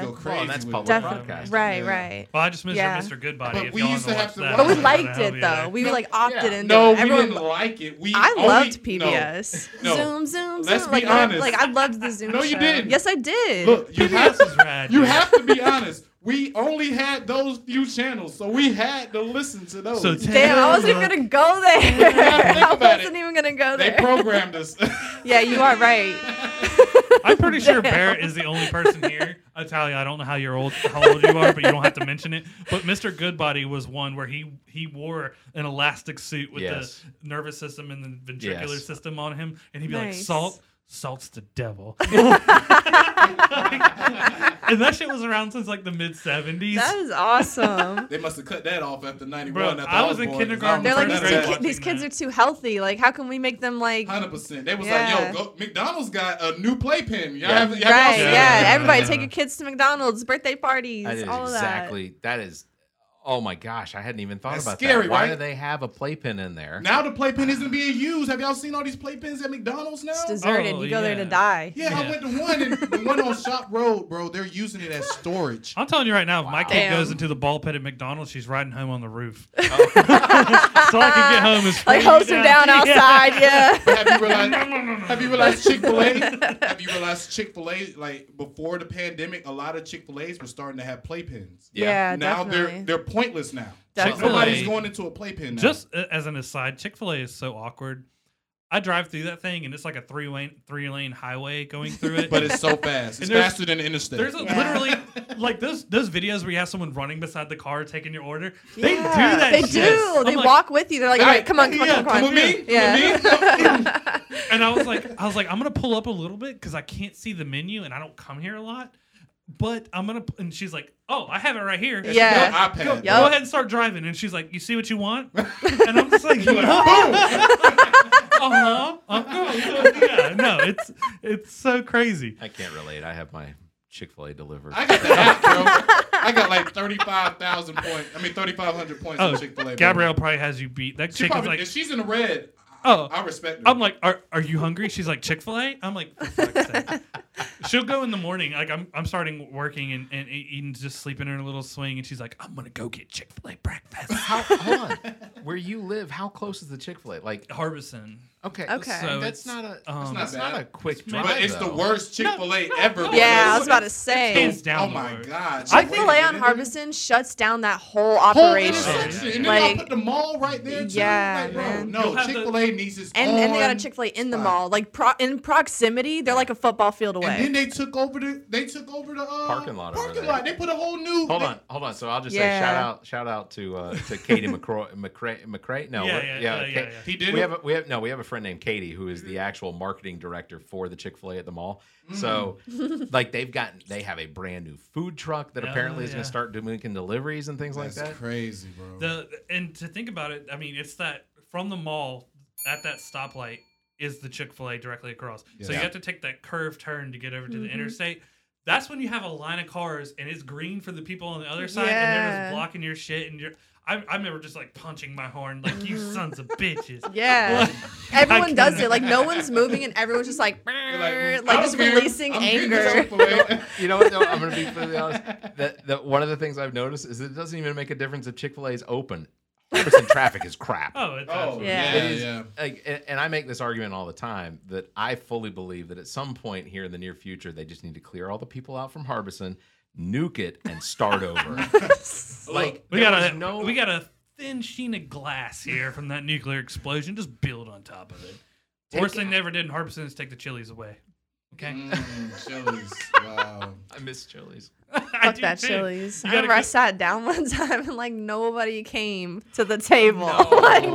Speaker 5: used to go
Speaker 2: Well,
Speaker 5: crazy.
Speaker 2: and that's
Speaker 5: with
Speaker 2: public
Speaker 5: it.
Speaker 3: Def-
Speaker 2: broadcasting.
Speaker 3: right,
Speaker 5: Yeah.
Speaker 3: right.
Speaker 4: Well, I just missed
Speaker 3: Yeah.
Speaker 4: Mr. Goodbody.
Speaker 5: But
Speaker 4: if
Speaker 5: we
Speaker 4: y'all
Speaker 5: used
Speaker 4: wanna
Speaker 5: to have
Speaker 4: watch
Speaker 5: to
Speaker 4: that,
Speaker 5: watch
Speaker 4: I
Speaker 3: But we
Speaker 4: don't know
Speaker 3: liked
Speaker 4: how
Speaker 3: it
Speaker 4: we
Speaker 3: though.
Speaker 4: did
Speaker 3: We like
Speaker 2: Yeah.
Speaker 3: opted into
Speaker 5: No,
Speaker 3: it.
Speaker 5: we
Speaker 3: Everyone
Speaker 5: didn't like it. We
Speaker 3: I
Speaker 5: only-
Speaker 3: loved
Speaker 5: no.
Speaker 3: PBS.
Speaker 5: No.
Speaker 3: Zoom, zoom,
Speaker 5: Let's
Speaker 3: zoom.
Speaker 5: be
Speaker 3: Like, I-
Speaker 5: honest.
Speaker 3: like I loved the Zoom.
Speaker 5: No, you
Speaker 3: show.
Speaker 5: didn't.
Speaker 3: Yes, I did.
Speaker 5: Look, you
Speaker 4: it.
Speaker 5: have
Speaker 4: This is rad.
Speaker 5: you
Speaker 4: dude.
Speaker 5: have to be honest. We only had those few channels, so we had to listen to those.
Speaker 4: So
Speaker 3: Damn, I wasn't even gonna go there.
Speaker 5: think
Speaker 3: I
Speaker 5: about
Speaker 3: wasn't
Speaker 5: it.
Speaker 3: even gonna go
Speaker 5: they
Speaker 3: there.
Speaker 5: programmed us.
Speaker 3: yeah, you are right.
Speaker 4: I'm pretty sure Barrett is the only person here. Italia, I don't know how you're old, how old you are, but you don't have to mention it. But Mr. Goodbody was one where he he wore an elastic suit with
Speaker 2: Yes.
Speaker 4: the nervous system and the ventricular
Speaker 2: Yes.
Speaker 4: system on him, and he'd be like,
Speaker 3: Nice.
Speaker 4: "Salt, salt's the devil." and that shit was around since like the mid '70s.
Speaker 3: That is awesome.
Speaker 5: they must have cut that off after '91.
Speaker 4: Bro,
Speaker 5: after
Speaker 4: I was in
Speaker 5: born, 'cause
Speaker 4: kindergarten
Speaker 3: They're
Speaker 5: don't
Speaker 3: like
Speaker 4: First
Speaker 3: these,
Speaker 4: grade
Speaker 5: remember
Speaker 3: two
Speaker 5: that.
Speaker 3: ki- these
Speaker 4: watching
Speaker 3: kids are
Speaker 4: that.
Speaker 3: too healthy. Like, how can we make them like?
Speaker 5: Hundred percent. They was
Speaker 3: Yeah.
Speaker 5: like, "Yo, go, McDonald's got a new playpen. Y'all
Speaker 2: Yeah.
Speaker 5: have, y'all
Speaker 3: Right?
Speaker 5: seen
Speaker 3: Yeah.
Speaker 5: it?"
Speaker 4: Yeah.
Speaker 3: Everybody
Speaker 4: Yeah.
Speaker 3: take your kids to McDonald's, birthday parties,
Speaker 2: That is
Speaker 3: all
Speaker 2: exactly. that is. Oh my gosh, I hadn't even thought
Speaker 5: That's
Speaker 2: about
Speaker 5: scary,
Speaker 2: that. Why
Speaker 5: right?
Speaker 2: do they have a playpen in there?
Speaker 5: Now the playpen isn't being used. Have y'all seen all these playpens at McDonald's now?
Speaker 3: that. It's deserted.
Speaker 4: Oh,
Speaker 3: you go there to
Speaker 4: yeah.
Speaker 3: die.
Speaker 5: yeah, I
Speaker 4: Yeah.
Speaker 5: went to one and the one on Shop Road, bro. They're using it as storage.
Speaker 4: I'm telling you right now, if my kid
Speaker 3: Damn.
Speaker 4: goes into the ball pit at McDonald's, she's riding home on the roof. so I can get home is
Speaker 3: Like, hose her down outside. Yeah.
Speaker 5: have you realized? Have you realized Chick Fil A? Have you realized Chick Fil A? Like before the pandemic, a lot of Chick Fil A's were starting to have playpens.
Speaker 2: Yeah.
Speaker 3: Yeah,
Speaker 5: now
Speaker 3: definitely.
Speaker 5: they're they're pointless now.
Speaker 3: Definitely.
Speaker 5: Nobody's going into a playpen now.
Speaker 4: Just uh, as an aside, Chick Fil A is so awkward. I drive through that thing and it's like a three lane three lane highway going through it.
Speaker 5: but it's so fast. It's
Speaker 4: And there's-
Speaker 5: faster than the interstate.
Speaker 4: there's a,
Speaker 3: Yeah.
Speaker 4: literally like those those videos where you have someone running beside the car taking your order. They do
Speaker 3: Yeah.
Speaker 4: that.
Speaker 3: They
Speaker 4: shit.
Speaker 3: do.
Speaker 4: I'm
Speaker 3: they
Speaker 4: like-
Speaker 3: walk with you. They're like, all right, come on, come on,
Speaker 5: yeah,
Speaker 3: come on,
Speaker 5: come with me.
Speaker 3: Yeah.
Speaker 5: Come with me.
Speaker 4: And I was like, I was like, I'm gonna pull up a little bit because I can't see the menu and I don't come here a lot. But I'm gonna. p- And she's like, Oh, I have it right here.
Speaker 5: It's
Speaker 3: Yeah.
Speaker 5: your
Speaker 4: Go,
Speaker 5: iPad.
Speaker 3: Yup.
Speaker 4: go ahead and start driving. And she's like, You see what you want? And I'm just like, Uh huh. uh-huh, Yeah. No, it's it's so crazy.
Speaker 2: I can't relate. I have my Chick Fil A delivered.
Speaker 5: I got the app, bro. I got like thirty-five thousand points. I mean, thirty-five hundred points
Speaker 4: Oh,
Speaker 5: on Chick Fil A.
Speaker 4: Gabrielle probably has you beat. That
Speaker 5: she
Speaker 4: chick is
Speaker 5: probably,
Speaker 4: like,
Speaker 5: if she's in the red,
Speaker 4: Oh.
Speaker 5: I respect. Her.
Speaker 4: I'm like, are, are you hungry? She's like, Chick fil A? I'm like, for fuck's sake. She'll go in the morning. Like, I'm, I'm starting working and, and eating, just sleeping in her little swing. And she's like, I'm going to go get Chick fil A breakfast.
Speaker 2: how, hold on. Where you live, how close is the Chick Fil A? Like,
Speaker 4: Harbison.
Speaker 2: okay,
Speaker 3: Okay. So
Speaker 2: that's
Speaker 4: it's,
Speaker 2: not a
Speaker 4: um,
Speaker 2: that's not
Speaker 5: bad.
Speaker 2: a quick drive.
Speaker 5: but it's the
Speaker 2: though.
Speaker 5: worst Chick Fil A ever.
Speaker 3: Yeah, I
Speaker 5: because-
Speaker 3: was about to say.
Speaker 4: Hands down.
Speaker 5: Oh my
Speaker 4: Lord.
Speaker 5: god!
Speaker 4: I
Speaker 5: Chick-fil-A
Speaker 4: think-
Speaker 3: Filet on
Speaker 5: did it.
Speaker 3: Harbison shuts down that whole
Speaker 5: Whole
Speaker 3: operation.
Speaker 5: intersection, and then y'all
Speaker 3: Like-
Speaker 5: put the mall right there. Too.
Speaker 3: Yeah,
Speaker 5: like, bro,
Speaker 3: man.
Speaker 4: You'll
Speaker 5: no
Speaker 4: have the-
Speaker 5: Chick Fil A needs its
Speaker 3: and and they got a
Speaker 4: Oh,
Speaker 5: own-
Speaker 3: Chick Fil A in the
Speaker 5: spot.
Speaker 3: mall, like pro- in proximity. They're like a football field away.
Speaker 5: And then they took over the they took over the uh,
Speaker 2: Parking lot over
Speaker 5: Parking
Speaker 2: there.
Speaker 5: lot. They put a whole new.
Speaker 2: Hold
Speaker 5: they-
Speaker 2: on, hold on. So I'll just
Speaker 3: Yeah.
Speaker 2: say shout out, shout out to uh, to Katie McCroy, McCray, McCray. No,
Speaker 4: Yeah,
Speaker 2: what-
Speaker 4: yeah, yeah,
Speaker 2: Ka-
Speaker 4: yeah, yeah.
Speaker 5: He did
Speaker 2: We
Speaker 5: it.
Speaker 2: have a, we have no, we have a friend named Katie who is the actual marketing director for the Chick Fil A at the mall. So,
Speaker 4: Mm-hmm.
Speaker 2: like they've gotten they have a brand new food truck that
Speaker 4: Oh,
Speaker 2: apparently is going
Speaker 4: yeah.
Speaker 2: to start doing deliveries and things
Speaker 5: That's
Speaker 2: like that.
Speaker 5: crazy, bro.
Speaker 4: The And to think about it, I mean, it's that from the mall at that stoplight is the Chick fil A directly across. So you
Speaker 5: Yeah.
Speaker 4: have to take that curve turn to get over to
Speaker 3: Mm-hmm.
Speaker 4: the interstate. That's when you have a line of cars and it's green for the people on the other side and they're
Speaker 3: Yeah.
Speaker 4: just blocking your shit and you're. I, I remember just like punching my horn, like you sons of bitches.
Speaker 3: Mm-hmm. yeah,
Speaker 4: I
Speaker 3: everyone does
Speaker 4: can't-
Speaker 3: it. Like no one's moving, and everyone's just like, like,
Speaker 5: I don't
Speaker 3: just
Speaker 5: care.
Speaker 3: releasing
Speaker 5: I'm getting
Speaker 3: anger.
Speaker 5: the Chick-fil-A.
Speaker 2: You know what? Though I'm going to be completely honest. That, that one of the things I've noticed is it doesn't even make a difference if Chick Fil A is open. Harbison traffic is crap.
Speaker 4: Oh, it's
Speaker 5: oh
Speaker 4: absolutely-
Speaker 5: yeah,
Speaker 3: Yeah.
Speaker 5: yeah.
Speaker 2: It is- like, and, and I make this argument all the time that I fully believe that at some point here in the near future, they just need to clear all the people out from Harbison, nuke it, and start over. like
Speaker 4: we
Speaker 2: there
Speaker 4: got a
Speaker 2: was no,
Speaker 4: we got a thin sheen of glass here from that nuclear explosion. Just build on top of it. Worst thing they ever did in Harbison is take the chilies away. Okay,
Speaker 5: Mm, chilies. Wow.
Speaker 2: I miss Chili's.
Speaker 4: I
Speaker 3: Fuck
Speaker 4: do
Speaker 3: that
Speaker 4: too.
Speaker 3: Chili's.
Speaker 4: You
Speaker 3: I
Speaker 4: gotta
Speaker 3: remember I
Speaker 4: go-
Speaker 3: sat down one time and like nobody came to the table.
Speaker 4: No.
Speaker 3: like
Speaker 4: That's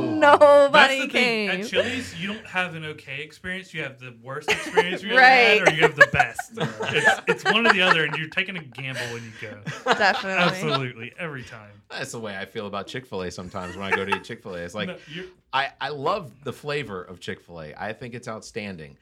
Speaker 4: the
Speaker 3: nobody
Speaker 4: thing.
Speaker 3: came.
Speaker 4: At Chili's, you don't have an okay experience. You have the worst experience you ever
Speaker 3: Right.
Speaker 4: had, or you have the best. it's, it's one or the other, and you're taking a gamble when you go.
Speaker 3: Definitely.
Speaker 4: Absolutely, every time.
Speaker 2: That's the way I feel about Chick Fil A sometimes when I go to eat Chick Fil A. It's like
Speaker 4: No, you're-
Speaker 2: I, I love the flavor of Chick Fil A. I think it's outstanding.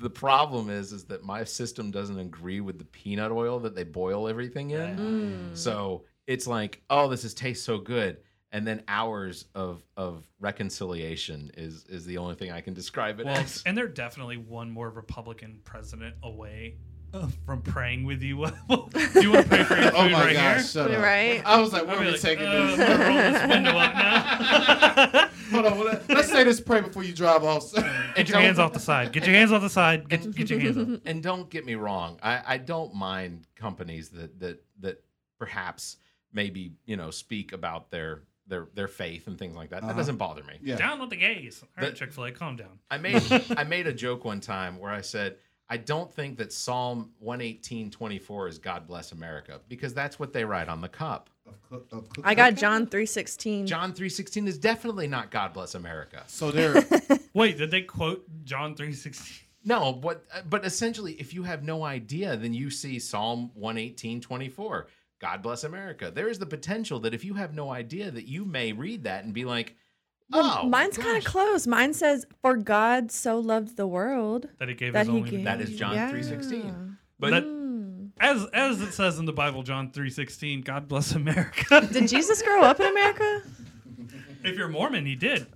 Speaker 2: The problem is, is that my system doesn't agree with the peanut oil that they boil everything in.
Speaker 3: Mm.
Speaker 2: So it's like, oh, this is tastes so good, and then hours of of reconciliation is is the only thing I can describe it
Speaker 4: Well,
Speaker 2: as.
Speaker 4: and they're definitely one more Republican president away uh, from praying with you. Do you want to pray for your food
Speaker 5: Oh my
Speaker 4: right
Speaker 5: gosh.
Speaker 4: here?
Speaker 5: Shut up.
Speaker 3: Right?
Speaker 5: I was like,
Speaker 4: I'd
Speaker 5: where are
Speaker 4: be
Speaker 5: we
Speaker 4: like,
Speaker 5: taking
Speaker 4: uh,
Speaker 5: this?
Speaker 4: roll this window up now.
Speaker 5: Hold on. well, let- Let's say this prayer before you drive off.
Speaker 4: Get your
Speaker 2: don't-
Speaker 4: hands off the side. Get your hands off the side. Get, get your hands off.
Speaker 2: and don't get me wrong, I, I don't mind companies that that that perhaps maybe you know speak about their their their faith and things like that. That
Speaker 5: Uh-huh.
Speaker 2: doesn't bother me.
Speaker 5: Yeah.
Speaker 4: Down with the gays. All right,
Speaker 2: That-
Speaker 4: Chick Fil A, calm down.
Speaker 2: I made I made a joke one time where I said I don't think that Psalm 118:24 is God bless America because that's what they write on the cup.
Speaker 5: Of cook- of cook-
Speaker 3: I got
Speaker 5: okay.
Speaker 3: John three sixteen.
Speaker 2: John 3:16 is definitely not God bless America.
Speaker 5: So there.
Speaker 4: Wait, did they quote John three sixteen?
Speaker 2: No, but uh, but essentially if you have no idea then you see Psalm 118:24, God bless America. There is the potential that if you have no idea that you may read that and be like, "Oh,
Speaker 3: Mine's kind of
Speaker 2: gosh,
Speaker 3: close. Mine says, "For God so loved the world
Speaker 4: That he gave
Speaker 3: that
Speaker 4: his
Speaker 3: He
Speaker 4: only.
Speaker 3: gave."
Speaker 2: That is John
Speaker 3: Yeah.
Speaker 2: 3:16. But
Speaker 4: That-
Speaker 3: Mm.
Speaker 4: As as it says in the Bible, John three sixteen. God bless America.
Speaker 3: Did Jesus grow up in America?
Speaker 4: if you're Mormon, he did.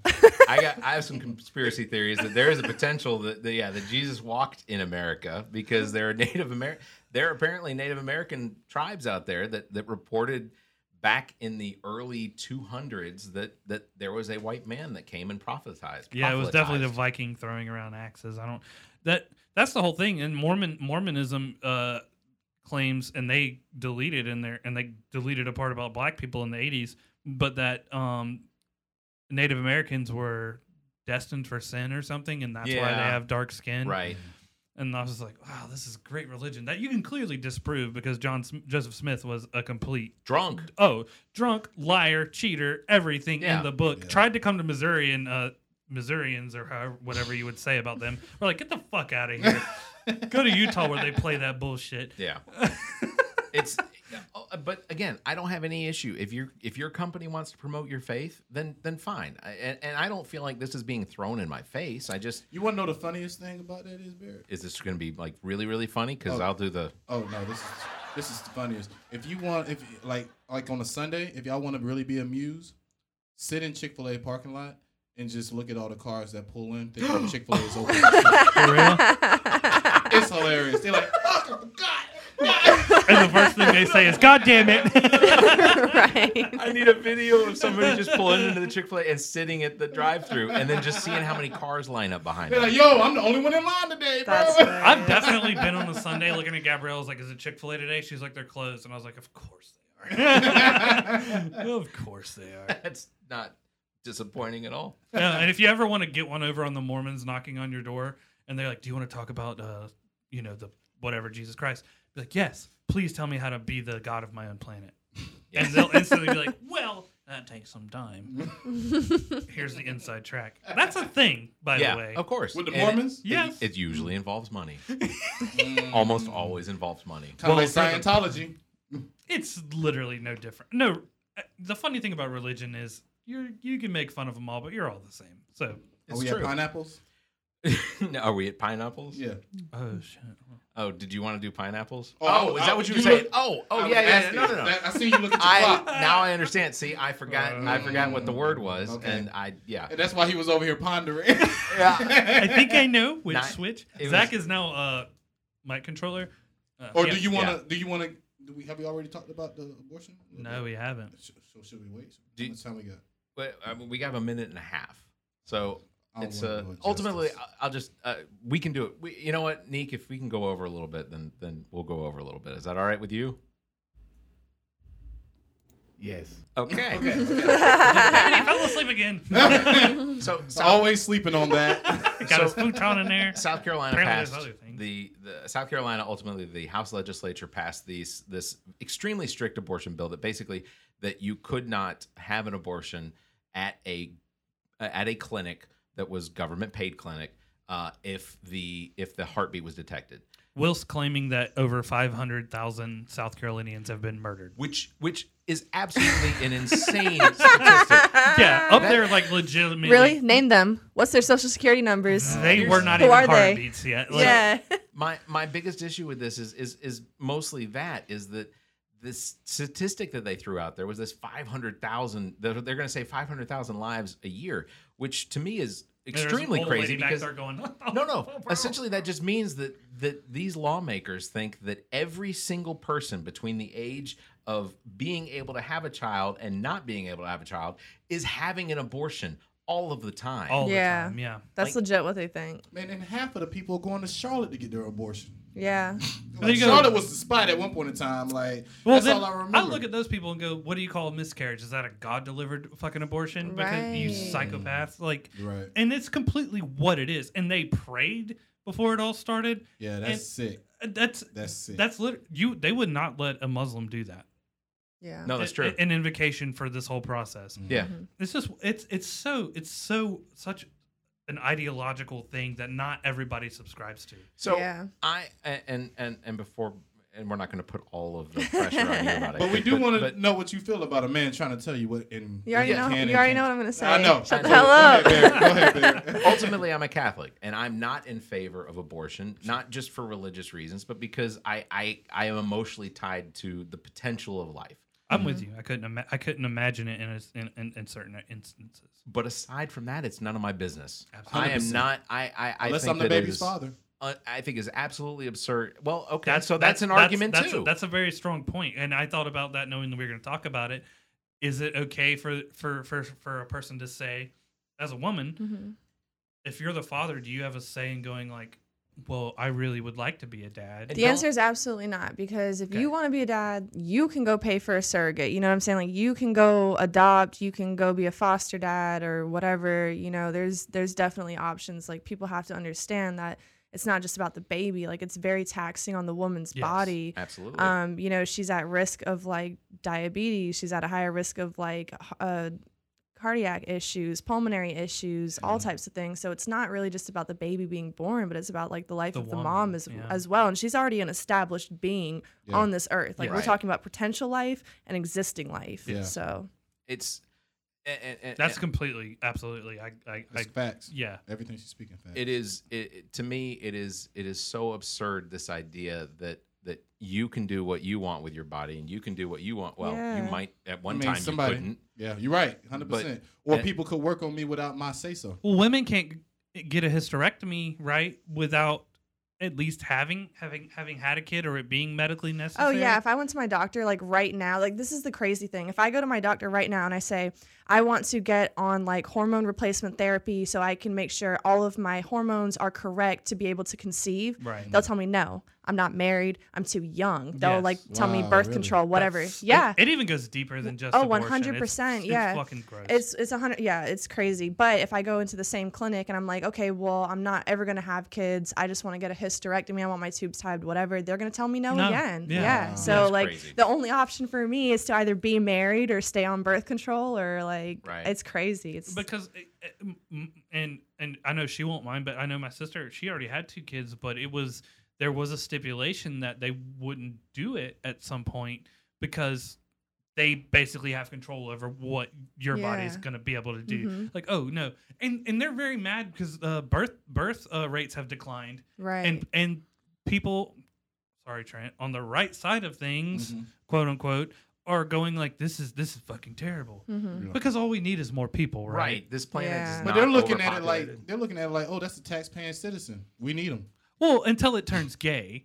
Speaker 2: I got I have some conspiracy theories that there is a potential that, that yeah that Jesus walked in America because there are Native Amer there are apparently Native American tribes out there that that reported back in the early 200s that that there was a white man that came and prophesized.
Speaker 4: Yeah, it was definitely the
Speaker 2: proselytized.
Speaker 4: Viking throwing around axes. I don't that that's the whole thing. And Mormon Mormonism uh, claims, and they deleted in there, and they deleted a part about black people in the eighties, but that um, Native Americans were destined for sin or something, and that's why they
Speaker 2: Yeah.
Speaker 4: have dark skin.
Speaker 2: right.
Speaker 4: And I was just like, wow, this is great religion that you can clearly disprove because John Sm- Joseph Smith was a complete
Speaker 2: Drunk.
Speaker 4: oh, drunk, liar, cheater, everything
Speaker 2: Yeah.
Speaker 4: in the book.
Speaker 5: Yeah.
Speaker 4: Tried to come to Missouri and uh, Missourians or however, whatever you would say about them. We're like, get the fuck out of here. Go to Utah where they play that bullshit.
Speaker 2: Yeah. it's uh, but again, I don't have any issue if your if your company wants to promote your faith, then then fine. I, and, and I don't feel like this is being thrown in my face. I just
Speaker 5: You want to know the funniest thing about that is Barrett?
Speaker 2: is this going to be like really really funny because
Speaker 5: Oh.
Speaker 2: i'll do the
Speaker 5: Oh no, this is this is the funniest. If you want, if like like on a Sunday, if y'all want to really be amused, sit in Chick Fil A parking lot and just look at all the cars that pull in. thinking Chick Fil A is open.
Speaker 4: For real?
Speaker 5: it's hilarious. They're like, "Fuck, I forgot."
Speaker 4: and the first thing they say is, God damn it.
Speaker 3: right.
Speaker 2: i need a video of somebody just pulling into the chick-fil-a and sitting at the drive-through and then just seeing how many cars line up behind
Speaker 5: They're
Speaker 2: them
Speaker 5: like, "Yo, I'm the only one in line today, bro."
Speaker 3: That's
Speaker 4: I've definitely been on the Sunday looking at Gabrielle's like, is it Chick fil A today? She's like, they're closed. And I was like, of course they are. of course they are.
Speaker 2: that's not disappointing at all
Speaker 4: Yeah, and if you ever want to get one over on the Mormons knocking on your door and they're like, "Do you want to talk about uh, you know, the whatever Jesus Christ?" Be like, "Yes, please tell me how to be the god of my own planet." And they'll instantly be like, "Well, that takes some time." Here's the inside track. That's a thing, by
Speaker 2: yeah
Speaker 4: the way.
Speaker 2: of course
Speaker 5: With the
Speaker 2: And it-
Speaker 5: Mormons,
Speaker 2: it,
Speaker 4: Yes.
Speaker 2: it usually involves money almost always involves money
Speaker 5: kind of
Speaker 4: Well,
Speaker 5: like Scientology.
Speaker 4: it's literally no different. No, uh, the funny thing about religion is you're you can make fun of them all, but you're all the same. So,
Speaker 5: Oh,
Speaker 2: it's
Speaker 5: we have
Speaker 2: true
Speaker 5: pineapples.
Speaker 2: No, are we at pineapples
Speaker 5: Yeah.
Speaker 4: oh shit.
Speaker 2: oh did you want to do pineapples
Speaker 5: Oh,
Speaker 2: oh, is
Speaker 5: I-
Speaker 2: that what you were
Speaker 5: you
Speaker 2: saying
Speaker 5: look-
Speaker 2: oh oh
Speaker 5: I
Speaker 2: yeah
Speaker 5: was
Speaker 2: yeah
Speaker 5: asking.
Speaker 2: no no no
Speaker 5: That- I see you look at your
Speaker 2: I
Speaker 5: clock.
Speaker 2: now I understand. See, I forgot. I forgot what the word was,
Speaker 5: Uh, Okay.
Speaker 2: and I yeah.
Speaker 5: And that's why he was over here pondering.
Speaker 4: I think I know which
Speaker 2: Not-
Speaker 4: switch.
Speaker 2: it was-
Speaker 4: Zach is now uh, mic controller. Uh,
Speaker 5: Or
Speaker 4: yeah.
Speaker 5: do you want to?
Speaker 2: yeah.
Speaker 5: Do you want to? Do we have we already talked about the abortion?
Speaker 4: No, we haven't.
Speaker 5: So, so should we wait?
Speaker 2: Do-
Speaker 5: How much time we got?
Speaker 2: But I mean, we have a minute and a half, so
Speaker 5: I don't
Speaker 2: it's
Speaker 5: wanna
Speaker 2: uh,
Speaker 5: do it
Speaker 2: ultimately.
Speaker 5: justice.
Speaker 2: I- I'll just uh, we can do it. We, you know what, Neek? If we can go over a little bit, then then we'll go over a little bit. Is that all right with you?
Speaker 5: Yes.
Speaker 2: Okay.
Speaker 4: and he fell asleep again. Got
Speaker 2: So South,
Speaker 5: Always sleeping on that.
Speaker 4: his futon in there.
Speaker 2: South Carolina
Speaker 4: Apparently there's
Speaker 2: passed
Speaker 4: other things.
Speaker 2: the, the South Carolina ultimately the House legislature passed these this extremely strict abortion bill that basically that you could not have an abortion at a at a clinic that was government paid clinic uh, if the if the heartbeat was detected.
Speaker 4: Wills claiming that over 500,000 South Carolinians have been murdered.
Speaker 2: which which is absolutely an insane statistic.
Speaker 4: Yeah, up there, like legitimately.
Speaker 3: Uh, Really? Name them. What's their social security numbers?
Speaker 4: They were not
Speaker 3: Who
Speaker 4: even
Speaker 3: are they?
Speaker 4: heartbeats yet. Like,
Speaker 3: yeah.
Speaker 2: My my biggest issue with this is is is mostly that is that this statistic that they threw out there was this 500,000 they're, they're going to say 500,000 lives a year, which to me is
Speaker 4: there's an
Speaker 2: extremely
Speaker 4: old
Speaker 2: crazy
Speaker 4: lady back
Speaker 2: because
Speaker 4: there Oh, going,
Speaker 2: no, no. Essentially, that just means that that these lawmakers think that every single person between the age of being able to have a child and not being able to have a child is having an abortion all of the time.
Speaker 4: all
Speaker 3: Yeah.
Speaker 4: the time. Yeah.
Speaker 3: That's legit what they think.
Speaker 5: Man, and half of the people are going to Charlotte to get their abortion.
Speaker 3: Yeah.
Speaker 5: Like,
Speaker 4: you go.
Speaker 5: Charlotte was the spot at one point in time. Like
Speaker 4: Well,
Speaker 5: that's
Speaker 4: then
Speaker 5: all I remember.
Speaker 4: I look at those people and go, "What do you call a miscarriage? Is that a God delivered fucking abortion? Because you
Speaker 3: Right.
Speaker 4: psychopaths, like,
Speaker 5: Right.
Speaker 4: and it's completely what it is. And they prayed before it all started.
Speaker 5: yeah, that's sick.
Speaker 4: Uh, That's
Speaker 5: That's sick.
Speaker 4: that's lit- you. They would not let a Muslim do that.
Speaker 3: Yeah.
Speaker 5: Oh,
Speaker 2: no, that's
Speaker 4: A-
Speaker 2: true.
Speaker 4: a- An invocation for this whole process.
Speaker 5: Mm-hmm.
Speaker 2: yeah.
Speaker 4: It's just it's it's so it's so such an ideological thing that not everybody subscribes to.
Speaker 2: So
Speaker 3: Yeah.
Speaker 2: I and and and before and we're not going to put all of the pressure on you about it.
Speaker 5: but we do want
Speaker 2: but-
Speaker 5: to know what you feel about a man trying to tell you what in.
Speaker 3: You already
Speaker 5: what
Speaker 3: know.
Speaker 5: can
Speaker 3: You
Speaker 5: and
Speaker 3: already
Speaker 5: can't-
Speaker 3: know what I'm gonna say.
Speaker 5: I know.
Speaker 3: Shut the
Speaker 2: I know.
Speaker 3: hell up.
Speaker 5: Go ahead, Barry. Go ahead, Barry.
Speaker 2: ultimately i'm a catholic and i'm not in favor of abortion not just for religious reasons but because i i, I am emotionally tied to the potential of life
Speaker 4: I'm with
Speaker 5: Mm-hmm.
Speaker 4: you. I couldn't ima- I couldn't imagine it in, a, in, in in certain instances.
Speaker 2: but aside from that it's none of my business i am
Speaker 5: 100%.
Speaker 2: not i i, I
Speaker 5: Unless
Speaker 2: think
Speaker 5: I'm the
Speaker 2: that it
Speaker 5: baby's
Speaker 2: is-
Speaker 5: father.
Speaker 2: uh, i think is absolutely absurd well okay so that's, an argument
Speaker 4: that's,
Speaker 2: too
Speaker 4: that's a very strong point, and I thought about that knowing that we were going to talk about it. Is it okay for for for for a person to say, as a woman,
Speaker 3: Mhm.
Speaker 4: if you're the father, do you have a say in going like, well, I really would like to be a dad?
Speaker 3: The answer is absolutely not because if
Speaker 4: Okay.
Speaker 3: you want to be a dad, you can go pay for a surrogate. You know what I'm saying? Like you can go adopt, you can go be a foster dad or whatever. You know, there's there's definitely options. Like people have to understand that it's not just about the baby. Like it's very taxing on the woman's
Speaker 4: Yes.
Speaker 3: body.
Speaker 2: absolutely
Speaker 3: Um, you know, she's at risk of like diabetes. She's at a higher risk of like h- uh, cardiac issues, pulmonary issues, all types of things. So it's not really just about the baby being born, but it's about like the life
Speaker 4: The
Speaker 3: of the
Speaker 4: woman,
Speaker 3: mom as,
Speaker 4: yeah.
Speaker 3: as well. And she's already an established being
Speaker 5: Yeah.
Speaker 3: on this earth. Like we're
Speaker 2: Right.
Speaker 3: talking about potential life and existing life.
Speaker 5: Yeah.
Speaker 3: So
Speaker 2: it's and, and, and-
Speaker 4: That's completely, absolutely. I, I, I
Speaker 5: That's facts.
Speaker 4: yeah.
Speaker 5: Everything she's speaking facts.
Speaker 2: it is it, it- to me it is it is so absurd this idea that that you can do what you want with your body and you can do what you want well
Speaker 3: Yeah.
Speaker 2: you might at one
Speaker 5: I mean,
Speaker 2: time
Speaker 5: somebody.
Speaker 2: you couldn't
Speaker 5: Yeah, you're right. Hundred
Speaker 2: But-
Speaker 5: percent. Or
Speaker 2: and-
Speaker 5: people could work on me without my say so.
Speaker 4: Well, women can't g- get a hysterectomy right without at least having having having had a kid or it being medically necessary.
Speaker 3: Oh yeah, if I went to my doctor like right now, like this is the crazy thing. If I go to my doctor right now and I say I want to get on like hormone replacement therapy so I can make sure all of my hormones are correct to be able to conceive,
Speaker 4: Right.
Speaker 3: they'll tell me no. I'm not married. I'm too young. They'll
Speaker 4: Yes.
Speaker 3: like tell me
Speaker 5: Wow,
Speaker 3: birth
Speaker 5: really?
Speaker 3: control, whatever.
Speaker 4: That's-
Speaker 3: yeah.
Speaker 4: It, it even goes deeper than just
Speaker 3: Oh,
Speaker 4: abortion.
Speaker 3: 100%,
Speaker 4: It's-
Speaker 3: yeah.
Speaker 4: It's fucking gross.
Speaker 3: It's it's a hundred yeah, it's crazy. But if I go into the same clinic and I'm like, okay, well, I'm not ever gonna have kids. I just want to get a hysterectomy. I want my tubes tied, whatever. They're gonna tell me no,
Speaker 4: No.
Speaker 3: again.
Speaker 4: Yeah.
Speaker 3: Yeah.
Speaker 4: Wow.
Speaker 3: So
Speaker 2: Mm. That's
Speaker 3: like
Speaker 2: crazy.
Speaker 3: the only option for me is to either be married or stay on birth control or like
Speaker 2: Right.
Speaker 3: it's crazy. It's
Speaker 4: because it, it- m- m- and and I know she won't mind, but I know my sister. She already had two kids, but it was there was a stipulation that they wouldn't do it at some point because they basically have control over what your body's
Speaker 3: Yeah.
Speaker 4: going to be able to do.
Speaker 3: Mhm.
Speaker 4: Like, oh no, and and they're very mad because uh, birth birth uh, rates have declined,
Speaker 3: right.
Speaker 4: and and people, sorry Trent, on the right side of things, quote unquote, are going like this is this is fucking terrible
Speaker 3: Mhm.
Speaker 4: because all we need is more people,
Speaker 2: right,
Speaker 4: right?
Speaker 2: this planet
Speaker 3: Yeah.
Speaker 2: is
Speaker 5: But
Speaker 2: not
Speaker 5: they're looking at it
Speaker 2: overpopulated.
Speaker 5: like they're looking at it like, oh, that's a taxpaying citizen. We need him.
Speaker 4: Well, until it turns gay.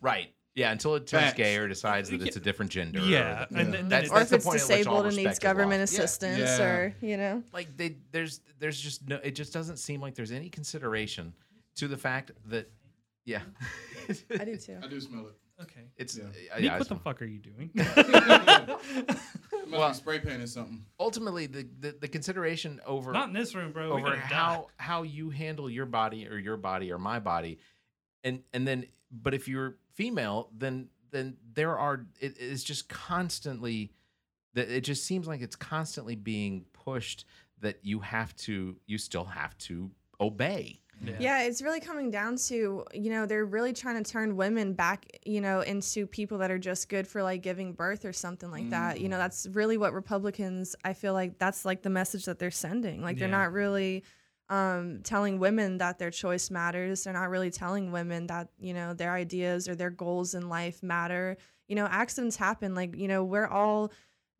Speaker 2: right yeah until it turns
Speaker 5: Facts.
Speaker 2: gay or decides that it's a different gender or
Speaker 4: Yeah.
Speaker 2: that-
Speaker 4: And
Speaker 5: Yeah.
Speaker 4: then,
Speaker 2: That's-
Speaker 4: that's,
Speaker 3: or if
Speaker 2: the
Speaker 3: it's
Speaker 2: point at which all
Speaker 3: disabled and needs
Speaker 2: respect is lost.
Speaker 3: government
Speaker 2: Yeah.
Speaker 3: assistance
Speaker 5: Yeah.
Speaker 3: or you know.
Speaker 2: like they there's there's just no it just doesn't seem like there's any consideration to the fact that yeah
Speaker 3: I do too.
Speaker 5: I do smell it.
Speaker 4: okay.
Speaker 2: it's
Speaker 5: Yeah.
Speaker 2: yeah,
Speaker 4: Nick,
Speaker 2: I
Speaker 4: what the
Speaker 2: just-
Speaker 4: fuck are you doing?
Speaker 5: It must
Speaker 2: Well-
Speaker 5: be spray painting something.
Speaker 2: ultimately the, the the consideration over
Speaker 4: Not in this room, bro. We're
Speaker 2: over
Speaker 4: gonna die.
Speaker 2: how how you handle your body or your body or my body and and then but if you're female then then there are it, it's just constantly that it just seems like it's constantly being pushed that you have to you still have to obey
Speaker 3: Yeah, it's really coming down to, you know, they're really trying to turn women back, you know, into people that are just good for like giving birth or something like that. You know, that's really what Republicans, I feel like that's like the message that they're sending. Like they're
Speaker 4: Yeah.
Speaker 3: not really um, telling women that their choice matters. They're not really telling women that, you know, their ideas or their goals in life matter. You know, accidents happen. Like, you know, we're all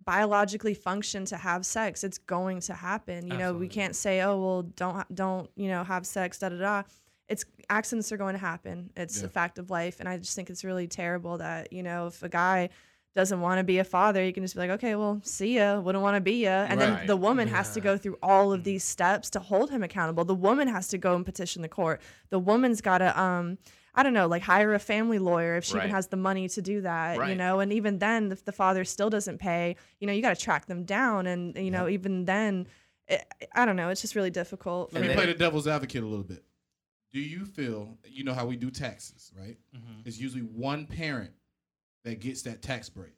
Speaker 3: biologically function to have sex. It's going to happen. You know,
Speaker 4: Absolutely.
Speaker 3: we can't say, oh, well, don't, ha- don't, you know, have sex, da da da. It's accidents are going to happen. It's
Speaker 5: Yeah.
Speaker 3: a fact of life. And I just think it's really terrible that, you know, if a guy doesn't want to be a father, you can just be like, okay, well, see ya. Wouldn't want to be ya. And
Speaker 2: Right.
Speaker 3: then the woman has to
Speaker 4: Yeah.
Speaker 3: go through all of these steps to hold him accountable. The woman has to go and petition the court. The woman's got to, um, I don't know, like hire a family lawyer if she
Speaker 2: Right.
Speaker 3: even has the money to do that, uh, you
Speaker 2: Right.
Speaker 3: know. And even then, if the father still doesn't pay, you know, you got to track them down. And you know, even then, it, I don't know. It's just really difficult.
Speaker 5: Let
Speaker 2: And
Speaker 5: me
Speaker 2: then-
Speaker 5: play the devil's advocate a little bit. Do you feel you know how we do taxes, right?
Speaker 4: Mhm.
Speaker 5: It's usually one parent that gets that tax break,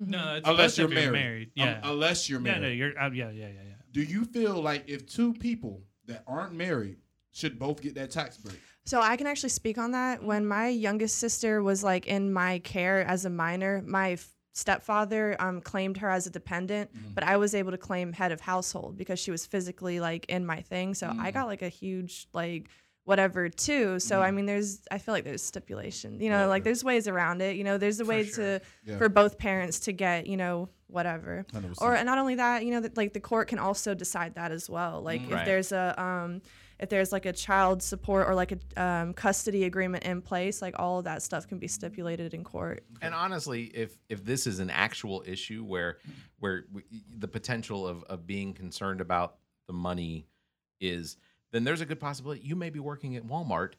Speaker 4: No, it's
Speaker 5: unless
Speaker 4: best
Speaker 5: you're
Speaker 4: if
Speaker 5: married. Um,
Speaker 4: Yeah.
Speaker 5: unless you're
Speaker 4: yeah,
Speaker 5: married.
Speaker 4: no, you're. Uh, yeah, yeah, yeah, yeah.
Speaker 5: Do you feel like if two people that aren't married should both get that tax break?
Speaker 3: So I can actually speak on that. When my youngest sister was like in my care as a minor, my f- stepfather um, claimed her as a dependent,
Speaker 2: Mm-hmm.
Speaker 3: but I was able to claim head of household because she was physically like in my thing. So I
Speaker 2: Mm.
Speaker 3: got like a huge like whatever too. So I mean, there's I feel like there's stipulation, you know, like there's ways around it. You know, there's a way
Speaker 4: sure.
Speaker 3: to
Speaker 5: Yeah.
Speaker 3: for both parents to get you know whatever.
Speaker 5: 100%.
Speaker 3: Or and not only that, you know, that like the court can also decide that as well. Like if
Speaker 2: Right.
Speaker 3: there's a um if there's like a child support or like a um, custody agreement in place, like all of that stuff can be stipulated in court.
Speaker 2: And honestly, if if this is an actual issue where where we, the potential of of being concerned about the money is, then there's a good possibility you may be working at Walmart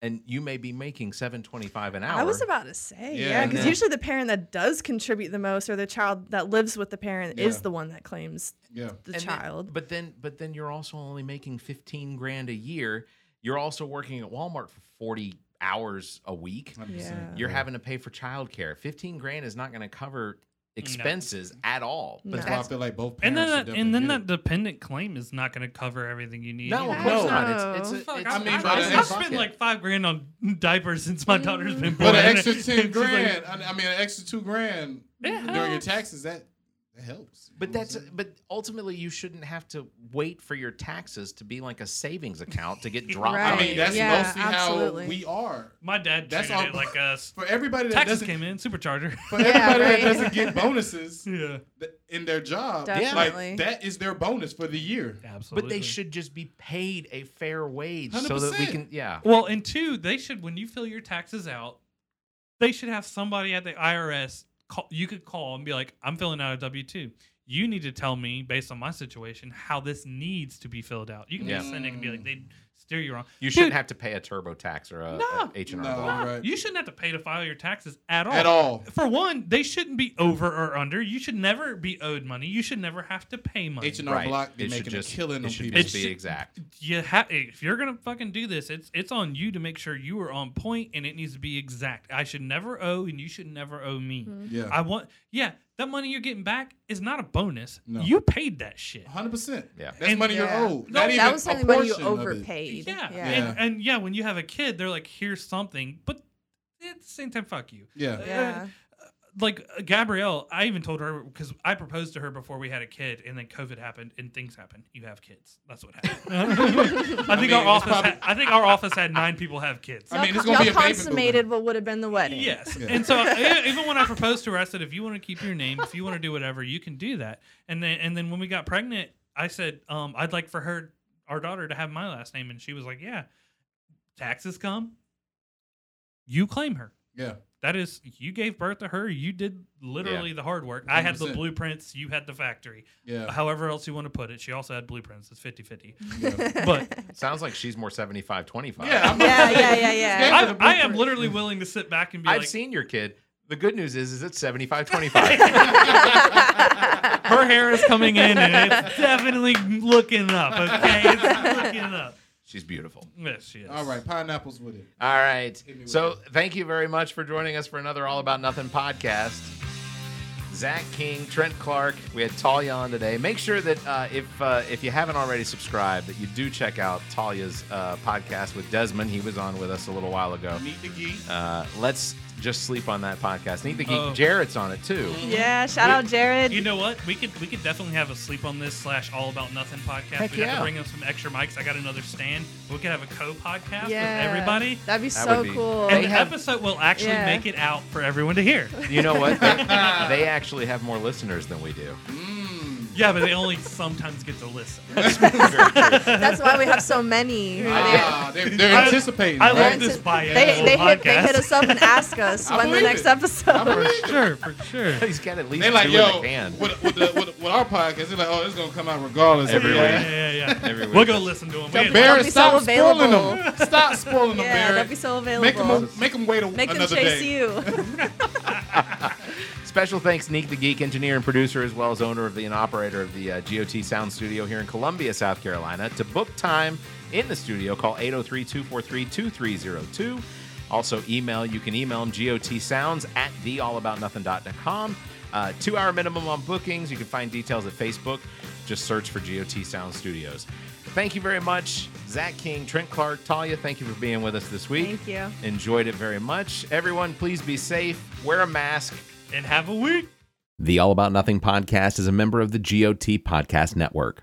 Speaker 2: and you may be making seven twenty five an hour.
Speaker 3: I was about to say,
Speaker 5: Yeah,
Speaker 3: yeah, because
Speaker 2: yeah.
Speaker 3: usually the parent that does contribute the most or the child that lives with the parent is
Speaker 5: Yeah.
Speaker 3: the one that claims
Speaker 5: yeah.
Speaker 2: And
Speaker 3: the
Speaker 2: then-
Speaker 3: child.
Speaker 2: but then but then you're also only making fifteen grand a year. You're also working at Walmart for forty hours a week.
Speaker 5: 100%.
Speaker 3: Yeah.
Speaker 2: You're having to pay for childcare. Fifteen grand is not going to cover expenses at all.
Speaker 3: No.
Speaker 5: That's why I feel like both
Speaker 4: And
Speaker 5: parents
Speaker 4: then
Speaker 5: should
Speaker 4: that, and
Speaker 5: definitely
Speaker 4: then
Speaker 5: get
Speaker 4: that dependent claim is not going to cover everything you need.
Speaker 2: No,
Speaker 4: either.
Speaker 2: of
Speaker 5: No.
Speaker 2: course not. It's, it's, a,
Speaker 4: Fuck,
Speaker 2: it's
Speaker 4: I
Speaker 5: mean,
Speaker 4: mean,
Speaker 5: but
Speaker 4: I,
Speaker 5: an
Speaker 4: have
Speaker 5: extra-
Speaker 4: spent like five grand on diapers since my daughter's been born.
Speaker 5: But an extra ten
Speaker 4: She's like,
Speaker 5: grand, I I mean, an extra two grand
Speaker 4: It
Speaker 5: during your
Speaker 4: helps.
Speaker 5: taxes that that helps.
Speaker 2: But that's but ultimately you shouldn't have to wait for your taxes to be like a savings account to get dropped.
Speaker 3: Right.
Speaker 5: I
Speaker 2: on
Speaker 5: mean,
Speaker 2: you.
Speaker 5: that's
Speaker 3: Yeah,
Speaker 5: mostly
Speaker 3: absolutely.
Speaker 5: how we are.
Speaker 4: my dad
Speaker 5: That's
Speaker 4: treated
Speaker 5: all-
Speaker 4: it like a s-
Speaker 5: For everybody that
Speaker 4: taxes
Speaker 5: doesn't,
Speaker 4: came in supercharger.
Speaker 5: for
Speaker 3: Yeah,
Speaker 5: everybody
Speaker 3: right.
Speaker 5: that doesn't get bonuses
Speaker 4: yeah,
Speaker 5: th- in their job,
Speaker 3: Definitely.
Speaker 5: like that is their bonus for the year.
Speaker 4: absolutely.
Speaker 2: but they should just be paid a fair wage so that we
Speaker 5: 100%.
Speaker 2: can yeah.
Speaker 4: Well, and two, they should when you fill your taxes out, they should have somebody at the IRS call. You could call and be like, "I'm filling out a W two. You need to tell me based on my situation how this needs to be filled out." You can
Speaker 2: Yeah.
Speaker 4: just send it and be like, "They steer you wrong."
Speaker 2: You shouldn't
Speaker 4: Dude.
Speaker 2: have to pay a turbo tax or a
Speaker 4: No.
Speaker 2: H and
Speaker 5: No.
Speaker 2: R.
Speaker 4: No,
Speaker 5: Right.
Speaker 4: You shouldn't have to pay to file your taxes at all.
Speaker 5: At all.
Speaker 4: For one, they shouldn't be over or under. You should never be owed money. You should never have to pay money.
Speaker 5: H and R
Speaker 2: Right.
Speaker 5: Block be
Speaker 2: It should
Speaker 5: making
Speaker 2: just
Speaker 5: a killing
Speaker 2: it
Speaker 5: on
Speaker 2: should
Speaker 5: people.
Speaker 2: just
Speaker 4: It
Speaker 2: be
Speaker 4: should-
Speaker 2: exact.
Speaker 4: you ha- if you're gonna fucking do this, it's it's on you to make sure you are on point and it needs to be exact. I should never owe and you should never owe me.
Speaker 5: Yeah.
Speaker 4: I want yeah, that money you're getting back is not a bonus.
Speaker 5: No.
Speaker 4: You paid that shit.
Speaker 5: Hundred percent.
Speaker 2: Yeah.
Speaker 5: that's
Speaker 4: And-
Speaker 5: money
Speaker 3: Yeah.
Speaker 5: you're owed.
Speaker 4: No,
Speaker 5: Not
Speaker 4: that
Speaker 5: even
Speaker 3: that was
Speaker 5: a
Speaker 3: something when you
Speaker 5: portion of it.
Speaker 3: overpaid.
Speaker 4: Yeah.
Speaker 3: yeah.
Speaker 5: Yeah.
Speaker 4: And, and yeah, when you have a kid, they're like, here's something, but at the same time, fuck you. Uh,
Speaker 5: Yeah.
Speaker 3: Yeah.
Speaker 4: like uh, Gabrielle, I even told her because I proposed to her before we had a kid, and then COVID happened and things happened. You have kids. That's what happened. I think
Speaker 5: mean,
Speaker 4: our
Speaker 5: it's
Speaker 4: office.
Speaker 5: probably-
Speaker 4: Had, I think our office had nine people have kids.
Speaker 5: I mean,
Speaker 3: y'all
Speaker 5: it's gonna be a baby
Speaker 3: consummated what would have been the wedding.
Speaker 4: Yes,
Speaker 5: Yeah.
Speaker 4: and so I- even when I proposed to her, I said, if you want to keep your name, if you want to do whatever, you can do that. And then and then when we got pregnant, I said, um, I'd like for her, our daughter, to have my last name, and she was like, yeah. Taxes come, you claim her.
Speaker 5: Yeah,
Speaker 4: That is, you gave birth to her. You did literally the hard work. I had the
Speaker 5: 100%.
Speaker 4: blueprints. You had the factory.
Speaker 5: yeah.
Speaker 4: However else you want to put it. She also had blueprints. It's 50 50.
Speaker 5: Yeah.
Speaker 4: But
Speaker 2: Sounds like she's more 75 25.
Speaker 5: Yeah, I'm-
Speaker 3: Yeah, yeah, yeah, yeah.
Speaker 4: I, I am literally willing to sit back and be
Speaker 2: I've
Speaker 4: like,
Speaker 2: seen your kid. The good news is is it's 75 25.
Speaker 4: her hair is coming in and it's definitely looking up. Okay. It's looking up.
Speaker 2: she's beautiful.
Speaker 4: Yes, she is.
Speaker 5: All right, pineapples with it.
Speaker 2: All right.
Speaker 5: me with
Speaker 2: So thank you very much for joining us for another All About Nothing podcast. Zach King, Trent Clark, we had Talia on today. Make sure that uh, if uh, if you haven't already subscribed, that you do check out Talia's uh, podcast with Desmond. He was on with us a little while ago.
Speaker 5: Meet the geek.
Speaker 2: Uh, let's just sleep on that podcast. Need the geek.
Speaker 4: Oh.
Speaker 2: Jarrett's on it too.
Speaker 3: yeah, shout out Jared.
Speaker 4: You know what? We could we could definitely have a sleep on this slash all about nothing podcast.
Speaker 2: Heck
Speaker 4: We'd have
Speaker 2: yeah.
Speaker 4: to bring up some extra mics. I got another stand. We could have a co podcast
Speaker 3: yeah.
Speaker 4: with everybody.
Speaker 3: That'd be
Speaker 2: That
Speaker 3: so
Speaker 2: would be-
Speaker 3: cool.
Speaker 2: They
Speaker 4: And the
Speaker 2: have-
Speaker 4: episode will actually
Speaker 3: Yeah.
Speaker 4: make it out for everyone to hear.
Speaker 2: You know what? They, they actually have more listeners than we do.
Speaker 4: Yeah, but they only sometimes get to listen.
Speaker 3: That's why we have so many.
Speaker 5: Ah, they, they're
Speaker 4: I-
Speaker 5: anticipating.
Speaker 4: I
Speaker 3: They're
Speaker 4: love
Speaker 5: right?
Speaker 4: this
Speaker 3: into-
Speaker 4: biannual
Speaker 3: They, they, hit, they
Speaker 4: podcast.
Speaker 3: hit us up and ask us
Speaker 5: I
Speaker 3: when the
Speaker 5: believe
Speaker 3: next
Speaker 5: it.
Speaker 3: episode.
Speaker 5: I'm ready.
Speaker 4: sure, for sure.
Speaker 2: He's got at least
Speaker 5: They like,
Speaker 2: two in the
Speaker 5: yo,
Speaker 2: can.
Speaker 5: with, with, the, with, with our podcast, they're like, oh, it's gonna come out regardless.
Speaker 2: Every
Speaker 5: Yeah.
Speaker 2: week.
Speaker 4: Yeah, yeah, yeah.
Speaker 2: Every week.
Speaker 4: We'll go listen to them.
Speaker 5: Barry,
Speaker 3: They'll be so
Speaker 5: stop spoiling
Speaker 3: available.
Speaker 5: them. Stop spoiling them,
Speaker 3: Yeah,
Speaker 5: Barry.
Speaker 3: they'll be so
Speaker 5: Make
Speaker 3: available.
Speaker 5: them, make them wait a,
Speaker 3: Make them
Speaker 5: another
Speaker 3: chase
Speaker 5: day.
Speaker 3: you.
Speaker 2: Special thanks, Neek the Geek, engineer and producer, as well as owner of the and operator of the uh, GOT Sound Studio here in Columbia, South Carolina. To book time in the studio, call 803 243 2302. Also, email. You can email them gotsounds at theallaboutnothing.com. Uh, two hour minimum on bookings. You can find details at Facebook. Just search for GOT Sound Studios. Thank you very much, Zach King, Trent Clark, Talia. Thank you for being with us this week.
Speaker 3: Thank you.
Speaker 2: Enjoyed it very much. Everyone, please be safe. Wear a mask.
Speaker 4: And have a week.
Speaker 2: The All About Nothing podcast is a member of the GOT Podcast Network.